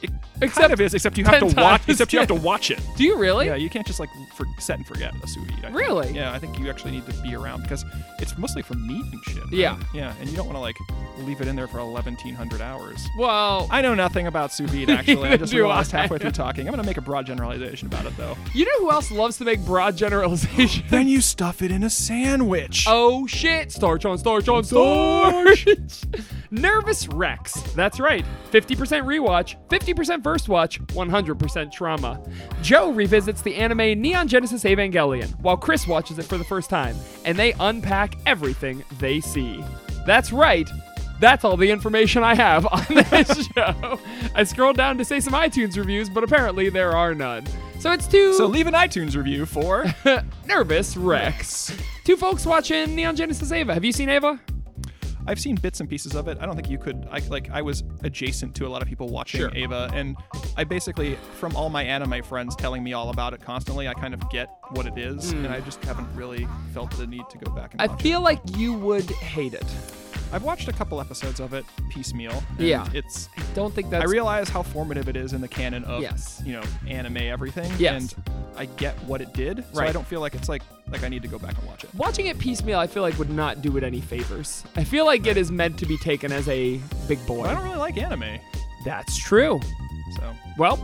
[SPEAKER 3] it
[SPEAKER 2] except
[SPEAKER 3] kind of is, except you have to
[SPEAKER 2] 10
[SPEAKER 3] watch.
[SPEAKER 2] times.
[SPEAKER 3] Except you have to watch it.
[SPEAKER 2] Do you really?
[SPEAKER 3] Yeah, you can't just like for, set and forget a sous vide. I think.
[SPEAKER 2] Really?
[SPEAKER 3] Yeah, I think you actually need to be around because it's mostly for meat and shit. right?
[SPEAKER 2] Yeah.
[SPEAKER 3] Yeah, and you don't want to like leave it in there for 1100 hours.
[SPEAKER 2] Well,
[SPEAKER 3] I know nothing about sous vide actually. I just
[SPEAKER 2] Neither do
[SPEAKER 3] realized
[SPEAKER 2] I.
[SPEAKER 3] halfway through talking. I'm gonna make a broad generalization about it though.
[SPEAKER 2] you know who else loves to make broad generalizations?
[SPEAKER 3] then you stuff it in a sandwich.
[SPEAKER 2] Oh shit! Starch on starch on starch! Nervous Rex. That's right. 50% rewatch, 50% first watch, 100% trauma. Joe revisits the anime Neon Genesis Evangelion, while Chris watches it for the first time, and they unpack everything they see. That's right. That's all the information I have on this show. I scrolled down to say some iTunes reviews, but apparently there are none. So it's too
[SPEAKER 3] So leave an iTunes review for.
[SPEAKER 2] nervous Rex. Two folks watching Neon Genesis Ava. Have you seen Ava?
[SPEAKER 3] I've seen bits and pieces of it. I don't think you could. I like. I was adjacent to a lot of people watching
[SPEAKER 2] Sure.
[SPEAKER 3] Ava, and I basically, from all my anime friends telling me all about it constantly, I kind of get what it is, and I just haven't really felt the need to go back and
[SPEAKER 2] I
[SPEAKER 3] watch
[SPEAKER 2] feel like you would hate it.
[SPEAKER 3] it. I've watched a couple episodes of it piecemeal. and
[SPEAKER 2] Yeah.
[SPEAKER 3] it's.
[SPEAKER 2] I don't think that's
[SPEAKER 3] I realize how formative it is in the canon of
[SPEAKER 2] Yes.
[SPEAKER 3] you know anime everything,
[SPEAKER 2] Yes.
[SPEAKER 3] and I get what it did, so
[SPEAKER 2] Right.
[SPEAKER 3] I don't feel like it's like like I need to go back and watch it.
[SPEAKER 2] watching it piecemeal. I feel like would not do it any favors. I feel like it is meant to be taken as a big boy.
[SPEAKER 3] But I don't really like anime,
[SPEAKER 2] That's true.
[SPEAKER 3] so
[SPEAKER 2] Well,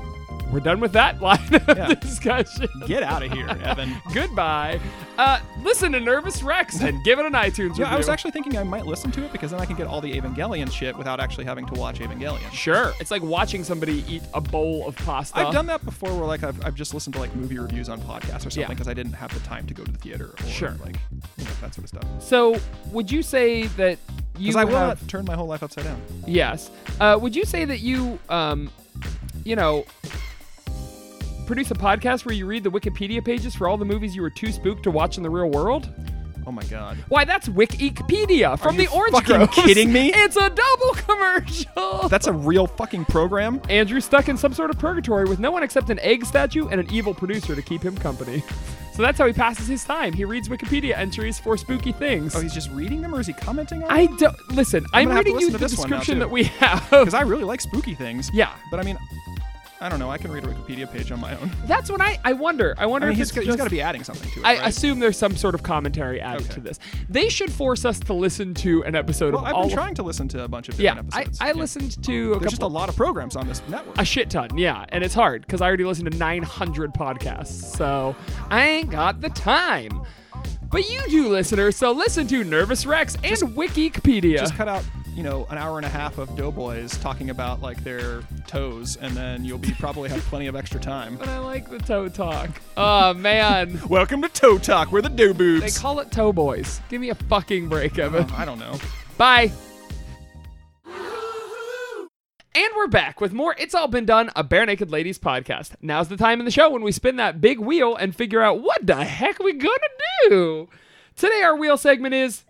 [SPEAKER 2] we're done with that line of
[SPEAKER 3] Yeah.
[SPEAKER 2] discussion.
[SPEAKER 3] get out of here, Evan.
[SPEAKER 2] Goodbye. Uh, listen to Nervous Rex and give it an iTunes review.
[SPEAKER 3] Yeah, I was actually thinking I might listen to it because then I can get all the Evangelion shit without actually having to watch Evangelion.
[SPEAKER 2] sure. It's like watching somebody eat a bowl of pasta.
[SPEAKER 3] I've done that before where like I've, I've just listened to like movie reviews on podcasts or something
[SPEAKER 2] Yeah.
[SPEAKER 3] because I didn't have the time to go to the theater or
[SPEAKER 2] Sure.
[SPEAKER 3] like you know, that sort of stuff.
[SPEAKER 2] So, would you say that you
[SPEAKER 3] Because I will
[SPEAKER 2] have,
[SPEAKER 3] not turn my whole life upside down.
[SPEAKER 2] yes. Uh, would you say that you, um, you know, produce a podcast where you read the Wikipedia pages for all the movies you were too spooked to watch in the real world?
[SPEAKER 3] Oh my god.
[SPEAKER 2] Why, that's Wikipedia from the Orange
[SPEAKER 3] fucking
[SPEAKER 2] Groves.
[SPEAKER 3] kidding me?
[SPEAKER 2] It's a double commercial.
[SPEAKER 3] That's a real fucking program.
[SPEAKER 2] Andrew stuck in some sort of purgatory with no one except an egg statue and an evil producer to keep him company. So that's how he passes his time. He reads Wikipedia entries for spooky things.
[SPEAKER 3] Oh, he's just reading them, or is he commenting on?
[SPEAKER 2] I don't listen. I'm,
[SPEAKER 3] gonna have to
[SPEAKER 2] reading you
[SPEAKER 3] listen
[SPEAKER 2] the
[SPEAKER 3] to this one now,
[SPEAKER 2] description
[SPEAKER 3] too.
[SPEAKER 2] that we
[SPEAKER 3] Because
[SPEAKER 2] have.
[SPEAKER 3] I really like spooky things.
[SPEAKER 2] Yeah.
[SPEAKER 3] But I mean, I don't know. I can read a Wikipedia page on my own.
[SPEAKER 2] That's what I. I wonder. I wonder
[SPEAKER 3] I mean,
[SPEAKER 2] if
[SPEAKER 3] he's,
[SPEAKER 2] it's
[SPEAKER 3] he's
[SPEAKER 2] just-
[SPEAKER 3] got to be adding something to it.
[SPEAKER 2] I
[SPEAKER 3] right?
[SPEAKER 2] assume there's some sort of commentary added
[SPEAKER 3] Okay.
[SPEAKER 2] to this. They should force us to listen to an episode
[SPEAKER 3] Well,
[SPEAKER 2] of
[SPEAKER 3] I've
[SPEAKER 2] all.
[SPEAKER 3] been
[SPEAKER 2] of-
[SPEAKER 3] trying to listen to a bunch of
[SPEAKER 2] yeah,
[SPEAKER 3] different
[SPEAKER 2] I,
[SPEAKER 3] episodes.
[SPEAKER 2] I
[SPEAKER 3] Yeah.
[SPEAKER 2] listened to a
[SPEAKER 3] There's just a
[SPEAKER 2] couple.
[SPEAKER 3] lot of programs on this network.
[SPEAKER 2] a shit ton, yeah, and it's hard because I already listened to 900 podcasts, so I ain't got the time. But you do, listeners, so listen to Nervous Rex and Wikipedia.
[SPEAKER 3] Just cut out, you know, an hour and a half of Doughboys talking about like their toes, and then you'll be probably have plenty of extra time.
[SPEAKER 2] but I like the toe talk. Oh man,
[SPEAKER 3] Welcome to Toe Talk. We're the Dough
[SPEAKER 2] they
[SPEAKER 3] Boobs.
[SPEAKER 2] call it toe boys. Give me a fucking break, Evan.
[SPEAKER 3] Oh, I don't know.
[SPEAKER 2] Bye. And we're back with more It's All Been Done, a Bare Naked Ladies podcast. Now's the time in the show when we spin that big wheel and figure out what the heck we gonna do. Today our wheel segment is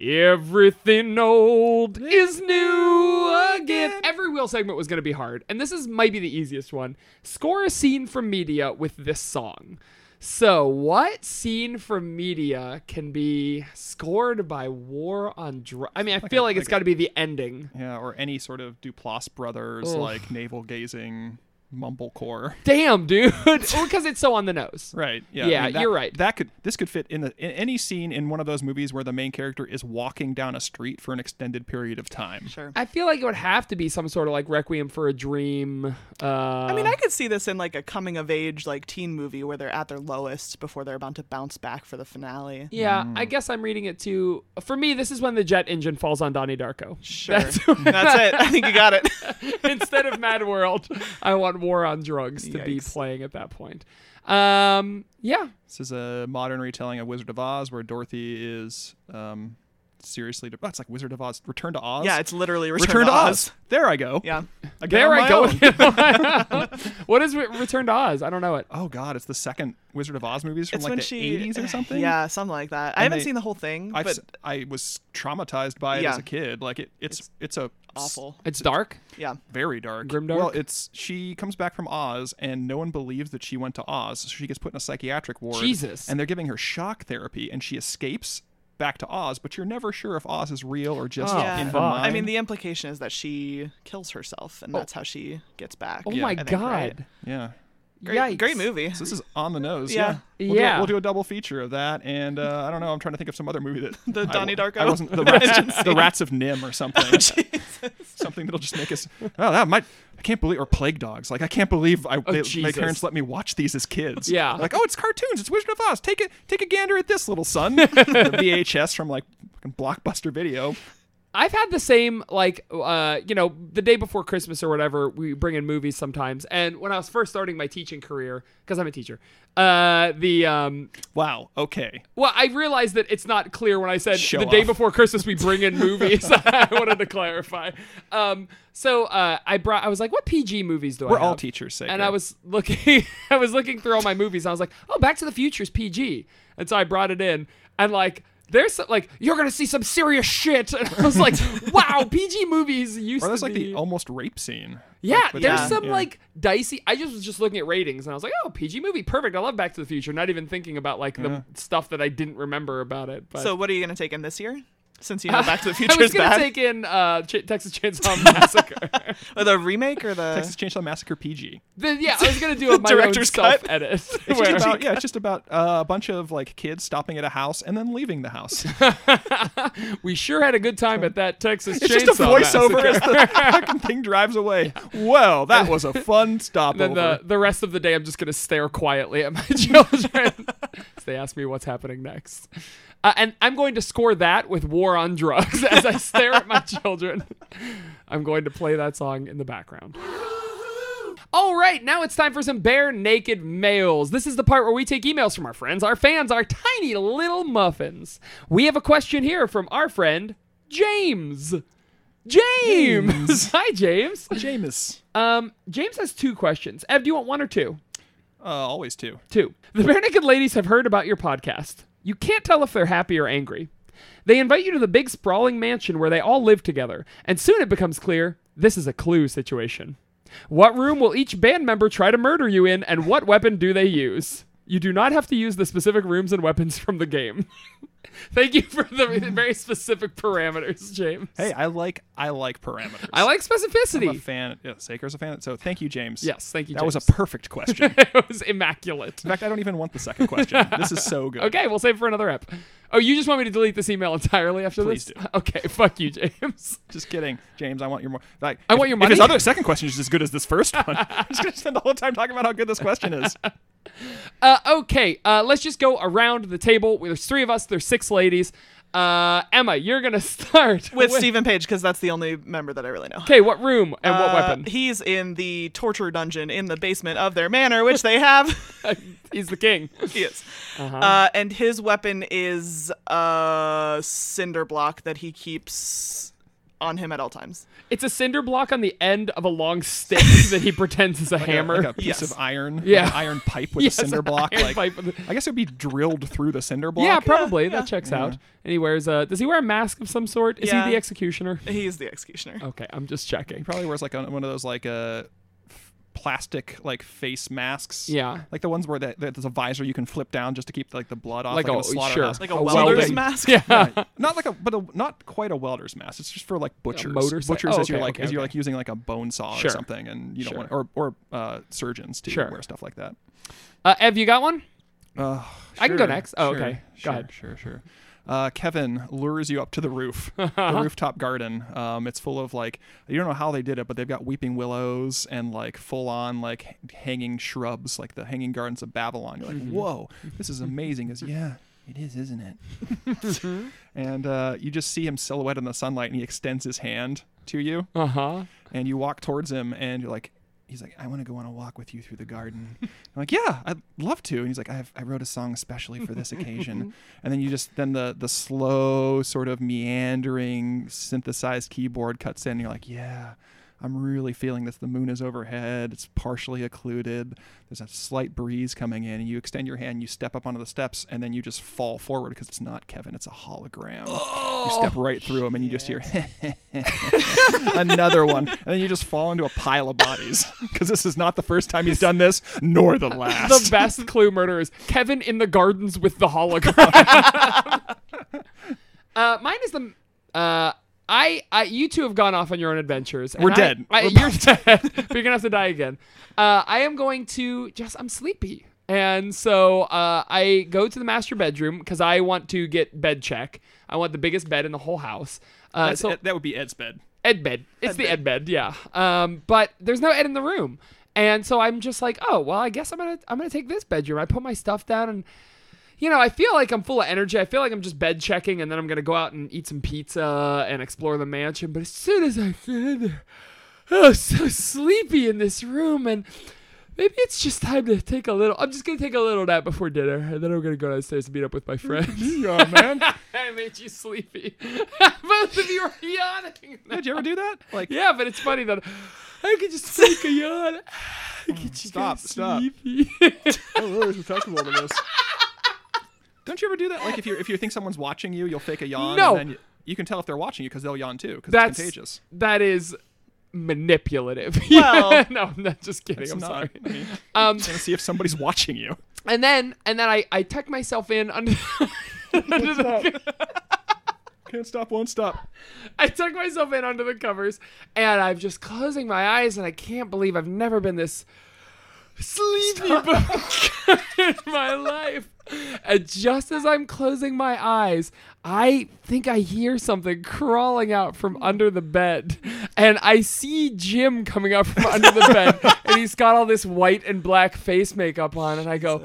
[SPEAKER 2] Everything old is new again. Every wheel segment was going to be hard, and this is might be the easiest one. Score a scene from media with this song. So, what scene from media can be scored by War on Drugs? I mean, I feel
[SPEAKER 3] a-
[SPEAKER 2] like it's
[SPEAKER 3] like
[SPEAKER 2] got to be the ending.
[SPEAKER 3] Yeah, or any sort of Duplass brothers
[SPEAKER 2] Oof.
[SPEAKER 3] like navel gazing mumblecore.
[SPEAKER 2] Damn, dude, because it's so on the nose.
[SPEAKER 3] Right. Yeah.
[SPEAKER 2] Yeah,
[SPEAKER 3] that-
[SPEAKER 2] you're right.
[SPEAKER 3] That could this could fit in, the, in any scene in one of those movies where the main character is walking down a street for an extended period of time.
[SPEAKER 4] Sure.
[SPEAKER 2] I feel like it would have to be some sort of like Requiem for a Dream. Uh,
[SPEAKER 4] I mean, I could see this in like a coming of age, like teen movie where they're at their lowest before they're about to bounce back for the finale.
[SPEAKER 2] Yeah, I guess I'm reading it too. For me, this is when the jet engine falls on Donnie Darko.
[SPEAKER 4] Sure.
[SPEAKER 2] That's-
[SPEAKER 4] That's, it. I think you got it.
[SPEAKER 2] Instead of Mad World, I want War on Drugs to be
[SPEAKER 4] Yikes.
[SPEAKER 2] playing at that point. Um, yeah,
[SPEAKER 3] This is a modern retelling of Wizard of Oz where Dorothy is um, seriously. De- that's like Wizard of Oz. Return to Oz.
[SPEAKER 4] Yeah, it's literally Return,
[SPEAKER 3] Return, to Oz. There I go.
[SPEAKER 4] Yeah.
[SPEAKER 3] Again
[SPEAKER 2] there
[SPEAKER 3] on
[SPEAKER 2] I
[SPEAKER 3] my
[SPEAKER 2] go.
[SPEAKER 3] own.
[SPEAKER 2] what is Re- Return to Oz? I don't know it.
[SPEAKER 3] Oh God, it's the second Wizard of Oz movies from
[SPEAKER 4] it's
[SPEAKER 3] like
[SPEAKER 4] when
[SPEAKER 3] the
[SPEAKER 4] she
[SPEAKER 3] 80s or something.
[SPEAKER 4] Yeah, something like that. I haven't
[SPEAKER 3] they-
[SPEAKER 4] seen the whole thing,
[SPEAKER 3] I've,
[SPEAKER 4] but
[SPEAKER 3] s- I was traumatized by it
[SPEAKER 4] Yeah.
[SPEAKER 3] as a kid. Like it, it's it's, a
[SPEAKER 4] awful.
[SPEAKER 2] It's dark.
[SPEAKER 4] yeah.
[SPEAKER 3] very dark.
[SPEAKER 2] Grimdark?
[SPEAKER 3] Well, it's she comes back from Oz, and no one believes that she went to Oz, so she gets put in a psychiatric ward.
[SPEAKER 2] Jesus.
[SPEAKER 3] And they're giving her shock therapy, and she escapes back to Oz, but you're never sure if Oz is real or just
[SPEAKER 2] Oh,
[SPEAKER 4] Yeah.
[SPEAKER 3] in her
[SPEAKER 2] fuck.
[SPEAKER 3] mind.
[SPEAKER 4] I mean, the implication is that she kills herself, and that's how she gets back.
[SPEAKER 2] Oh
[SPEAKER 3] Yeah,
[SPEAKER 2] my
[SPEAKER 3] I
[SPEAKER 4] think, right?
[SPEAKER 2] god.
[SPEAKER 3] yeah.
[SPEAKER 4] Great,
[SPEAKER 2] Yikes.
[SPEAKER 4] great movie.
[SPEAKER 3] So this is on the nose.
[SPEAKER 4] Yeah.
[SPEAKER 3] Yeah. We'll,
[SPEAKER 2] Yeah.
[SPEAKER 3] Do a, we'll do a double feature of that, and uh, I don't know. I'm trying to think of some other movie that
[SPEAKER 4] The
[SPEAKER 3] I-
[SPEAKER 4] Donnie Darko
[SPEAKER 3] I wasn't the rats, the rats of Nim or something. something that'll just make us. Oh, that might. I can't believe or Plague Dogs. Like I can't believe I they- my
[SPEAKER 2] Oh, Jesus.
[SPEAKER 3] parents let me watch these as kids.
[SPEAKER 2] Yeah.
[SPEAKER 3] Like oh, it's cartoons. It's Wizard of Oz. Take it. Take a gander at this, little son. the VHS from like fucking Blockbuster Video.
[SPEAKER 2] I've had the same like uh, you know the day before Christmas or whatever we bring in movies sometimes. And when I was first starting my teaching career, because I'm a teacher, uh, the um,
[SPEAKER 3] Wow. Okay.
[SPEAKER 2] well, I realized that it's not clear when I said
[SPEAKER 3] Show
[SPEAKER 2] the day
[SPEAKER 3] off.
[SPEAKER 2] before Christmas we bring in movies. I wanted to clarify. Um, so uh, I brought I was like, what PG movies do I?
[SPEAKER 3] We're all
[SPEAKER 2] have?
[SPEAKER 3] teachers, Saker.
[SPEAKER 2] And I was looking I was looking through all my movies and I was like, oh, Back to the Future's PG. And so I brought it in and like. There's some, like you're gonna see some serious shit, and I was like, "Wow, PG movies used
[SPEAKER 3] Or that's
[SPEAKER 2] to
[SPEAKER 3] like
[SPEAKER 2] be."
[SPEAKER 3] the almost rape scene.
[SPEAKER 2] Yeah,
[SPEAKER 3] Like, with
[SPEAKER 2] there's
[SPEAKER 3] the-
[SPEAKER 2] some
[SPEAKER 3] yeah.
[SPEAKER 2] like dicey. I just was just looking at ratings and I was like, oh, PG movie, perfect. I love Back to the Future. Not even thinking about like the stuff that I didn't remember about it. But
[SPEAKER 4] So, what are you going to take in this year? Since you know Back to
[SPEAKER 2] I
[SPEAKER 4] the Future
[SPEAKER 2] was
[SPEAKER 4] is
[SPEAKER 2] gonna
[SPEAKER 4] bad,
[SPEAKER 2] take in uh, Ch- Texas Chainsaw Massacre.
[SPEAKER 4] Or the remake or the
[SPEAKER 3] Texas Chainsaw Massacre PG.
[SPEAKER 2] The- yeah, I was gonna do a my
[SPEAKER 4] Director's
[SPEAKER 2] own self
[SPEAKER 4] cut.
[SPEAKER 2] edit.
[SPEAKER 3] It's
[SPEAKER 2] where-
[SPEAKER 3] just about, yeah, it's just about uh, a bunch of like kids stopping at a house and then leaving the house.
[SPEAKER 2] we sure had a good time at that Texas
[SPEAKER 3] It's
[SPEAKER 2] Chainsaw
[SPEAKER 3] just a voiceover
[SPEAKER 2] Massacre.
[SPEAKER 3] as the fucking thing drives away. Well, that was a fun
[SPEAKER 2] And then
[SPEAKER 3] stopover.
[SPEAKER 2] the, the rest of the day, I'm just going to stare quietly at my children as they ask me what's happening next. Uh, and I'm going to score that with War on Drugs as I stare at my children. I'm going to play that song in the background. All right, now it's time for some bare naked mails. This is the part where we take emails from our friends, our fans, our tiny little muffins. We have a question here from our friend James. James. Hi, James.
[SPEAKER 3] Jameis.
[SPEAKER 2] Um, James has two questions. Ev, do you want one or two?
[SPEAKER 3] Uh, always two.
[SPEAKER 2] Two. The Bare Naked Ladies have heard about your podcast. You can't tell if they're happy or angry. They invite you to the big sprawling mansion where they all live together, and soon it becomes clear this is a clue situation. What room will each band member try to murder you in, and what weapon do they use? You do not have to use the specific rooms and weapons from the game. Thank you for the very specific parameters, James.
[SPEAKER 3] Hey, I like I like parameters.
[SPEAKER 2] I like specificity.
[SPEAKER 3] I'm a fan. Yeah, Saker's a fan. So thank you, James.
[SPEAKER 2] Yes, thank you,
[SPEAKER 3] That was
[SPEAKER 2] James.
[SPEAKER 3] a perfect question. In
[SPEAKER 2] it was immaculate.
[SPEAKER 3] fact, I don't even want the second question. This is so good.
[SPEAKER 2] Okay, we'll save it for another app. Oh, you just want me to delete this email entirely after
[SPEAKER 3] Please
[SPEAKER 2] this?
[SPEAKER 3] do.
[SPEAKER 2] Okay, fuck you, James.
[SPEAKER 3] Just kidding, James. I want your more. Like,
[SPEAKER 2] I
[SPEAKER 3] if-
[SPEAKER 2] want your
[SPEAKER 3] If his
[SPEAKER 2] money?
[SPEAKER 3] other second question is as good as this first one, I'm just gonna spend the whole time talking about how good this question is.
[SPEAKER 2] Uh, okay, uh, let's just go around the table. There's three of us. There's six ladies. Uh, Emma, you're gonna start
[SPEAKER 4] with Stephen Page because that's the only member that I really know.
[SPEAKER 2] Okay, what room and what
[SPEAKER 4] Uh,
[SPEAKER 2] weapon
[SPEAKER 4] He's in the torture dungeon in the basement of their manor, which they have.
[SPEAKER 2] He's the king.
[SPEAKER 4] he is.
[SPEAKER 2] Uh-huh.
[SPEAKER 4] Uh, and his weapon is a cinder block that he keeps on him at all times.
[SPEAKER 2] It's a cinder block on the end of a long stick that he pretends is a hammer.
[SPEAKER 3] Like a piece
[SPEAKER 4] Yes.
[SPEAKER 3] of iron. like
[SPEAKER 2] Yeah.
[SPEAKER 3] an iron pipe with
[SPEAKER 2] Yes,
[SPEAKER 3] a cinder
[SPEAKER 2] an
[SPEAKER 3] block.
[SPEAKER 2] iron
[SPEAKER 3] like,
[SPEAKER 2] pipe with a-
[SPEAKER 3] I guess it would be drilled through the cinder block.
[SPEAKER 2] yeah, probably.
[SPEAKER 4] yeah.
[SPEAKER 2] That checks out. And he wears a. Does he wear a mask of some sort? Is
[SPEAKER 4] Yeah.
[SPEAKER 2] he the executioner?
[SPEAKER 4] He's the executioner.
[SPEAKER 2] Okay, I'm just checking.
[SPEAKER 3] probably wears like a, one of those like uh, f- plastic like face masks.
[SPEAKER 2] Yeah.
[SPEAKER 3] like the ones where that, that there's a visor you can flip down just to keep like the blood off,
[SPEAKER 2] Like
[SPEAKER 3] like,
[SPEAKER 2] a-
[SPEAKER 3] in a slaughterhouse.
[SPEAKER 2] sure.
[SPEAKER 4] Like a,
[SPEAKER 2] A
[SPEAKER 4] welder's
[SPEAKER 2] welding-
[SPEAKER 4] mask.
[SPEAKER 3] Right. not like a but a, not quite a welder's mask. It's just for like butchers.
[SPEAKER 2] motorcycle-
[SPEAKER 3] Butchers
[SPEAKER 2] oh,
[SPEAKER 3] as you're
[SPEAKER 2] okay,
[SPEAKER 3] like
[SPEAKER 2] okay,
[SPEAKER 3] as you're
[SPEAKER 2] okay.
[SPEAKER 3] like using like a bone saw
[SPEAKER 2] Sure.
[SPEAKER 3] or something, and you don't
[SPEAKER 2] Sure.
[SPEAKER 3] want or or uh, surgeons to
[SPEAKER 2] Sure.
[SPEAKER 3] wear stuff like that.
[SPEAKER 2] Uh, Ev, you got one?
[SPEAKER 3] Uh,
[SPEAKER 2] I can go
[SPEAKER 3] sure,
[SPEAKER 2] next. Oh,
[SPEAKER 3] sure,
[SPEAKER 2] okay. Go
[SPEAKER 3] Sure,
[SPEAKER 2] ahead.
[SPEAKER 3] sure, sure. Uh, Kevin lures you up to the roof, the rooftop garden. Um, it's full of like you don't know how they did it, but they've got weeping willows and like full on like h- hanging shrubs, like the hanging gardens of Babylon. You're like,
[SPEAKER 2] Mm-hmm.
[SPEAKER 3] whoa, this is amazing. Is yeah, it is, isn't it?
[SPEAKER 2] Mm-hmm.
[SPEAKER 3] and uh, you just see him silhouette in the sunlight, and he extends his hand to you
[SPEAKER 2] Uh huh.
[SPEAKER 3] and you walk towards him and you're like he's like i want to go on a walk with you through the garden i'm like yeah i'd love to and he's like i have i wrote a song especially for this occasion and then you just then the the slow sort of meandering synthesized keyboard cuts in and you're like yeah I'm really feeling this. The moon is overhead. It's partially occluded. There's a slight breeze coming in. And you extend your hand, you step up onto the steps, and then you just fall forward because it's not Kevin, it's a hologram.
[SPEAKER 2] Oh,
[SPEAKER 3] you step right through him, and you just hear, another one, and then you just fall into a pile of bodies because this is not the first time he's done this, nor the
[SPEAKER 2] The
[SPEAKER 3] last.
[SPEAKER 2] best clue murder is Kevin in the gardens with the hologram. uh, mine is the. Uh, I, I, you two have gone off on your own adventures. and
[SPEAKER 3] We're
[SPEAKER 2] I-
[SPEAKER 3] dead.
[SPEAKER 2] I,
[SPEAKER 3] We're
[SPEAKER 2] you're dead. but you're gonna have to die again. Uh, I am going to just. I'm sleepy, and so uh, I go to the master bedroom because I want to get bed check. I want the biggest bed in the whole house. Uh,
[SPEAKER 3] That's-
[SPEAKER 2] so
[SPEAKER 3] that would be Ed's bed.
[SPEAKER 2] Ed bed. It's the ed bed, yeah. Um, but there's no Ed in the room, and so I'm just like, oh well, I guess I'm gonna I'm gonna take this bedroom. I put my stuff down, and you know, I feel like I'm full of energy. I feel like I'm just bed checking, and then I'm gonna go out and eat some pizza and explore the mansion. But as soon as I get in there, oh, so sleepy in this room, and maybe it's just time to take a little. I'm just gonna take a little nap before dinner, and then I'm gonna go downstairs and meet up with my friends.
[SPEAKER 3] Yeah, man.
[SPEAKER 2] I made you sleepy. Both of you are yawning.
[SPEAKER 3] Did you ever do that? Like,
[SPEAKER 2] Yeah, but it's funny that I could just take a yawn. I could just
[SPEAKER 3] Mm, Stop, stop.
[SPEAKER 2] Sleepy.
[SPEAKER 3] oh, there's respectable to this. Don't you ever do that? Like, if you if you think someone's watching you, you'll fake a yawn.
[SPEAKER 2] No.
[SPEAKER 3] And then you, you can tell if they're watching you because they'll yawn too because it's
[SPEAKER 2] That's
[SPEAKER 3] contagious.
[SPEAKER 2] That is manipulative.
[SPEAKER 4] Well-
[SPEAKER 2] no, I'm not just kidding.
[SPEAKER 3] It's
[SPEAKER 2] I'm
[SPEAKER 3] not-
[SPEAKER 2] sorry.
[SPEAKER 3] I mean,
[SPEAKER 2] Um,
[SPEAKER 3] trying to see if somebody's watching you.
[SPEAKER 2] and then and then I I tuck myself in under. under the,
[SPEAKER 3] Can't stop, won't stop.
[SPEAKER 2] I tuck myself in under the covers, and I'm just closing my eyes, and I can't believe I've never been this sleepy book in my life. And just as I'm closing my eyes, I think I hear something crawling out from under the bed. And I see Jim coming up from under the bed. And he's got all this white and black face makeup on. And I go,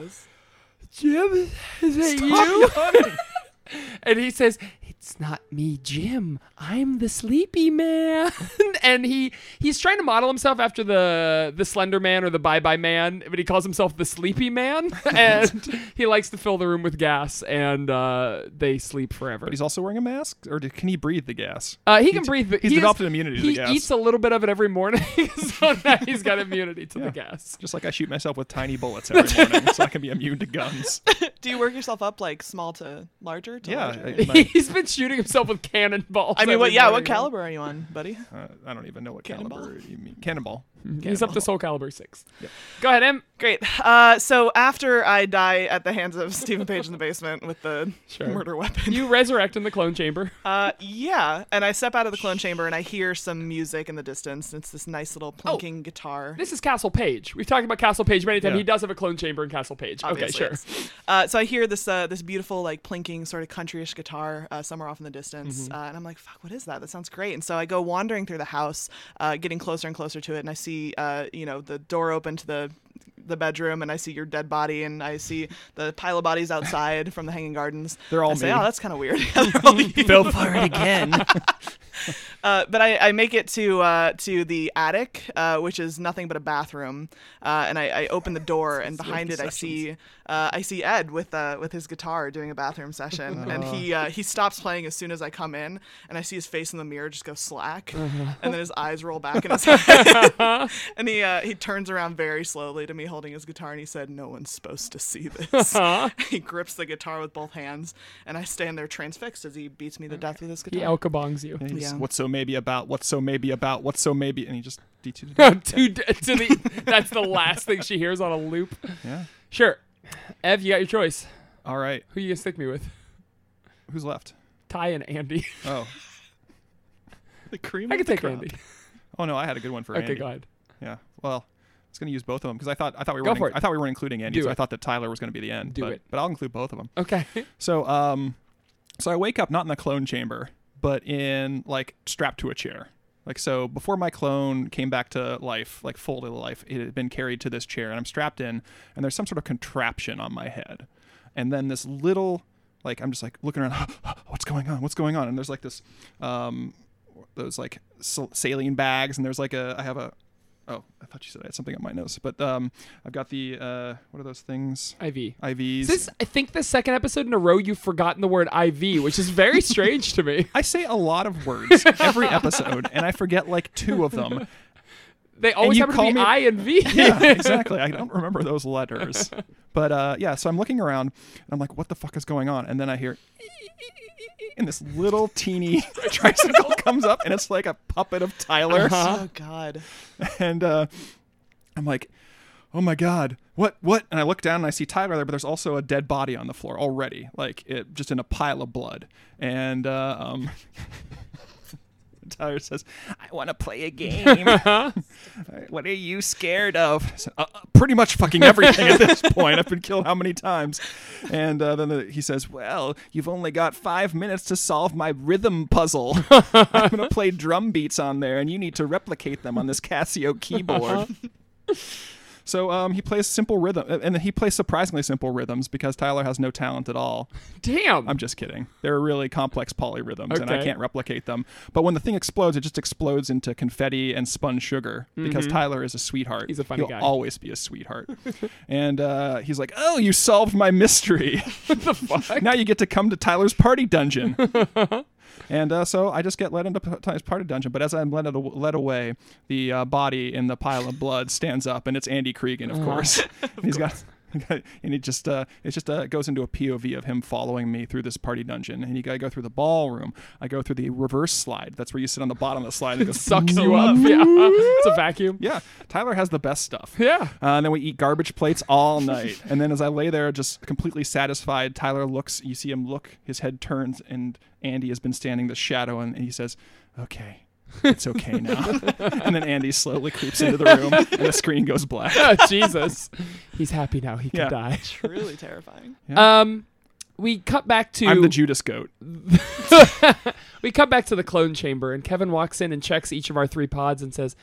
[SPEAKER 2] Jim, is it you? and he says, It's it's not me, Jim. I'm the sleepy man. and he he's trying to model himself after the the slender man or the bye bye man, but he calls himself the sleepy man. and he likes to fill the room with gas and uh, they sleep forever.
[SPEAKER 3] He's also wearing a mask, or do- can he breathe the gas?
[SPEAKER 2] Uh, he can breathe.
[SPEAKER 3] he's
[SPEAKER 2] he
[SPEAKER 3] developed an immunity to the
[SPEAKER 2] He
[SPEAKER 3] gas.
[SPEAKER 2] eats a little bit of it every morning, so now he's got immunity to the gas.
[SPEAKER 3] Just like I shoot myself with tiny bullets every morning, so I can be immune to guns.
[SPEAKER 4] Do you work yourself up like small to larger? To
[SPEAKER 3] Yeah,
[SPEAKER 4] larger?
[SPEAKER 3] I, my-
[SPEAKER 2] He's been shooting himself with cannonballs.
[SPEAKER 4] I mean, what?
[SPEAKER 2] every
[SPEAKER 4] Yeah, what
[SPEAKER 2] morning.
[SPEAKER 4] caliber are you on, buddy?
[SPEAKER 3] uh, I don't even know what
[SPEAKER 4] Cannonball?
[SPEAKER 3] caliber you mean. Cannonball.
[SPEAKER 2] Mm-hmm. He's up to Soul Calibur six. Go ahead, Em.
[SPEAKER 4] Great. Uh, so after I die at the hands of Stephen Page in the basement with the murder weapon,
[SPEAKER 2] You resurrect in the clone chamber.
[SPEAKER 4] uh, yeah, and I step out of the clone chamber and I hear some music in the distance. It's this nice little plinking guitar.
[SPEAKER 2] This is Castle Page. We've talked about Castle Page many times.
[SPEAKER 3] Yeah.
[SPEAKER 2] He does have a clone chamber in Castle Page. okay,
[SPEAKER 4] obviously
[SPEAKER 2] sure.
[SPEAKER 4] is. Uh, so I hear this uh, this beautiful like plinking sort of countryish guitar uh, somewhere off in the distance,
[SPEAKER 3] Mm-hmm.
[SPEAKER 4] uh, and I'm like, "Fuck, what is that? That sounds great!" And so I go wandering through the house, uh, getting closer and closer to it, and I see uh, you know the door open to the the bedroom, and I see your dead body, and I see the pile of bodies outside from the hanging gardens.
[SPEAKER 3] They're all
[SPEAKER 4] I say,
[SPEAKER 3] me.
[SPEAKER 4] "Oh, that's kind of weird." Yeah, they're all you.
[SPEAKER 3] Fell for it again.
[SPEAKER 4] Uh, but I, I make it to uh, to the attic, uh, which is nothing but a bathroom, uh, and I, I open the door, and behind it I see uh, I see Ed with uh, with his guitar doing a bathroom session, and he uh, he stops playing as soon as I come in, and I see his face in the mirror just go slack, and then his eyes roll back in his head, and he uh, he turns around very slowly to me holding his guitar, and he said, "No one's supposed to see this." he grips the guitar with both hands, and I stand there transfixed as he beats me to death with his
[SPEAKER 2] He
[SPEAKER 4] guitar.
[SPEAKER 2] alkabongs you.
[SPEAKER 4] Yeah.
[SPEAKER 3] What's so maybe about? What's so maybe about? What's so maybe? And he just D2.
[SPEAKER 2] to, to the, that's the last thing she hears on a loop.
[SPEAKER 3] Yeah.
[SPEAKER 2] Sure. Ev, you got your choice.
[SPEAKER 3] All right.
[SPEAKER 2] Who you gonna stick me with?
[SPEAKER 3] Who's left?
[SPEAKER 2] Ty and Andy.
[SPEAKER 3] Oh.
[SPEAKER 4] The cream.
[SPEAKER 2] I can take
[SPEAKER 3] crop.
[SPEAKER 2] Andy.
[SPEAKER 3] Oh no, I had a good one for
[SPEAKER 2] Okay,
[SPEAKER 3] Andy.
[SPEAKER 2] go ahead.
[SPEAKER 3] Yeah. Well, I was going to use both of them because I thought I thought we
[SPEAKER 2] Go
[SPEAKER 3] were
[SPEAKER 2] for it.
[SPEAKER 3] I thought we weren't including Andy.
[SPEAKER 2] Do
[SPEAKER 3] so I
[SPEAKER 2] it.
[SPEAKER 3] thought that Tyler was going to be the end.
[SPEAKER 2] Do
[SPEAKER 3] but,
[SPEAKER 2] it.
[SPEAKER 3] But I'll include both of them.
[SPEAKER 2] Okay.
[SPEAKER 3] So um, so I wake up not in the clone chamber, but in like strapped to a chair. Like so, before my clone came back to life, like full to life, it had been carried to this chair, and I'm strapped in, and there's some sort of contraption on my head, and then this little, like I'm just like looking around, what's going on? What's going on? And there's like this, um, those like sal- saline bags, and there's like a I have a, oh I thought you said I had something on my nose, but um I've got the uh what are those things?
[SPEAKER 2] IV.
[SPEAKER 3] IVs.
[SPEAKER 2] Is This I think the second episode in a row you've forgotten the word IV, which is very strange to me.
[SPEAKER 3] I say a lot of words every episode, and I forget like two of them.
[SPEAKER 2] They always
[SPEAKER 3] you
[SPEAKER 2] happen to
[SPEAKER 3] call
[SPEAKER 2] be
[SPEAKER 3] me-
[SPEAKER 2] I and V.
[SPEAKER 3] Yeah, exactly. I don't remember those letters. But uh, yeah, so I'm looking around, and I'm like, "What the fuck is going on?" And then I hear, and this little teeny tricycle comes up, and it's like a puppet of Tyler,
[SPEAKER 4] Oh God.
[SPEAKER 3] and uh, I'm like. Oh my God! What? What? And I look down and I see Tyler there, but there's also a dead body on the floor already, like it just in a pile of blood. And uh, um, Tyler says, "I want to play a game." What are you scared of? I said, uh, uh, pretty much fucking everything at this point. I've been killed how many times? And uh, then the, he says, Well, you've only got five minutes to solve my rhythm puzzle. I'm going to play drum beats on there, and you need to replicate them on this Casio keyboard.
[SPEAKER 2] Uh-huh.
[SPEAKER 3] So um, he plays simple rhythm, and he plays surprisingly simple rhythms because Tyler has no talent at all.
[SPEAKER 2] Damn.
[SPEAKER 3] I'm just kidding. They're really complex polyrhythms, and I
[SPEAKER 2] Okay.
[SPEAKER 3] can't replicate them. But when the thing explodes, it just explodes into confetti and spun sugar because Tyler is a sweetheart.
[SPEAKER 2] Mm-hmm. He's a funny
[SPEAKER 3] He'll
[SPEAKER 2] guy.
[SPEAKER 3] always be a sweetheart. and uh, he's like, "Oh, you solved my mystery. now you get to come to Tyler's party dungeon." and uh, so I just get led into P- Tyler's party dungeon. But as I'm led, led away, the uh, body in the pile of blood stands up, and it's Andy Cregan,
[SPEAKER 2] Uh-huh.
[SPEAKER 3] of course. and he's got and he just uh it just uh goes into a POV of him following me through this party dungeon and you gotta go through the ballroom. I go through the reverse slide. That's where you sit on the bottom of the slide and it goes
[SPEAKER 2] Sucks you up. Yeah. It's a vacuum.
[SPEAKER 3] Yeah. Tyler has the best stuff.
[SPEAKER 2] Yeah.
[SPEAKER 3] Uh, and then we eat garbage plates all night. And then as I lay there, just completely satisfied, Tyler looks. You see him look. His head turns, and Andy has been standing the shadow, and, and he says, "Okay, it's okay now." and then Andy slowly creeps into the room, and the screen goes black.
[SPEAKER 2] Oh, Jesus. He's happy now. He can
[SPEAKER 3] Yeah.
[SPEAKER 2] die.
[SPEAKER 4] Truly terrifying.
[SPEAKER 2] Um, we cut back to
[SPEAKER 3] I'm the Judas goat.
[SPEAKER 2] we cut back to the clone chamber, and Kevin walks in and checks each of our three pods and says,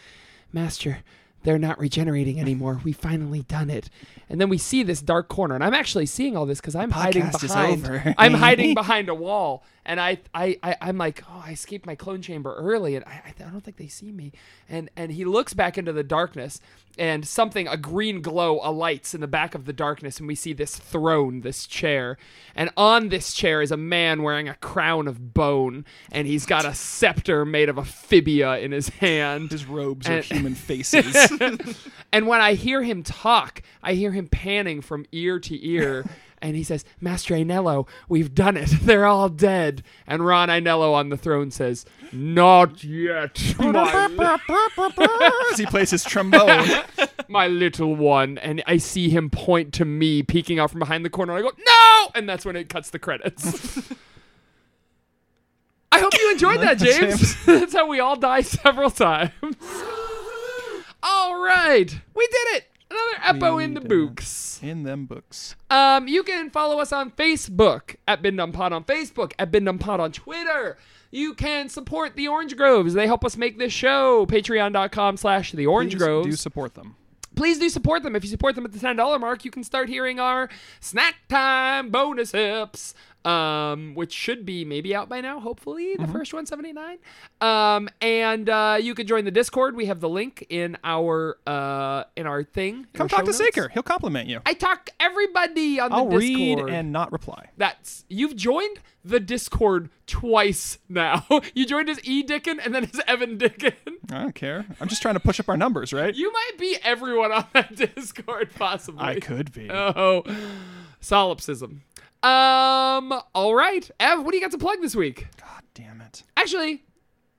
[SPEAKER 2] "Master, they're not regenerating anymore. We finally done it. And then we see this dark corner, and I'm actually seeing all this because I'm hiding
[SPEAKER 3] podcast is
[SPEAKER 2] behind.
[SPEAKER 3] over.
[SPEAKER 2] I'm hiding behind a wall, and I, I, I, I'm like, oh, I escaped my clone chamber early, and I, I don't think they see me. And and he looks back into the darkness, and something, a green glow, alights in the back of the darkness, and we see this throne, this chair, and on this chair is a man wearing a crown of bone, and he's got a scepter made of a fibia in his hand.
[SPEAKER 3] His robes are
[SPEAKER 2] And-
[SPEAKER 3] human faces.
[SPEAKER 2] And when I hear him talk, I hear him panning from ear to ear. and he says, Master Ainello, we've done it. They're all dead. And Ron Ainello on the throne says, Not yet, my,
[SPEAKER 3] As he plays his trombone.
[SPEAKER 2] my little one. And I see him point to me peeking out from behind the corner. I go, No! And that's when it cuts the credits. I hope you enjoyed that, James. that's how we all die several times. all right. We did it. Another Epo
[SPEAKER 3] We
[SPEAKER 2] in the
[SPEAKER 3] did it.
[SPEAKER 2] books.
[SPEAKER 3] In them books.
[SPEAKER 2] Um, you can follow us on Facebook at Bin Dum Pod on Facebook, at Bin Dum Pod on Twitter. You can support the Orange Groves. They help us make this show. Patreon.com slash the Orange
[SPEAKER 3] Please
[SPEAKER 2] Groves
[SPEAKER 3] do support them.
[SPEAKER 2] please do support them. If you support them at the ten dollar mark, you can start hearing our snack time bonus hips, um, which should be maybe out by now. Hopefully,
[SPEAKER 3] Mm-hmm.
[SPEAKER 2] the first one seventy nine. Um, and uh, you can join the Discord. We have the link in our uh, in our thing. in our
[SPEAKER 3] Come talk
[SPEAKER 2] show
[SPEAKER 3] to
[SPEAKER 2] notes.
[SPEAKER 3] Saker. He'll compliment you.
[SPEAKER 2] I talk to everybody on
[SPEAKER 3] I'll
[SPEAKER 2] the
[SPEAKER 3] read
[SPEAKER 2] Discord.
[SPEAKER 3] and not reply.
[SPEAKER 2] That's you've joined the Discord twice now. you joined as E Dickon and then as Evan Dickon.
[SPEAKER 3] I don't care. I'm just trying to push up our numbers, right?
[SPEAKER 2] You might be everyone on that Discord possibly.
[SPEAKER 3] I could be.
[SPEAKER 2] Oh, solipsism. Um. All right, Ev. What do you got to plug this week?
[SPEAKER 3] God damn it.
[SPEAKER 2] Actually,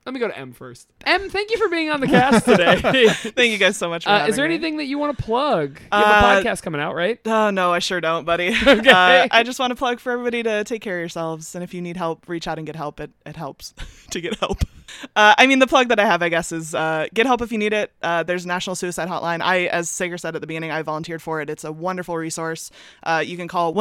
[SPEAKER 2] let me go to M first. M, thank you for being on the cast today.
[SPEAKER 4] Thank you guys so much for
[SPEAKER 2] Uh,
[SPEAKER 4] having
[SPEAKER 2] is there
[SPEAKER 4] me.
[SPEAKER 2] anything that you want to plug? You have
[SPEAKER 4] Uh,
[SPEAKER 2] a podcast coming out, right?
[SPEAKER 4] Oh no, I sure don't, buddy. Okay. I just want to plug for everybody to take care of yourselves, and if you need help, reach out and get help. It it helps to get help. Uh, I mean, the plug that I have, I guess, is uh, get help if you need it. Uh, there's National Suicide Hotline. I, as Sager said at the beginning, I volunteered for it. It's a wonderful resource. Uh, you can call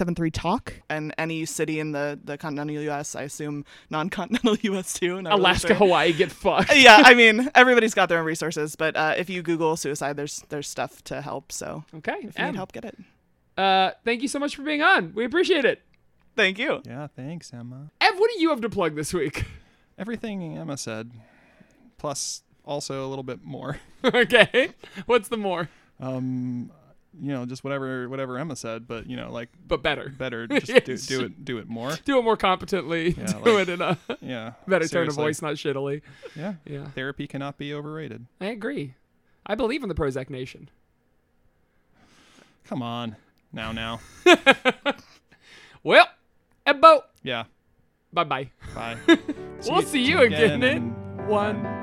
[SPEAKER 4] 1-800-273-TALK in any city in the the continental U.S. I assume non-continental U.S. too. not really
[SPEAKER 2] Alaska,
[SPEAKER 4] sure
[SPEAKER 2] Hawaii, get fucked.
[SPEAKER 4] yeah, I mean, everybody's got their own resources, but uh, if you Google suicide, there's there's stuff to help. So if
[SPEAKER 2] Okay.
[SPEAKER 4] you
[SPEAKER 2] Em,
[SPEAKER 4] need help, get it.
[SPEAKER 2] Uh, thank you so much for being on. We appreciate it.
[SPEAKER 4] Thank you.
[SPEAKER 3] Yeah, thanks, Emma.
[SPEAKER 2] Ev, what do you have to plug this week?
[SPEAKER 3] Everything Emma said, plus also a little bit more.
[SPEAKER 2] okay. What's the more?
[SPEAKER 3] Um, you know, just whatever whatever Emma said, but you know, like
[SPEAKER 2] But better.
[SPEAKER 3] better just do,
[SPEAKER 2] Yes.
[SPEAKER 3] do it do it more.
[SPEAKER 2] Do it more competently.
[SPEAKER 3] Yeah,
[SPEAKER 2] do it
[SPEAKER 3] like-
[SPEAKER 2] in a
[SPEAKER 3] Yeah.
[SPEAKER 2] better tone of
[SPEAKER 3] seriously.
[SPEAKER 2] voice, not shittily.
[SPEAKER 3] Yeah.
[SPEAKER 2] Yeah.
[SPEAKER 3] Therapy cannot be overrated.
[SPEAKER 2] I agree. I believe in the Prozac Nation.
[SPEAKER 3] Come on. Now now.
[SPEAKER 2] Well, Ebbo,
[SPEAKER 3] Yeah.
[SPEAKER 2] bye bye.
[SPEAKER 3] Bye.
[SPEAKER 2] We'll see you again in
[SPEAKER 3] in
[SPEAKER 2] one